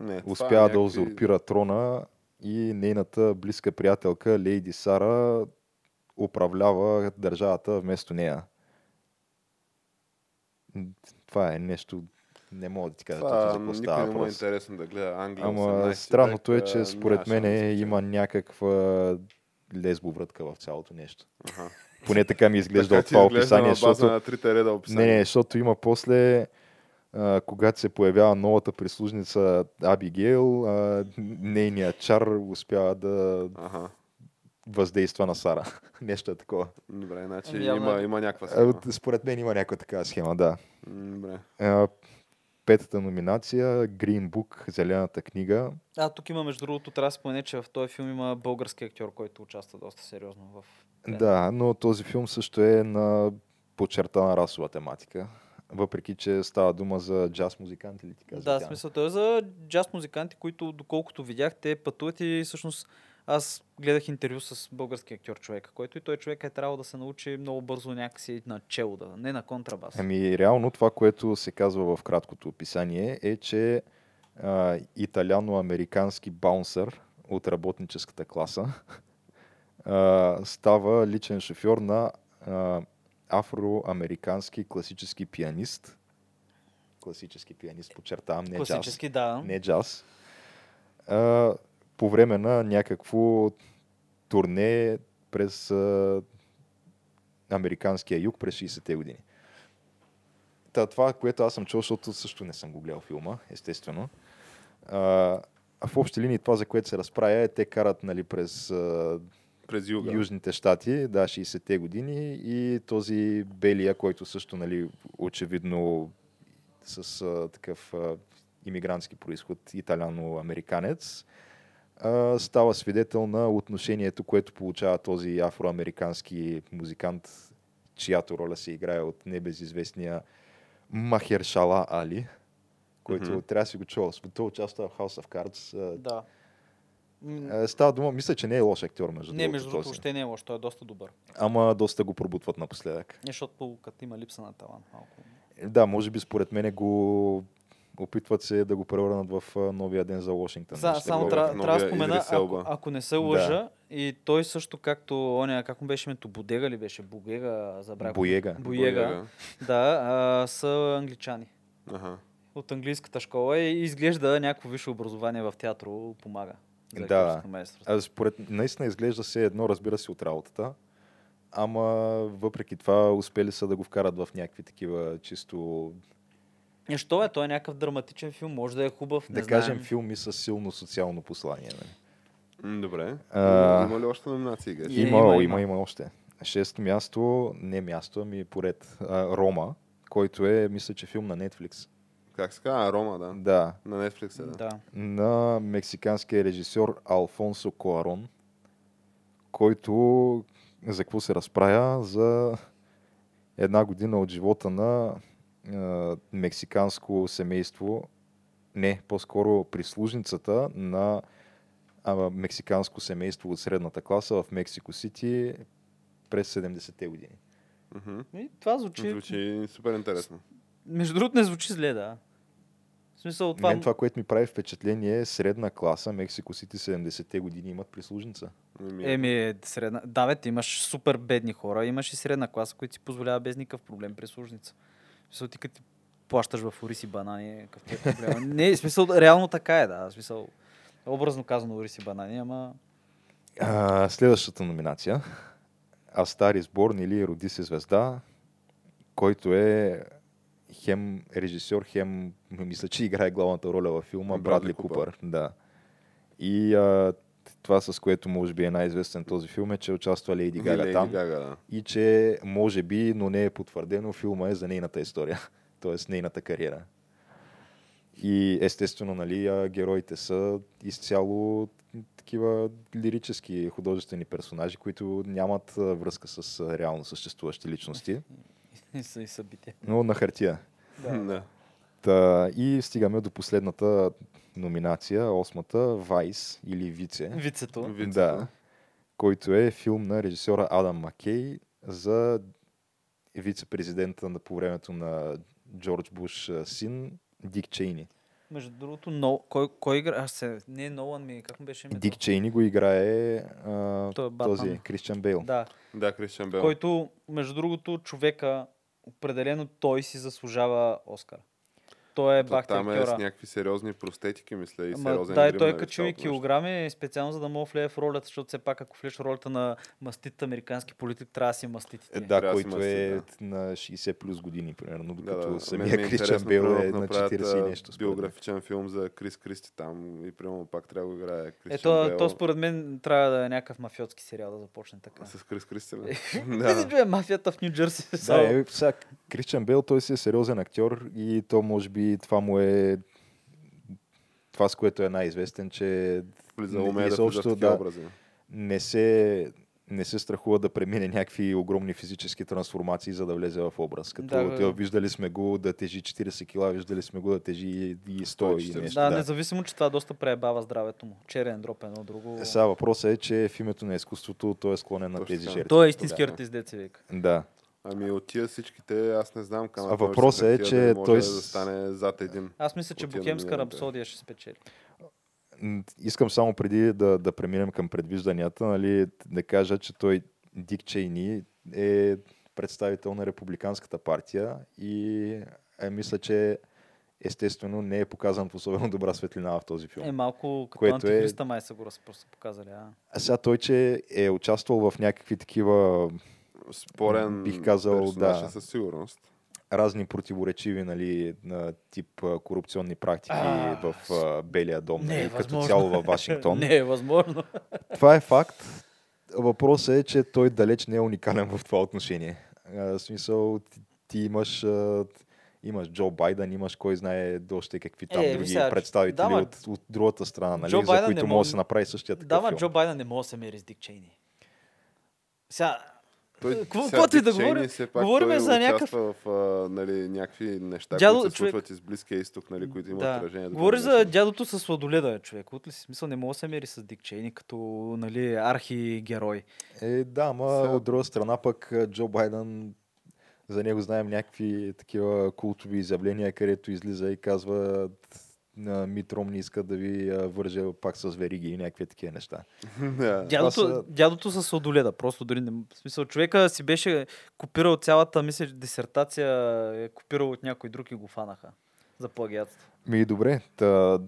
S1: Не, това е
S3: успява
S1: някакви-
S3: да узурпира трона и нейната близка приятелка Лейди Сара управлява държавата вместо нея. М, Това е нещо Не мога да ти кажа
S1: Това
S3: точно за какво
S1: никой
S3: става
S1: не му е
S3: въпрос.
S1: интересно да гледа Англия.
S3: Ама
S1: 18
S3: странното е,
S1: век, а,
S3: че според
S1: нямаше
S3: мен е,
S1: различия.
S3: има някаква лесбоврътка в цялото нещо.
S1: Аха.
S3: Поне така ми изглежда
S1: Така
S3: от
S1: ти
S3: това
S1: изглежда
S3: описание,
S1: на база
S3: защото
S1: на трите реда
S3: Не,
S1: описание.
S3: не, защото има после, а, когато се появява новата прислужница Абигейл, а, нейният чар успява да
S1: Аха.
S3: въздейства на Сара. Нещо е такова.
S1: Добре, значи
S2: Ами, явно
S1: има,
S2: е-
S1: има някаква
S3: А,
S1: схема.
S3: от- Според мен има някаква такава схема, да.
S1: М, Добре.
S3: А, петата номинация Green Book, Зелената книга.
S2: А, тук има, между другото, трябва да спомене, че в този филм има български актьор, който участва доста сериозно в...
S3: Да.
S2: Да.
S3: но този филм също е на подчертана расова тематика. Въпреки, че става дума за джаз музиканти ли ти каза?
S2: да,
S3: тя?
S2: смисъл, той е за джаз музиканти, които, доколкото видях, те пътуват и всъщност аз гледах интервю с български актьор човека, който и той човек е трябвало да се научи много бързо някакси на чело, да, не на контрабас.
S3: Ами, реално това, което се казва в краткото описание е, че а, италяно-американски баунсър от работническата класа а, става личен шофьор на а, афроамерикански класически пианист. Класически пианист, подчертавам, не джаз
S2: Класически, да.
S3: не джаз, а, по време на някакво турне през а, Американския юг през 60-те години. Та, това, което аз съм чул, защото също не съм го гледал филма, естествено. А, а в общи линии това, за което се разправя е, те карат нали, през а,
S1: През юга.
S3: Южните щати, да, 60-те години и този белия, който също, нали, очевидно с а, такъв а, иммигрантски происход, италяно-американец, а, става свидетел на отношението, което получава този афроамерикански музикант, чиято роля се играе от небезизвестния Махершала Али, който
S1: Мгм.
S3: mm-hmm. трябва да си го чувал. Той участва в House of Cards. а,
S2: Да. М,
S3: а, Става дума, мисля, че не е лош актьор, между
S2: Не,
S3: другото,
S2: между другото,
S3: този.
S2: въобще не е лош, той е доста добър.
S3: Ама доста го пробутват напоследък.
S2: Не, Защото пълкът има липса на талант малко.
S3: Да, може би според мен го опитват се да го превърнат в а, новия ден за Значи Вашингтон.
S2: За,
S3: нещо
S2: само
S3: такова.
S1: трябва-
S2: трябва
S1: новия
S2: трябва
S3: е
S2: да спомена,
S1: Идрис Елба.
S2: ако, ако не се лъжа, и той също както, оня, как му беше името, Бодега ли беше? Бугега, забравих.
S3: Боега.
S2: Боега.
S1: Боега.
S2: Да, а, са англичани
S1: Аха.
S2: от английската школа и изглежда някакво висше образование в театро помага. За
S3: Да.
S2: актьорско майсторство.
S3: А, според, наистина изглежда се едно, разбира се, от работата. Ама въпреки това успели са да го вкарат в някакви такива чисто,
S2: Е, що е? Той е някакъв драматичен филм, може да е хубав, не
S3: да кажем,
S2: знаем.
S3: филми с силно социално послание. Нали?
S1: М, Добре.
S3: А,
S1: Има ли още номинации, Геш?
S2: И- Е,
S3: Има,
S2: има,
S3: има,
S2: има.
S3: има, има още. Шесто място, не място, ами поред. А, Рома, който е, мисля, че филм на Netflix.
S1: Как се казва? А, Рома, да.
S3: Да,
S1: На Netflix е, да.
S2: Да.
S3: на мексиканския режисьор Алфонсо Коарон, който за какво се разправя? За една година от живота на а, мексиканско семейство, не, по-скоро прислужницата на а, мексиканско семейство от средната класа в Мексико Сити през 70-те години.
S1: Мгм.
S2: И това звучи...
S1: Звучи супер интересно.
S2: Между другото не звучи зле, да. В смисъл,
S3: Това...
S2: това...
S3: Мен това, което ми прави впечатление е средна класа, Мексико Сити 70-те години имат прислужница. е.
S1: Еми,
S2: Еми, средна... Да, бе, ти имаш супер бедни хора, имаш и средна класа, които си позволява без никакъв проблем прислужница. В смисъл, ти като ти плащаш в ориз и банани, какъв ти е проблема? Не, в смисъл, реално така е, да. В смисъл, образно казано ориз и банани, ама...
S3: А, следващата номинация. А стари сбор или Роди се звезда, който е хем режисьор, хем, мисля, че играе главната роля във филма
S1: Брадли
S3: Брадли
S1: Купър.
S3: Купър. Да. И а, това, с което може би е най-известен този филм е, че участва Лейди
S1: и
S3: Гага
S1: Леди
S3: там.
S1: Гага, да.
S3: И че може би, но не е потвърдено, филма е за нейната история, т.е. нейната кариера. И естествено, нали, а, героите са изцяло такива лирически художествени персонажи, които нямат а, връзка с а, реално съществуващи личности,
S2: И са и събития.
S3: но на хартия.
S1: Да.
S3: Та, и стигаме до последната номинация, осмата, Вайс или Вице.
S2: Вицето.
S1: Вицето.
S3: Да. Който е филм на режисьора Адам Маккей за вице-президента на по времето на Джордж Буш а, син Дик Чейни.
S2: Между другото, но... кой, кой игра? Аз се... Не, Нолан ми, е, как му беше името?
S3: Дик Чейни го играе а,
S2: Той е Батман.
S3: този Кристиан Бейл.
S2: Да.
S1: Да, Кристиан Бел.
S2: Който, между другото, човека, определено той си заслужава Оскар. Той е
S1: Та
S2: бахти
S1: Там е с
S2: актьора.
S1: някакви сериозни простетики, мисля, и
S2: Ама,
S1: сериозен
S2: да, и
S1: грим
S2: той е
S1: на
S2: качил
S1: високо
S2: и
S1: нали, нещо.
S2: килограми специално, за да мога влияе в ролята, защото все пак ако влияеш в ролята на мастит американски политик, трябва да си маститите.
S3: Е, да,
S1: Трябва да си
S3: който е
S1: мъсти,
S3: на 60 плюс години, примерно,
S1: Да,
S3: докато
S1: да. Мен ми
S3: самия
S1: е
S3: Кришан
S1: интересно,
S3: Бел
S1: примерно,
S3: е
S1: да
S3: на
S1: направят,
S3: 40
S1: а,
S3: и нещо. според мен.
S1: Биографичен филм за Крис Кристи там и примерно пак трябва да го играе Кришан
S2: Е, то,
S1: Бейл.
S2: то според мен трябва да е някакъв мафиотски сериал да започне така.
S1: С Крис Кристи, бе?
S2: Да.
S1: да.
S2: Ти е мафията в Нью Джерси.
S3: Да, е, сега, Кристиан Бел, той си е сериозен актьор и то може би това му е това, с което е най-известен, че
S1: Влиза,
S3: Не,
S1: умее да
S3: изобщо,
S1: влиза в такива
S3: да.
S1: образи.
S3: не се, не се страхува да премине някакви огромни физически трансформации, за да влезе в образ. Като
S2: Да, бе.
S3: да, виждали сме го да тежи 40 кила, виждали сме го да тежи и 100 и
S1: 140.
S3: нещо.
S2: Да,
S3: да.
S2: независимо, че това доста преебава здравето му. Черен дроп едно друго.
S3: Е, Сега въпросът е, че в името на изкуството той е склонен на
S1: Точно
S3: тези
S1: така.
S3: жертви.
S2: Той е истински
S1: Да.
S2: артист, деца вика.
S3: Да.
S1: Ами от тия всичките, аз не знам към
S3: А
S1: какво ще
S3: въпросът е,
S1: се
S3: че
S1: хартия, да
S3: той
S1: може
S3: с-
S1: да стане зад един.
S2: Аз мисля, че
S1: Отивам на
S2: Бухемска
S1: миналото.
S2: рапсодия ще спечели.
S3: М, Искам само преди да, да преминем към предвижданията, нали, да кажа, че той Дик Чейни е представител на Републиканската партия и е, мисля, че естествено не е показан в особено добра светлина в този филм.
S2: Е, малко като
S3: Което е-
S2: антихриста май са го разпро- са показали. А.
S3: А сега той, че е участвал в някакви такива
S1: Спорен
S3: Бих казал,
S1: персонаж
S3: да.
S1: е със сигурност.
S3: разни противоречиви, нали, на тип а, корупционни практики
S2: А,
S3: в а, Белия дом,
S2: не е
S3: нали, като
S2: възможно.
S3: цяло във Вашингтон.
S2: Не е възможно.
S3: Това е факт. Въпросът е, че той далеч не е уникален в това отношение. А, В смисъл, ти, ти имаш, а, имаш Джо Байден, имаш кой знае още какви там
S2: Е,
S3: други
S2: сега,
S3: представители
S2: да, ма,
S3: от, от другата страна, нали,
S2: Джо
S3: за
S2: Байден
S3: които
S2: не
S3: може
S2: мож-
S3: да се направи същия такъв
S2: Дама
S3: филм.
S2: Джо Байден не може да се мери с Дик Чейни. Сега,
S1: Той,
S2: Какво-
S1: сега
S2: каквото и
S1: Дик
S2: да
S1: Чейни
S2: говорим,
S1: все пак
S2: говорим
S1: той
S2: за някакъв-
S1: участва в а, нали, някакви неща,
S2: Дядо-
S1: които се
S2: човек-
S1: случват из Близкия изток, нали, които имат отражение.
S2: да.
S1: до
S2: Говори
S1: днешно.
S2: за дядото с сладоледа, човек. От ли си смисъл не мога да се мери с Дик Чейни като нали, архигерой.
S3: Е, да, ма
S1: Сега-
S3: от друга страна пък а, Джо Байден, за него знаем някакви такива култови изявления, където излиза и казва на Митром не иска да ви а, върже пак с вериги и някакви такива неща.
S1: Да.
S2: Дядото,
S3: са-
S2: дядото с сладоледа, просто дори не... В смисъл, човека си беше копирал цялата, мисля, дисертация е копирал от някой друг и го фанаха за плагиатство.
S3: Ми добре, та,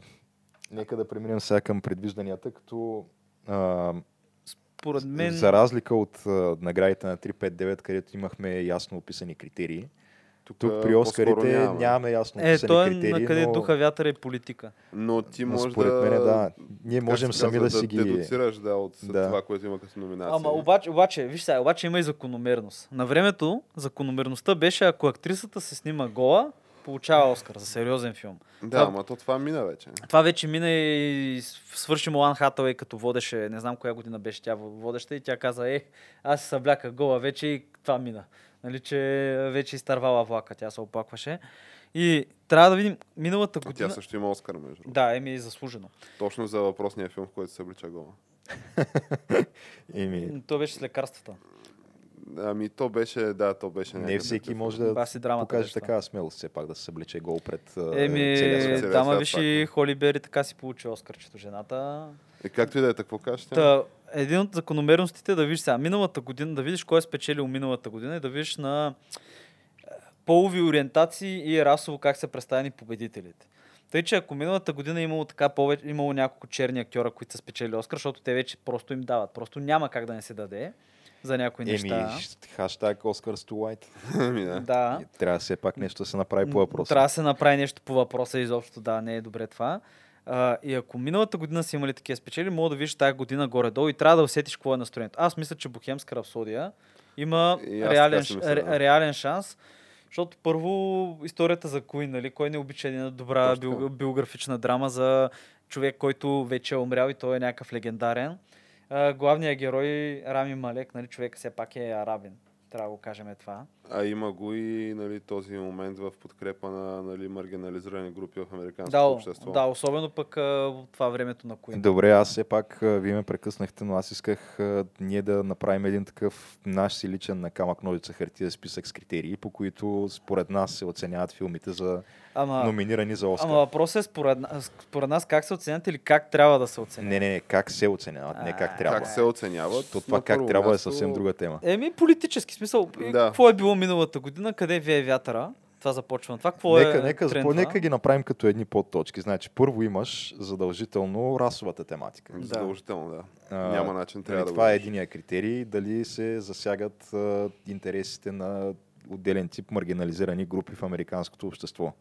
S3: нека да преминем сега към предвижданията, като а,
S2: Според мен...
S3: за разлика от а, наградите на 359, където имахме ясно описани критерии, тук
S1: а,
S3: при
S1: Е, по-скоро
S3: Оскарите
S1: нямаме.
S3: нямаме ясно
S2: Е,
S3: описани
S2: той е
S3: критерии,
S2: на къде
S3: но,
S2: духа вятъра и политика.
S1: Но ти
S3: но
S1: можеш
S3: според
S1: да...
S3: мен, е, да, ние
S1: как
S3: можем
S1: се
S3: сами
S1: казва,
S3: да си ги...
S1: дедуцираш да, от
S3: Да.
S1: това, което има като номинация.
S2: Ама обаче, обаче, виж сега, обаче има и закономерност. На времето закономерността беше, ако актрисата се снима гола, получава Оскар за сериозен филм.
S1: Да,
S2: а-
S1: ама то това мина вече.
S2: Това вече мина и с- свърши Молан Хатауей като водеше, не знам коя година беше тя водеща и тя каза, ех, аз се събляка гола вече и това мина. Нали, че вече изтървала влака, тя се оплакваше. И трябва да видим, миналата
S1: А тя
S2: година...
S1: също има Оскар, между другото.
S2: Да, еми, е заслужено.
S1: Точно за въпросния филм, в който се облича гола. Е.
S3: Еми,
S2: То беше с лекарствата.
S1: Ами то беше, да, то беше
S3: не
S1: някакъв
S3: всеки
S1: такъв
S3: може
S2: да
S3: да
S2: си драмата
S3: покаже
S2: беше това.
S3: така смелост, все пак да се съблече гол пред а, целия
S2: Еми,
S3: свят.
S1: е, свят. е.
S2: дама
S1: Целия
S2: беше
S1: свят,
S2: и
S1: да.
S2: Холи Бери, така си получи Оскарчето жената.
S1: Е, както и да е, какво кажеш? Та...
S2: Та, един от закономерностите е да видиш сега миналата година, да видиш кой е спечелил миналата година и да видиш на е, полови ориентации и расово как са представени победителите. Тъй, че ако миналата година е имало, така повече, имало няколко черни актьора, които са спечели Оскар, защото те вече просто им дават. Просто няма как да не се даде за някои
S3: Еми,
S2: неща.
S3: ш- хаштаг Oscars to White.
S1: Ами, да.
S2: Да.
S3: Трябва все пак нещо да се направи по въпроса.
S2: Трябва да се направи нещо по въпроса изобщо, да, не е добре това. А, и ако миналата година са имали такива спечели, мога да видиш тази година горе-долу и трябва да усетиш какво е настроението. Аз мисля, че Бухемска рапсодия има
S1: И аз
S2: реален,
S1: така си
S2: ш-
S1: мисля, да.
S2: ре, реален шанс, защото първо историята за Куин, нали? кой не обича една добра
S1: Точно така.
S2: био, биографична драма за човек, който вече е умрял и той е някакъв легендарен. А, главният герой Рами Малек, нали? човек все пак е арабин, трябва да го кажем е това.
S1: А има го и нали, този момент в подкрепа на нали, маргинализирани групи в американското
S2: Да,
S1: общество.
S2: да, особено пък а, това времето на Куин.
S3: Добре, аз все пак а, вие ме прекъснахте, но аз исках а, ние да направим един такъв наш си личен на камък ножица хартия списък с критерии, по които според нас се оценяват филмите за
S2: Ама,
S3: номинирани за е Оскар.
S2: ама въпросът е според, на- според нас как се оценят или как трябва да се оценят.
S3: Не, не, не, как се оценяват, не
S2: А,
S3: как трябва.
S1: Как се оценяват?
S3: То
S1: На
S3: това как
S1: първо
S3: трябва
S1: място-
S3: е съвсем друга тема.
S2: Еми политически смисъл. Да.
S1: Да.
S2: Какво е било миналата година, къде вие е вятъра? това започвам. Това какво
S3: нека,
S2: е
S3: нека,
S2: тренд,
S3: по-
S2: това?
S3: нека ги направим като едни подточки. Значи, първо имаш задължително расовата тематика.
S1: Да.
S2: Да.
S1: Задължително, да.
S3: А,
S1: Няма начин, трябва
S3: нали,
S1: да
S3: това
S1: го
S3: е
S1: видиш.
S3: единия критерий, дали се засягат а, интересите на отделен тип маргинализирани групи в американското общество.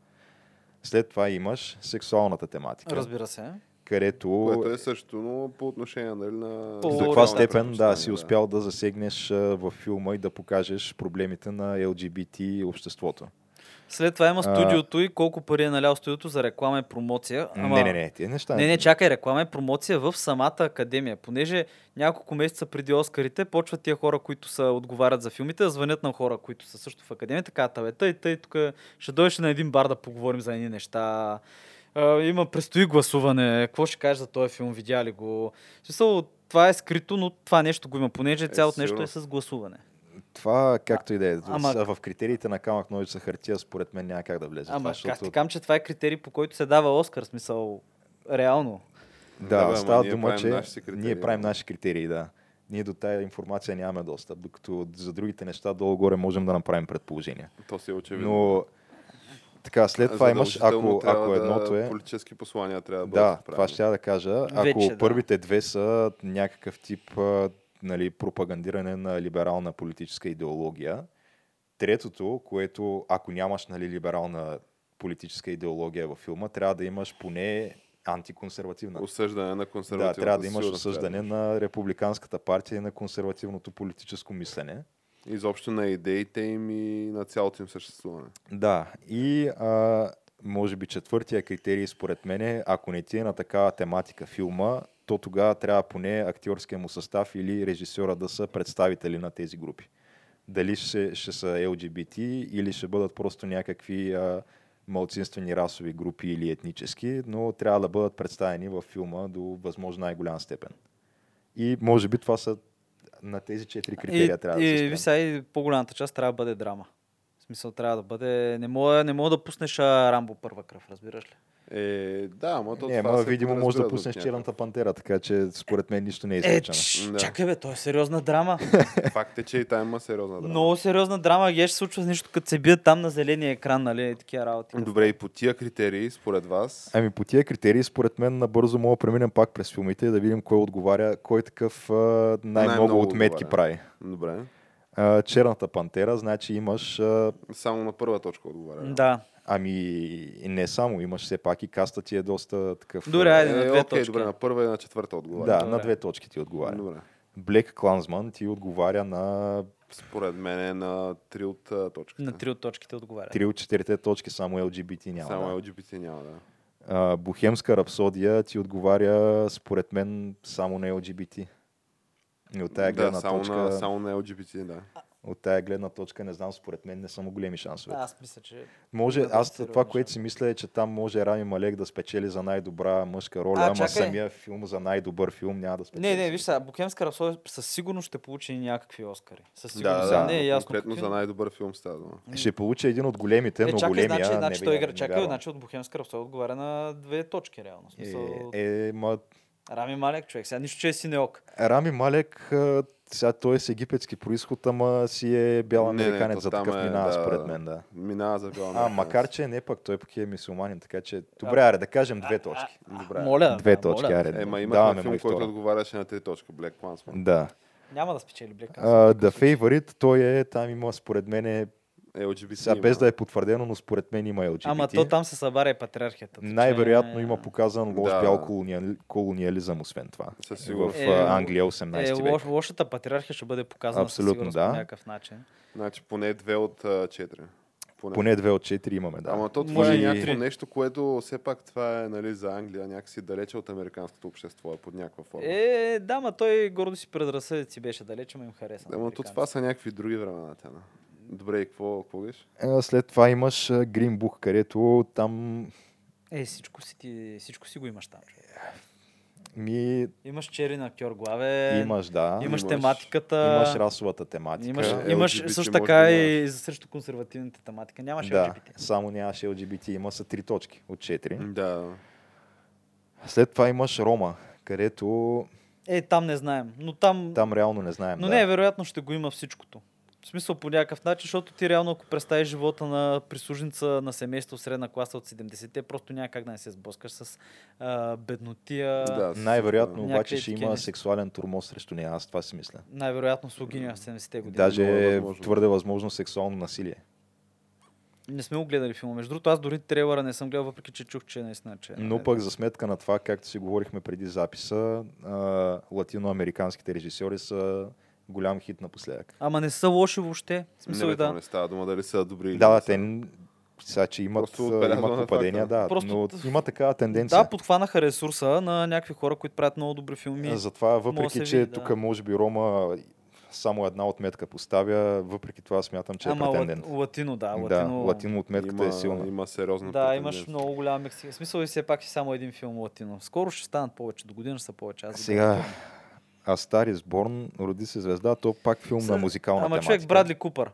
S3: След това имаш сексуалната тематика,
S2: Разбира се.
S3: където
S1: Което е също, но по отношение нали, на...
S2: По-
S3: до
S2: Лорен
S3: каква
S2: Лорен
S3: степен да,
S1: предпочитания,
S3: си успял да засегнеш а, във филма и да покажеш проблемите на LGBT обществото.
S2: След това
S3: А.
S2: има студиото и колко пари е налял студиото за реклама и промоция. Ама...
S3: Не, не, не, тия неща.
S2: Не, не, чакай, реклама и промоция в самата академия. Понеже няколко месеца преди Оскарите почват тия хора, които са отговарят за филмите, да звънят на хора, които са също в академията, така табета и тъй тук ще дойдеш на един бар да поговорим за едни неща. А, има предстои гласуване. Какво ще кажеш за този филм? Видя ли го? В Смисъл, това е скрито, но това нещо го има, понеже цялото нещо е
S1: сигурно.
S2: с гласуване.
S3: Това както и да е.
S2: Ама-
S3: Ама... В критериите на камък, ножица, хартия, според мен няма как да влезе.
S2: Ама
S3: Е, това,
S2: как ти кам, че това е критерий, по който се дава Оскар, в смисъл, реално.
S1: Да,
S3: Да,
S1: бе, ама
S3: да става
S1: ние
S3: дума,
S1: правим
S3: че
S1: наши си критерии,
S3: ние правим
S1: да.
S3: наши критерии, да. Ние до тая информация нямаме достъп, докато за другите неща долу-горе можем да направим предположения.
S1: То си е очевидно.
S3: Но така, след това имаш,
S1: Задължително
S3: ако,
S1: трябва
S3: ако
S1: да-
S3: едното е...
S1: Политически послания трябва да
S3: Да,
S1: бъдат
S3: това
S1: отправени.
S3: ще я да кажа. Ако
S2: Вече, да.
S3: първите две са някакъв тип а, нали, пропагандиране на либерална политическа идеология, третото, което ако нямаш нали, либерална политическа идеология във филма, трябва да имаш поне антиконсервативна.
S1: Осъждане на консервативната
S3: Да, трябва да имаш
S1: сила,
S3: осъждане
S1: трябва
S3: на републиканската партия и на консервативното политическо мислене.
S1: да има. Изобщо на идеите им и на цялото им съществуване.
S3: Да, и а, може би четвъртия критерий според мен е, ако не ти е на такава тематика филма, то тогава трябва поне актьорския му състав или режисьора да са представители на тези групи. Дали ще, ще са LGBT или ще бъдат просто някакви а, малцинствени расови групи или етнически, но трябва да бъдат представени във филма до възможно най-голям степен. И може би това са на тези четири критерия
S2: и,
S3: трябва
S2: и,
S3: да се
S2: ви
S3: спрем.
S2: Е, сега и по-голямата част трябва да бъде драма. В смисъл трябва да бъде... Не мога, не мога да пуснеш а, Рамбо първа кръв, разбираш ли?
S1: Е, да, ама то
S3: Не,
S1: това
S3: ама
S1: се
S3: видимо може
S1: подразбира за
S3: да пуснеш
S1: някакъв.
S3: черната пантера, така че според мен нищо не е
S2: Е,
S3: изключено.
S2: ч,
S1: Да.
S2: чакай бе, то е сериозна драма.
S1: Факт е, че и там има сериозна драма.
S2: Много сериозна драма. Геш се случва нещо, като се бият там на зеления екран, нали? Такива работи.
S1: Добре, и по тия критерии, според вас,
S3: Ами по тия критерии, според мен, набързо мога да преминем пак през филмите и да видим кой отговаря, кой такъв а, най-много,
S1: Най-много
S3: отметки
S1: отговаря.
S3: прави.
S1: добре,
S3: А, черната пантера, значи имаш... А,
S1: само на първа точка отговаря.
S2: Да.
S3: ами не само, имаш все пак и каста ти е доста такъв... а,
S2: Добре,
S1: Е,
S2: айде на две
S1: окей,
S2: точки.
S1: добре, на първа и на четвърта
S3: Да, е.
S1: отговаря.
S3: на
S2: Добре.
S3: две точки ти отговаря.
S1: Добре.
S3: Блек Клансман ти отговаря на
S1: Според мен е на три от а, точките.
S2: На три от точките отговаря.
S3: три от четирите точки, само LGBT няма.
S1: Само
S3: да.
S1: LGBT няма, да.
S3: А, Бухемска рапсодия ти отговаря, според мен, само на LGBT. И от тая е гледна
S1: да, само,
S3: точка,
S1: на, само на LGBT, да.
S3: от тая гледна точка, не знам, според мен не са му големи шансове.
S2: Аз мисля, че...
S3: може,
S2: да,
S3: аз
S2: доста
S3: това,
S2: сериозни
S3: което си мисля е, че там може Рами Малек да спечели за най-добра мъжка роля,
S2: А,
S3: ама
S2: чакай.
S3: самия филм за най-добър филм няма да спечели.
S2: Не, не, виж сега, Бухемска рапсодия със сигурност ще получи някакви Оскари. Със
S1: Да,
S2: сигурност.
S1: да,
S2: не е ясно.
S1: конкретно
S2: какви,
S1: за най-добър филм става дума.
S3: Ще получи един от големите,
S2: Е,
S3: но
S2: чакай,
S3: големия...
S2: значи,
S3: не
S2: значи
S3: ви-
S2: той
S3: не
S2: игра,
S3: ви
S2: чакай,
S3: вярвам.
S2: значи от Бухемска рапсодия отговаря на две точки, реално. В Смисъл...
S3: Е, е, ма,
S2: Рами Малек, човек. Сега нищо, че е синеок.
S3: Рами Малек, а, сега той е с египетски происход, ама си е бял
S1: Не, не,
S3: американец,
S1: то
S3: за
S1: там
S3: такъв
S1: е,
S3: минава,
S1: да,
S3: според
S1: да.
S3: мен, да.
S1: Минава за бял
S3: А,
S1: американец.
S3: макар че не пък, той пък е мисулманин, така че... Добре, аре, да кажем две точки.
S1: Добре.
S2: Моля.
S3: Две
S2: да,
S3: точки,
S2: моля.
S3: аре.
S1: Ема
S3: даваме
S1: имахме
S3: му
S1: филм,
S3: и
S1: който
S3: втора.
S1: отговаряше на три точки. Black Clansman.
S3: Да.
S2: Няма да спечели Блек.
S3: А, The Favorite, той е, там има според мен, е,
S1: LGBT
S3: сега без да е потвърдено, но според мен има LGBT.
S2: Ама то там е, се събаря и патриархията. така че-
S3: Най-вероятно има показан лош
S1: Да.
S3: бял колониали- колониализъм, освен това.
S1: Със
S3: В
S1: сигурност.
S3: а,
S2: Е, лош-
S3: Англия
S2: Е,
S3: 18 век.
S2: лош, лошата патриархия ще бъде показана
S3: Абсолютно,
S2: Абсолютно, със сигурност
S3: да.
S2: по някакъв начин.
S1: Значи поне две от а, четири. Поне.
S3: Поне две от четири имаме, да.
S1: Ама то това
S2: Може
S1: е
S2: и
S1: някакво
S2: три.
S1: нещо, което все пак това е нали, за Англия, някакси далече от американското общество е под някаква форма.
S2: Е, да, ма той гордо си предразсъдици беше далеч, ама им хареса. на
S1: Ама то това
S2: американците.
S1: са някакви други времена, Тяна. Добре, и какво, какво беше?
S3: А, Е, След това имаш а, Green Book, където там
S2: Е, всичко си, ти, всичко си го имаш там. човек.
S3: ми
S2: Имаш черен актьор главе,
S3: имаш, да.
S2: Е, имаш,
S1: имаш-
S2: тематиката.
S3: Имаш расовата тематика.
S2: Имаш,
S1: Е, LGBT
S2: имаш също
S1: може
S2: така
S1: да
S2: и за срещу консервативната тематика. Нямаш
S3: да,
S2: LGBT.
S3: само нямаше LGBT, има са три точки от четири.
S1: Да.
S3: След това имаш Рома, където
S2: Е, там не знаем. Но там.
S3: там реално не знаем.
S2: но е
S3: да.
S2: не, вероятно ще го има всичкото. В смисъл по някакъв начин, защото ти реално ако представиш живота на прислужница на семейство в средна класа от 70-те, просто няма как да не се сблъскаш с а, беднотия,
S1: Да.
S3: Най-вероятно
S2: Някакви
S3: обаче ще
S2: такива
S3: има
S2: неща.
S3: сексуален турмоз срещу нея, аз това си мисля.
S2: най-вероятно слугиня в 70-те години.
S3: Даже
S1: много е
S3: е
S1: възможно.
S3: твърде възможно сексуално насилие.
S2: Не сме го гледали филма. Между другото, аз дори трейлера не съм гледал, въпреки че чух, че наистина, че... е
S3: Но
S2: най-
S3: пък за сметка на това, както си говорихме преди записа, а, латиноамериканските режисьори са голям хит напоследък.
S2: Ама не са лоши въобще. В
S1: Не,
S2: смисъл,
S1: бе,
S2: не,
S1: то
S2: да.
S1: не става дума дали са добри или
S3: Да,
S1: не
S3: да,
S1: са.
S3: те н- сега, че имат,
S1: Просто
S3: а,
S1: отбелязваме
S3: имат попадения,
S1: факта.
S3: да,
S2: Просто-
S3: но има такава тенденция.
S2: да, подхванаха ресурса на някакви хора, които правят много добри филми.
S3: Затова,
S2: Ами, може да
S3: въпреки
S2: се
S3: че
S2: види, да.
S3: тук може би Рома само една отметка поставя, въпреки това смятам, че е
S2: Ама лат,
S3: претендент.
S2: латино, да.
S3: Да,
S2: Латино,
S3: латино отметката
S1: има,
S3: е силна.
S1: Има сериозна
S2: да имаш
S1: претенденция.
S2: много голяма Мексика. В смисъл и все пак е само един филм латино. Скоро ще станат повече, до година ще са повече. Аз
S3: Сега, а Star is Born, Роди се звезда, то пак филм на музикална
S2: Ама
S3: тематика.
S2: човек Брадли Купър.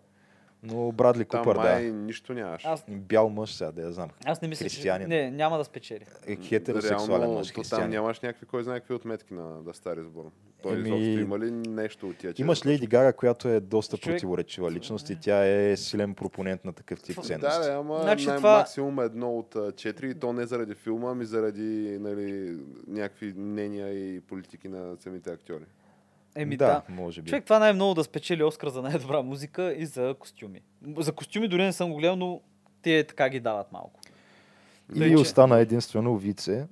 S3: Но Брадли
S1: Там
S3: Купър,
S1: май
S3: да.
S1: нищо нямаше.
S2: Аз,
S3: Бял мъж сега, да я знам.
S2: аз не мисля,
S3: Християнин.
S2: че... Не, няма да спечели.
S3: Е, Хетеросексуален мъж,
S1: то там
S3: християнин.
S1: нямаш някакви, кой знае какви отметки на да стари сбор. Той
S3: Еми-
S1: изобщо има ли нещо от тия че-
S3: Имаш Леди Гага, която е доста
S2: Човек-
S3: противоречива личност и тя е силен пропонент на такъв тип
S1: Да,
S3: ценности.
S1: да, ама
S2: Значи
S1: най-
S2: това-
S1: максимум едно от а, четири и то не заради филма, ами заради нали, някакви мнения и политики на самите актьори.
S2: Еми да.
S3: да, може би.
S2: Човек, това най-много да спечели Оскар за най-добра музика и за костюми. За костюми дори не съм го гледал, но те така ги дават малко. Тъй,
S3: И
S2: че-
S3: остана единствено Вице.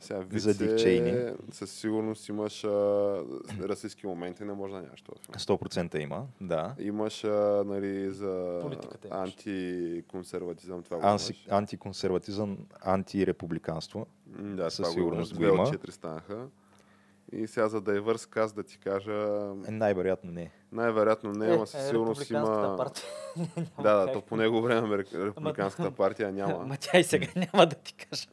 S1: Сега,
S3: За Дик Чейни.
S1: вице, със сигурност имаш а, расистски моменти, не може да нямаш това.
S3: 100% има, да.
S1: Имаш а, нали, за
S2: Политиката имаш.
S1: антиконсерватизъм, това го
S3: Анси,
S1: имаш.
S3: антиконсерватизъм, антирепубликанство.
S1: М, Да,
S3: със
S1: това го
S3: сигурност
S1: имаш.
S3: го
S1: Две от
S3: има.
S1: четири станаха. И сега за Diverse Cast да ти кажа,
S3: Е, Най-вероятно не.
S1: най-вероятно не, ама със сигурност
S2: Е, републиканската
S1: има...
S2: партия.
S1: Да,
S2: как.
S1: да, то по него време америк- републиканската партия няма.
S2: Ма тя и сега няма да ти кажа.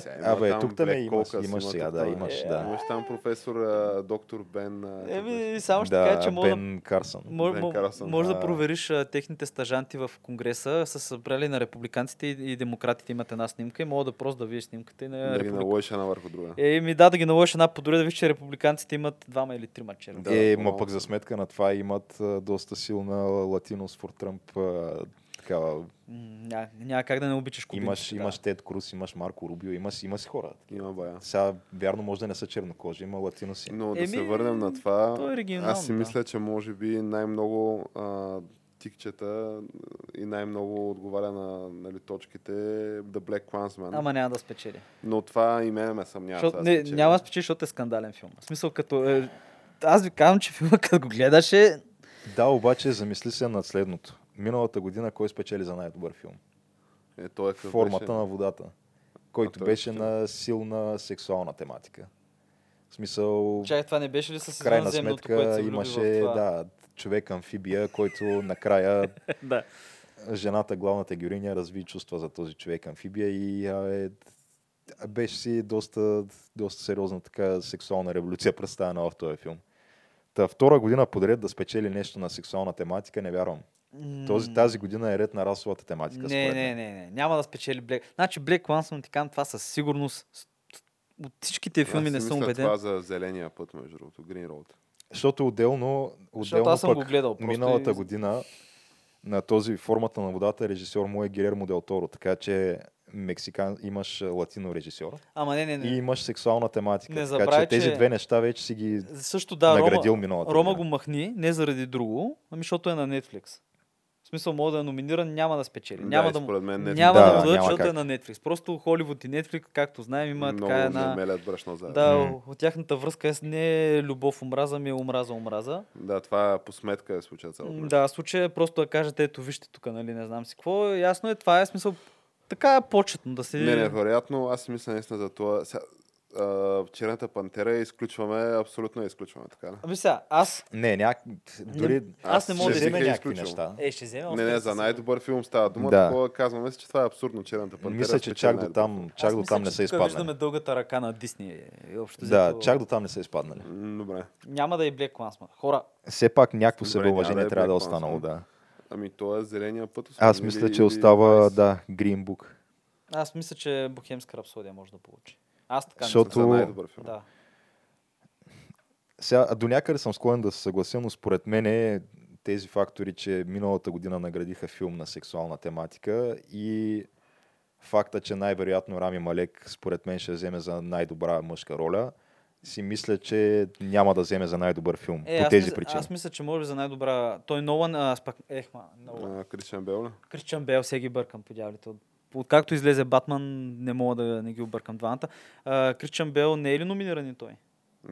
S1: Сега има
S3: Абе,
S1: там
S3: тук там е,
S1: Black
S3: имаш,
S1: Caucus,
S3: имаш
S1: има
S3: сега,
S1: тук
S3: да,
S1: там-
S3: имаш,
S2: Е,
S3: да.
S1: Имаш там професор, а, доктор Бен... а, тук беше.
S2: Еми, само ще кажа, че
S3: Да,
S2: мога да
S3: Бен Карсън.
S2: Мож,
S1: Бен
S2: мо-
S1: Карлсън,
S2: може да
S3: а.
S2: провериш а, техните стажанти в Конгреса, са събрали на републиканците и, и демократите имат една снимка и мога да просто да видиш снимката и на
S1: Да ги
S2: републиканците.
S1: наложиш една върху друга.
S2: Е, ми да, да ги наложиш една по друга, да видиш, че републиканците имат двама или трима черни.
S1: Да,
S3: е,
S1: по-малко.
S3: ма пък за сметка на това имат а, доста силна латинос for Тръмп. а, Такава.
S2: М, ня- Няма как да не обичаш кубинците.
S3: Имаш,
S2: да.
S3: имаш Тед Крус, имаш Марко Рубио, има си, има си хора.
S1: Има бая.
S3: Сега, вярно, може да не са чернокожи, има латиноси.
S1: Но да
S2: Еми,
S1: се върнем на това,
S2: то е регионално,
S1: аз си
S2: да.
S1: мисля, че може би най-много а, тикчета и най-много отговаря на нали, точките е The Black Klansman.
S2: Ама няма да спечели.
S1: Но това и мене ме съмнява.
S2: Защото,
S1: това
S2: не,
S1: спечели.
S2: няма да спечели, защото е скандален филм. В смисъл като... Е, аз ви казвам, че филма като го гледаше...
S3: Да, обаче замисли се над следното. Миналата година кой спечели за най-добър филм?
S1: Е, той е какъв
S3: Формата
S1: беше?
S3: на водата,
S2: е
S3: който
S1: той
S3: беше
S1: спечели.
S3: на силна сексуална тематика. В смисъл,
S2: Чакай, това не беше ли с
S3: в крайна
S2: извънземното, което
S3: сметка
S2: се влюби
S3: имаше
S2: в това?
S3: да, човек-амфибия, който накрая
S2: да.
S3: жената, главната героиня, разви чувства за този човек-амфибия и а, е, а, беше си доста, доста сериозна така сексуална революция представена в този филм. Та втора година подред да спечели нещо на сексуална тематика, не вярвам. Този,
S2: М.
S3: тази година е ред на расовата тематика.
S2: Не,
S3: според
S2: не,
S3: мен.
S2: не, не. Няма да спечели Блек. Значи Блек Лансман ти казвам, това със сигурност. с- От всичките
S1: Аз
S2: филми
S1: си
S2: не съм
S1: мисля
S2: убеден.
S1: Това за зеления път, между другото, Green Road.
S3: Защото отделно,
S2: Защото
S3: отделно
S2: аз съм
S3: пък
S2: го гледал. Просто
S3: миналата
S2: и...
S3: година на този формата на водата режисьор му е Гилермо Дел Торо, така че мексикан, имаш а, латино режисьор
S2: Ама не, не,
S3: и
S2: не.
S3: имаш сексуална тематика.
S2: Не
S3: така
S2: забравяй,
S3: че тези
S2: че-
S3: две неща вече си ги
S2: Също да,
S3: наградил
S2: Рома,
S3: миналата
S2: Рома го
S3: година.
S2: махни, не заради друго, ами защото е на Netflix. В смисъл, мога да е номиниран, няма да спечели.
S1: да,
S2: Няма да,
S1: и
S2: му...
S1: според мен Netflix
S2: Няма
S3: Да,
S2: да,
S3: да,
S2: му дадат,
S3: няма
S2: защото
S3: как.
S2: е на Netflix. Просто Холивуд и Netflix, както знаем, има
S1: много
S2: така
S1: не
S2: една...
S1: мелят брашно заедно.
S2: Да,
S3: Мгм.
S2: от тяхната връзка е с не любов, омраза, ми е омраза, омраза.
S1: Да, това по сметка е случая цялото.
S2: М,
S1: нещо.
S2: Да, случай е просто да кажете, ето вижте тук, нали, не знам си какво. Ясно е, това е смисъл. Така е почетно да се...
S1: Не, не, вероятно, аз си мисля наистина за това. Сега, а, черната пантера изключваме, абсолютно я изключваме, така ли?
S2: Ами сега, аз...
S3: Не, няк... дори...
S2: аз не мога да
S3: ще вземе
S1: бих я
S3: някакви
S1: изключил.
S3: неща.
S2: Е, ще взема.
S1: Не, не, за най-добър филм става дума.
S3: Да.
S1: Такова казваме се, че това е абсурдно черната пантера.
S3: Мисля, че
S1: спечели
S3: чак до
S1: най-добър
S3: там, чак до там не са изпаднали.
S2: Виждаме дългата ръка на Дисни. е, Общо
S3: Да,
S2: взето.
S3: чак до там не са изпаднали.
S1: филм. М, Добре.
S2: Няма да е Black Klansman. Хора,
S3: Все пак някакво
S1: Добре,
S3: събелважение
S1: няма да е
S3: трябва да е
S1: Black
S3: останало,
S1: Panther.
S3: да.
S1: Ами то е зеления път. освен
S3: Аз
S1: или-
S3: мисля, че
S1: или
S3: остава,
S1: Vice.
S3: да, Green Book.
S2: аз мисля, че Бохемска рапсодия може да получи. Аз така
S3: Защото-
S1: За най-добър
S2: мисля.
S1: филм.
S2: Да.
S3: Сега, а до някъде съм склонен да се съглася, но според мен е тези фактори, че миналата година наградиха филм на сексуална тематика и факта, че най-вероятно Рами Малек според мен ще вземе за най-добра мъжка роля, си мисля, че няма да вземе за най-добър филм
S2: Е,
S3: по
S2: аз
S3: тези
S2: мисля,
S3: причини.
S2: Аз мисля, че може би за най-добра... Той Нолан, а аз пак... Ехма, Нолан.
S1: А, Кришан Бел, ли?
S2: Кричан Бел, сега ги бъркам по дяволите. От- Откакто излезе Батман, не мога да не ги объркам двамата. А, Кричан Бел не е ли номиниран и той?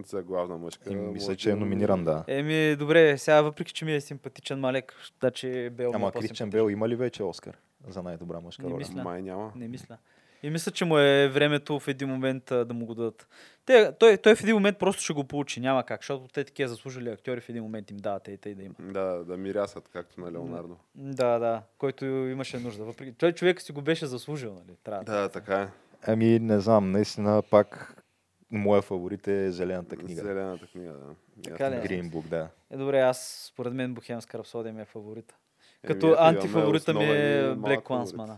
S1: за главна мъжка.
S3: И мисля,
S1: може
S3: че е
S1: би-
S3: номиниран, да.
S2: Еми, добре, сега въпреки, че ми е симпатичен Малек, значи Бел ми е
S3: Ама
S2: по-симпатичен.
S3: Кричен Бел има ли вече Оскар за най-добра мъжка
S2: Не
S3: роля?
S2: мисля.
S1: Май няма.
S2: Не мисля. И мисля, че му е времето в един момент а, да му го дадат. Те, той, той в един момент просто ще го получи, няма как, защото те такива заслужили актьори в един момент им дават и тъй да има.
S1: Да, да мирясат, както на Леонардо.
S2: Да, да, който имаше нужда. Въпреки... Той човек си го беше заслужил, нали? Трябва.
S1: Да, така е.
S3: Ами, не знам, наистина пак моя фаворит е Зелената книга.
S1: Зелената книга, да.
S2: Така ли е?
S3: Green Book, да.
S2: Е, добре, аз според мен Бохемска рапсодия ми е фаворита.
S1: Еми,
S2: Като
S1: ето, имаме
S2: антифаворита ми е
S1: основен и
S2: Black
S1: малък фаворит.
S2: Clansman.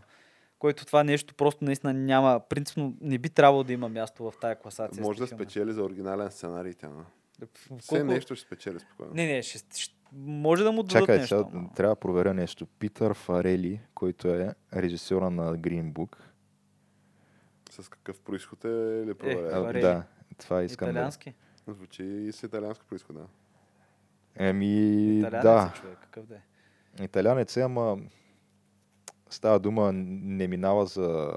S2: Който това нещо просто наистина няма, принципно не би трябвало да има място в тая класация. с
S1: Може да
S2: такива неща.
S1: спечели за оригинален сценарий тя. ма. Все
S2: е. Колко...
S1: нещо ще спечели спокойно.
S2: Не, не, ще, ще, може да му дадат
S3: Чакай,
S2: нещо.
S3: сега
S2: ама.
S3: трябва да проверя нещо. Питър Фарели, който е режисьора на Green Book.
S1: С какъв происход е или
S3: А,
S1: проверява?
S2: Фарели.
S3: да, това искам да...
S2: Италиански?
S1: Звучи и с италианско происход, да.
S3: Еми,
S2: Италианец
S3: да.
S2: е човек, какъв да е.
S3: Италянец е, ама става дума не минава за,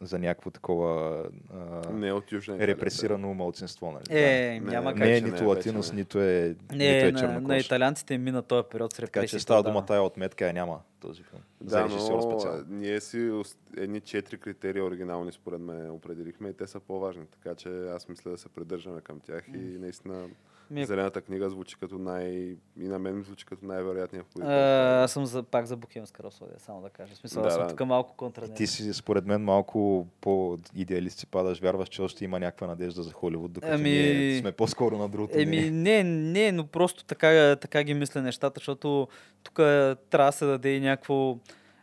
S3: за някакво такова а,
S1: Не е от Южна Италия.
S3: репресирано малцинство. Нали?
S2: Е,
S1: не,
S2: няма
S1: не,
S2: как.
S3: не е
S1: че не
S3: нито
S1: е вече,
S3: латинос,
S1: не.
S3: нито е,
S2: Не,
S3: нито
S2: на,
S3: е
S2: на
S3: чернокож.
S2: италианците им мина този период с
S3: Така
S2: репресиите.
S3: че става
S2: да.
S3: дума тая отметка я няма този филм. за
S1: Да,
S3: режисьора
S1: но
S3: специално.
S1: ние си ос- едни четири критерия оригинални според мен определихме и те са по-важни, така че аз мисля да се придържаме към тях и наистина
S2: Ми, е-
S1: Зелената книга звучи като най... и на мен ми звучи като най-вероятният
S2: а,
S1: фаворит.
S2: аз съм за, пак за Букимска Росодия, само да кажа. В Смисъл,
S1: Да,
S2: аз съм
S1: да.
S2: тук малко контра
S3: Ти
S2: нея.
S3: си, според мен, малко по-идеалист си падаш. Вярваш, че още има някаква надежда за Холивуд, докато
S2: Ами-
S3: ние сме по-скоро на другото.
S2: Еми, не,
S3: мнение.
S2: не, но просто така, така ги мисля нещата, защото тук трябва да се даде и някакво...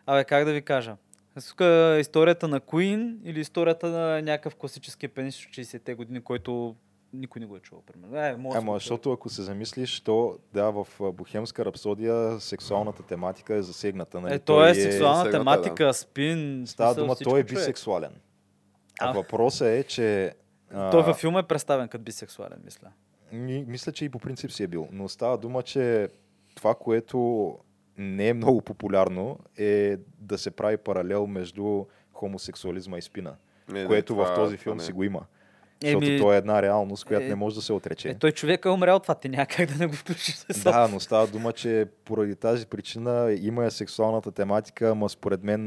S2: Абе, как да ви кажа? Тук историята на Queen или историята на някакъв класически пенист от 60-те години, който никой не го е чувал, примерно. Е, може да
S3: Ама,
S2: се
S3: защото ако се замислиш, то да, в а, Бохемска рапсодия сексуалната тематика е засегната. Нали?
S2: Е, той е
S1: сексуална
S2: сексуална
S1: сега, да.
S2: тематика, спин.
S3: Става
S2: смисъл,
S3: дума,
S2: всичко
S3: той е
S2: човек.
S3: бисексуален.
S2: А.
S3: А въпросът е, че... а,
S2: Той във филма е представен като бисексуален, мисля.
S3: Ми, мисля, че и по принцип си е бил. Но става дума, че това, което не е много популярно, е да се прави паралел между хомосексуализма и спина.
S1: Не, не,
S3: което
S1: Е, това-
S3: в този
S1: това
S3: филм
S1: не.
S3: си го има.
S2: Еми,
S3: Защото то е една реалност, която
S2: е-
S3: не може да се отрече.
S2: Е, той е човек е умрял от това, ти няма как да не го включиш.
S3: Да, но става дума, че поради тази причина има я сексуалната тематика, ма според мен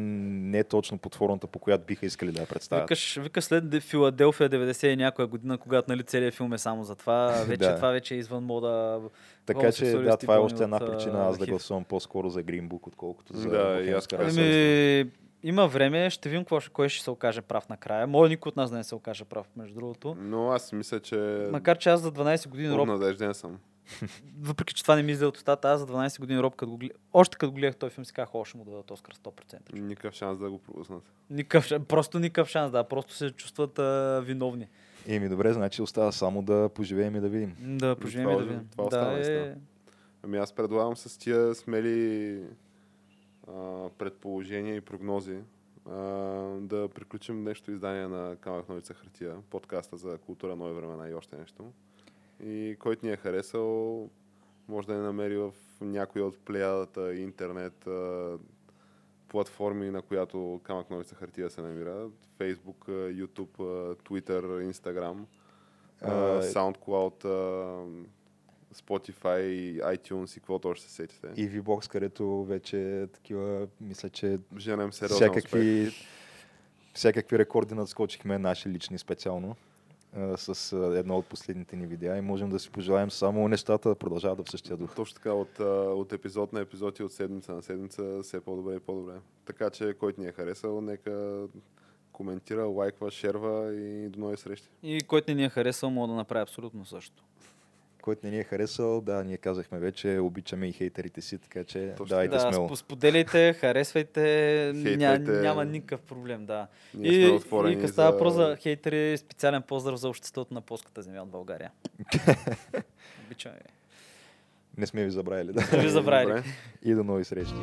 S3: не е точно под формата, по която биха искали да я представят.
S2: Викаш, викаш след Де- Филаделфия 90 и някоя година, когато нали, целият филм е само за това, вече,
S3: Да.
S2: това вече е извън мода.
S3: Така че,
S2: хомосексуалисти
S3: да, това е
S2: пълни
S3: още една
S2: от, а,
S3: причина аз да
S2: хив.
S3: гласувам по-скоро за Green Book, отколкото за
S1: Да, и аз
S3: Бохемска
S1: така
S3: рапсодия.
S2: Ами, има време, ще видим какво ще- кой ще се окаже прав накрая. Моля никой от нас да не се окаже прав, между другото.
S1: Но аз мисля, че
S3: Е,
S2: Макар че аз за 12 години роб
S1: обнадежден съм.
S2: въпреки че това не ми излезе от устата, аз за 12 години роб, като го гле... още като го гледах този филм, си казах, още му дадат Оскар 100%. човек.
S1: Никакъв шанс да го пропуснат.
S2: Никакъв, шан- просто никакъв шанс, да, просто се чувстват а, виновни.
S3: Еми, добре, значи остава само да поживеем и да видим.
S2: М, Да поживеем и
S1: Това
S2: да
S1: е-
S2: видим.
S1: това остана,
S2: да, е...
S1: наистина. Ами аз предлагам с тия смели а, предположения и прогнози а, да приключим днешното издание на Камък Новица Хартия, подкаста за култура, нови времена и още нещо. И който ни е харесал, може да ни намери в някоя от плеядата интернет а, платформи, на която Камък Новица Хартия се намира. Facebook, а, YouTube, а, Twitter, Instagram, а,
S3: А,
S1: SoundCloud, а, Spotify, и iTunes и каквото още се сетите. И...
S3: И VBOX, където вече такива, мисля, че
S1: Женем сериозен успех.
S3: всякакви, всякакви рекорди надскочихме, наши лични специално, а, с а, едно от последните ни видеа и можем да си пожелаем само нещата да продължават в същия дух.
S1: Точно така, от, а, от епизод на епизод и от седмица на седмица все по-добре и по-добре. Така че, който ни е харесал, нека коментира, лайква, шерва и до нови срещи.
S2: И който не ни е харесал, мога да направи абсолютно също.
S3: Който не ни е харесал, да, ние казахме вече, обичаме и хейтерите си, така че
S1: Точно
S3: давайте
S2: да,
S3: смело.
S2: спо- споделяйте, харесвайте, ня,
S1: Хейтвайте.
S2: няма никакъв проблем, да.
S1: Ние сме
S2: И, и
S1: отворени
S2: като става
S1: за-
S2: въпрос за хейтери, специален поздрав за обществото на плоската земя от България. Обичаме ви.
S3: Не сме ви забравили. Да.
S2: Не ви забравили.
S1: Добре.
S3: И до нови срещи.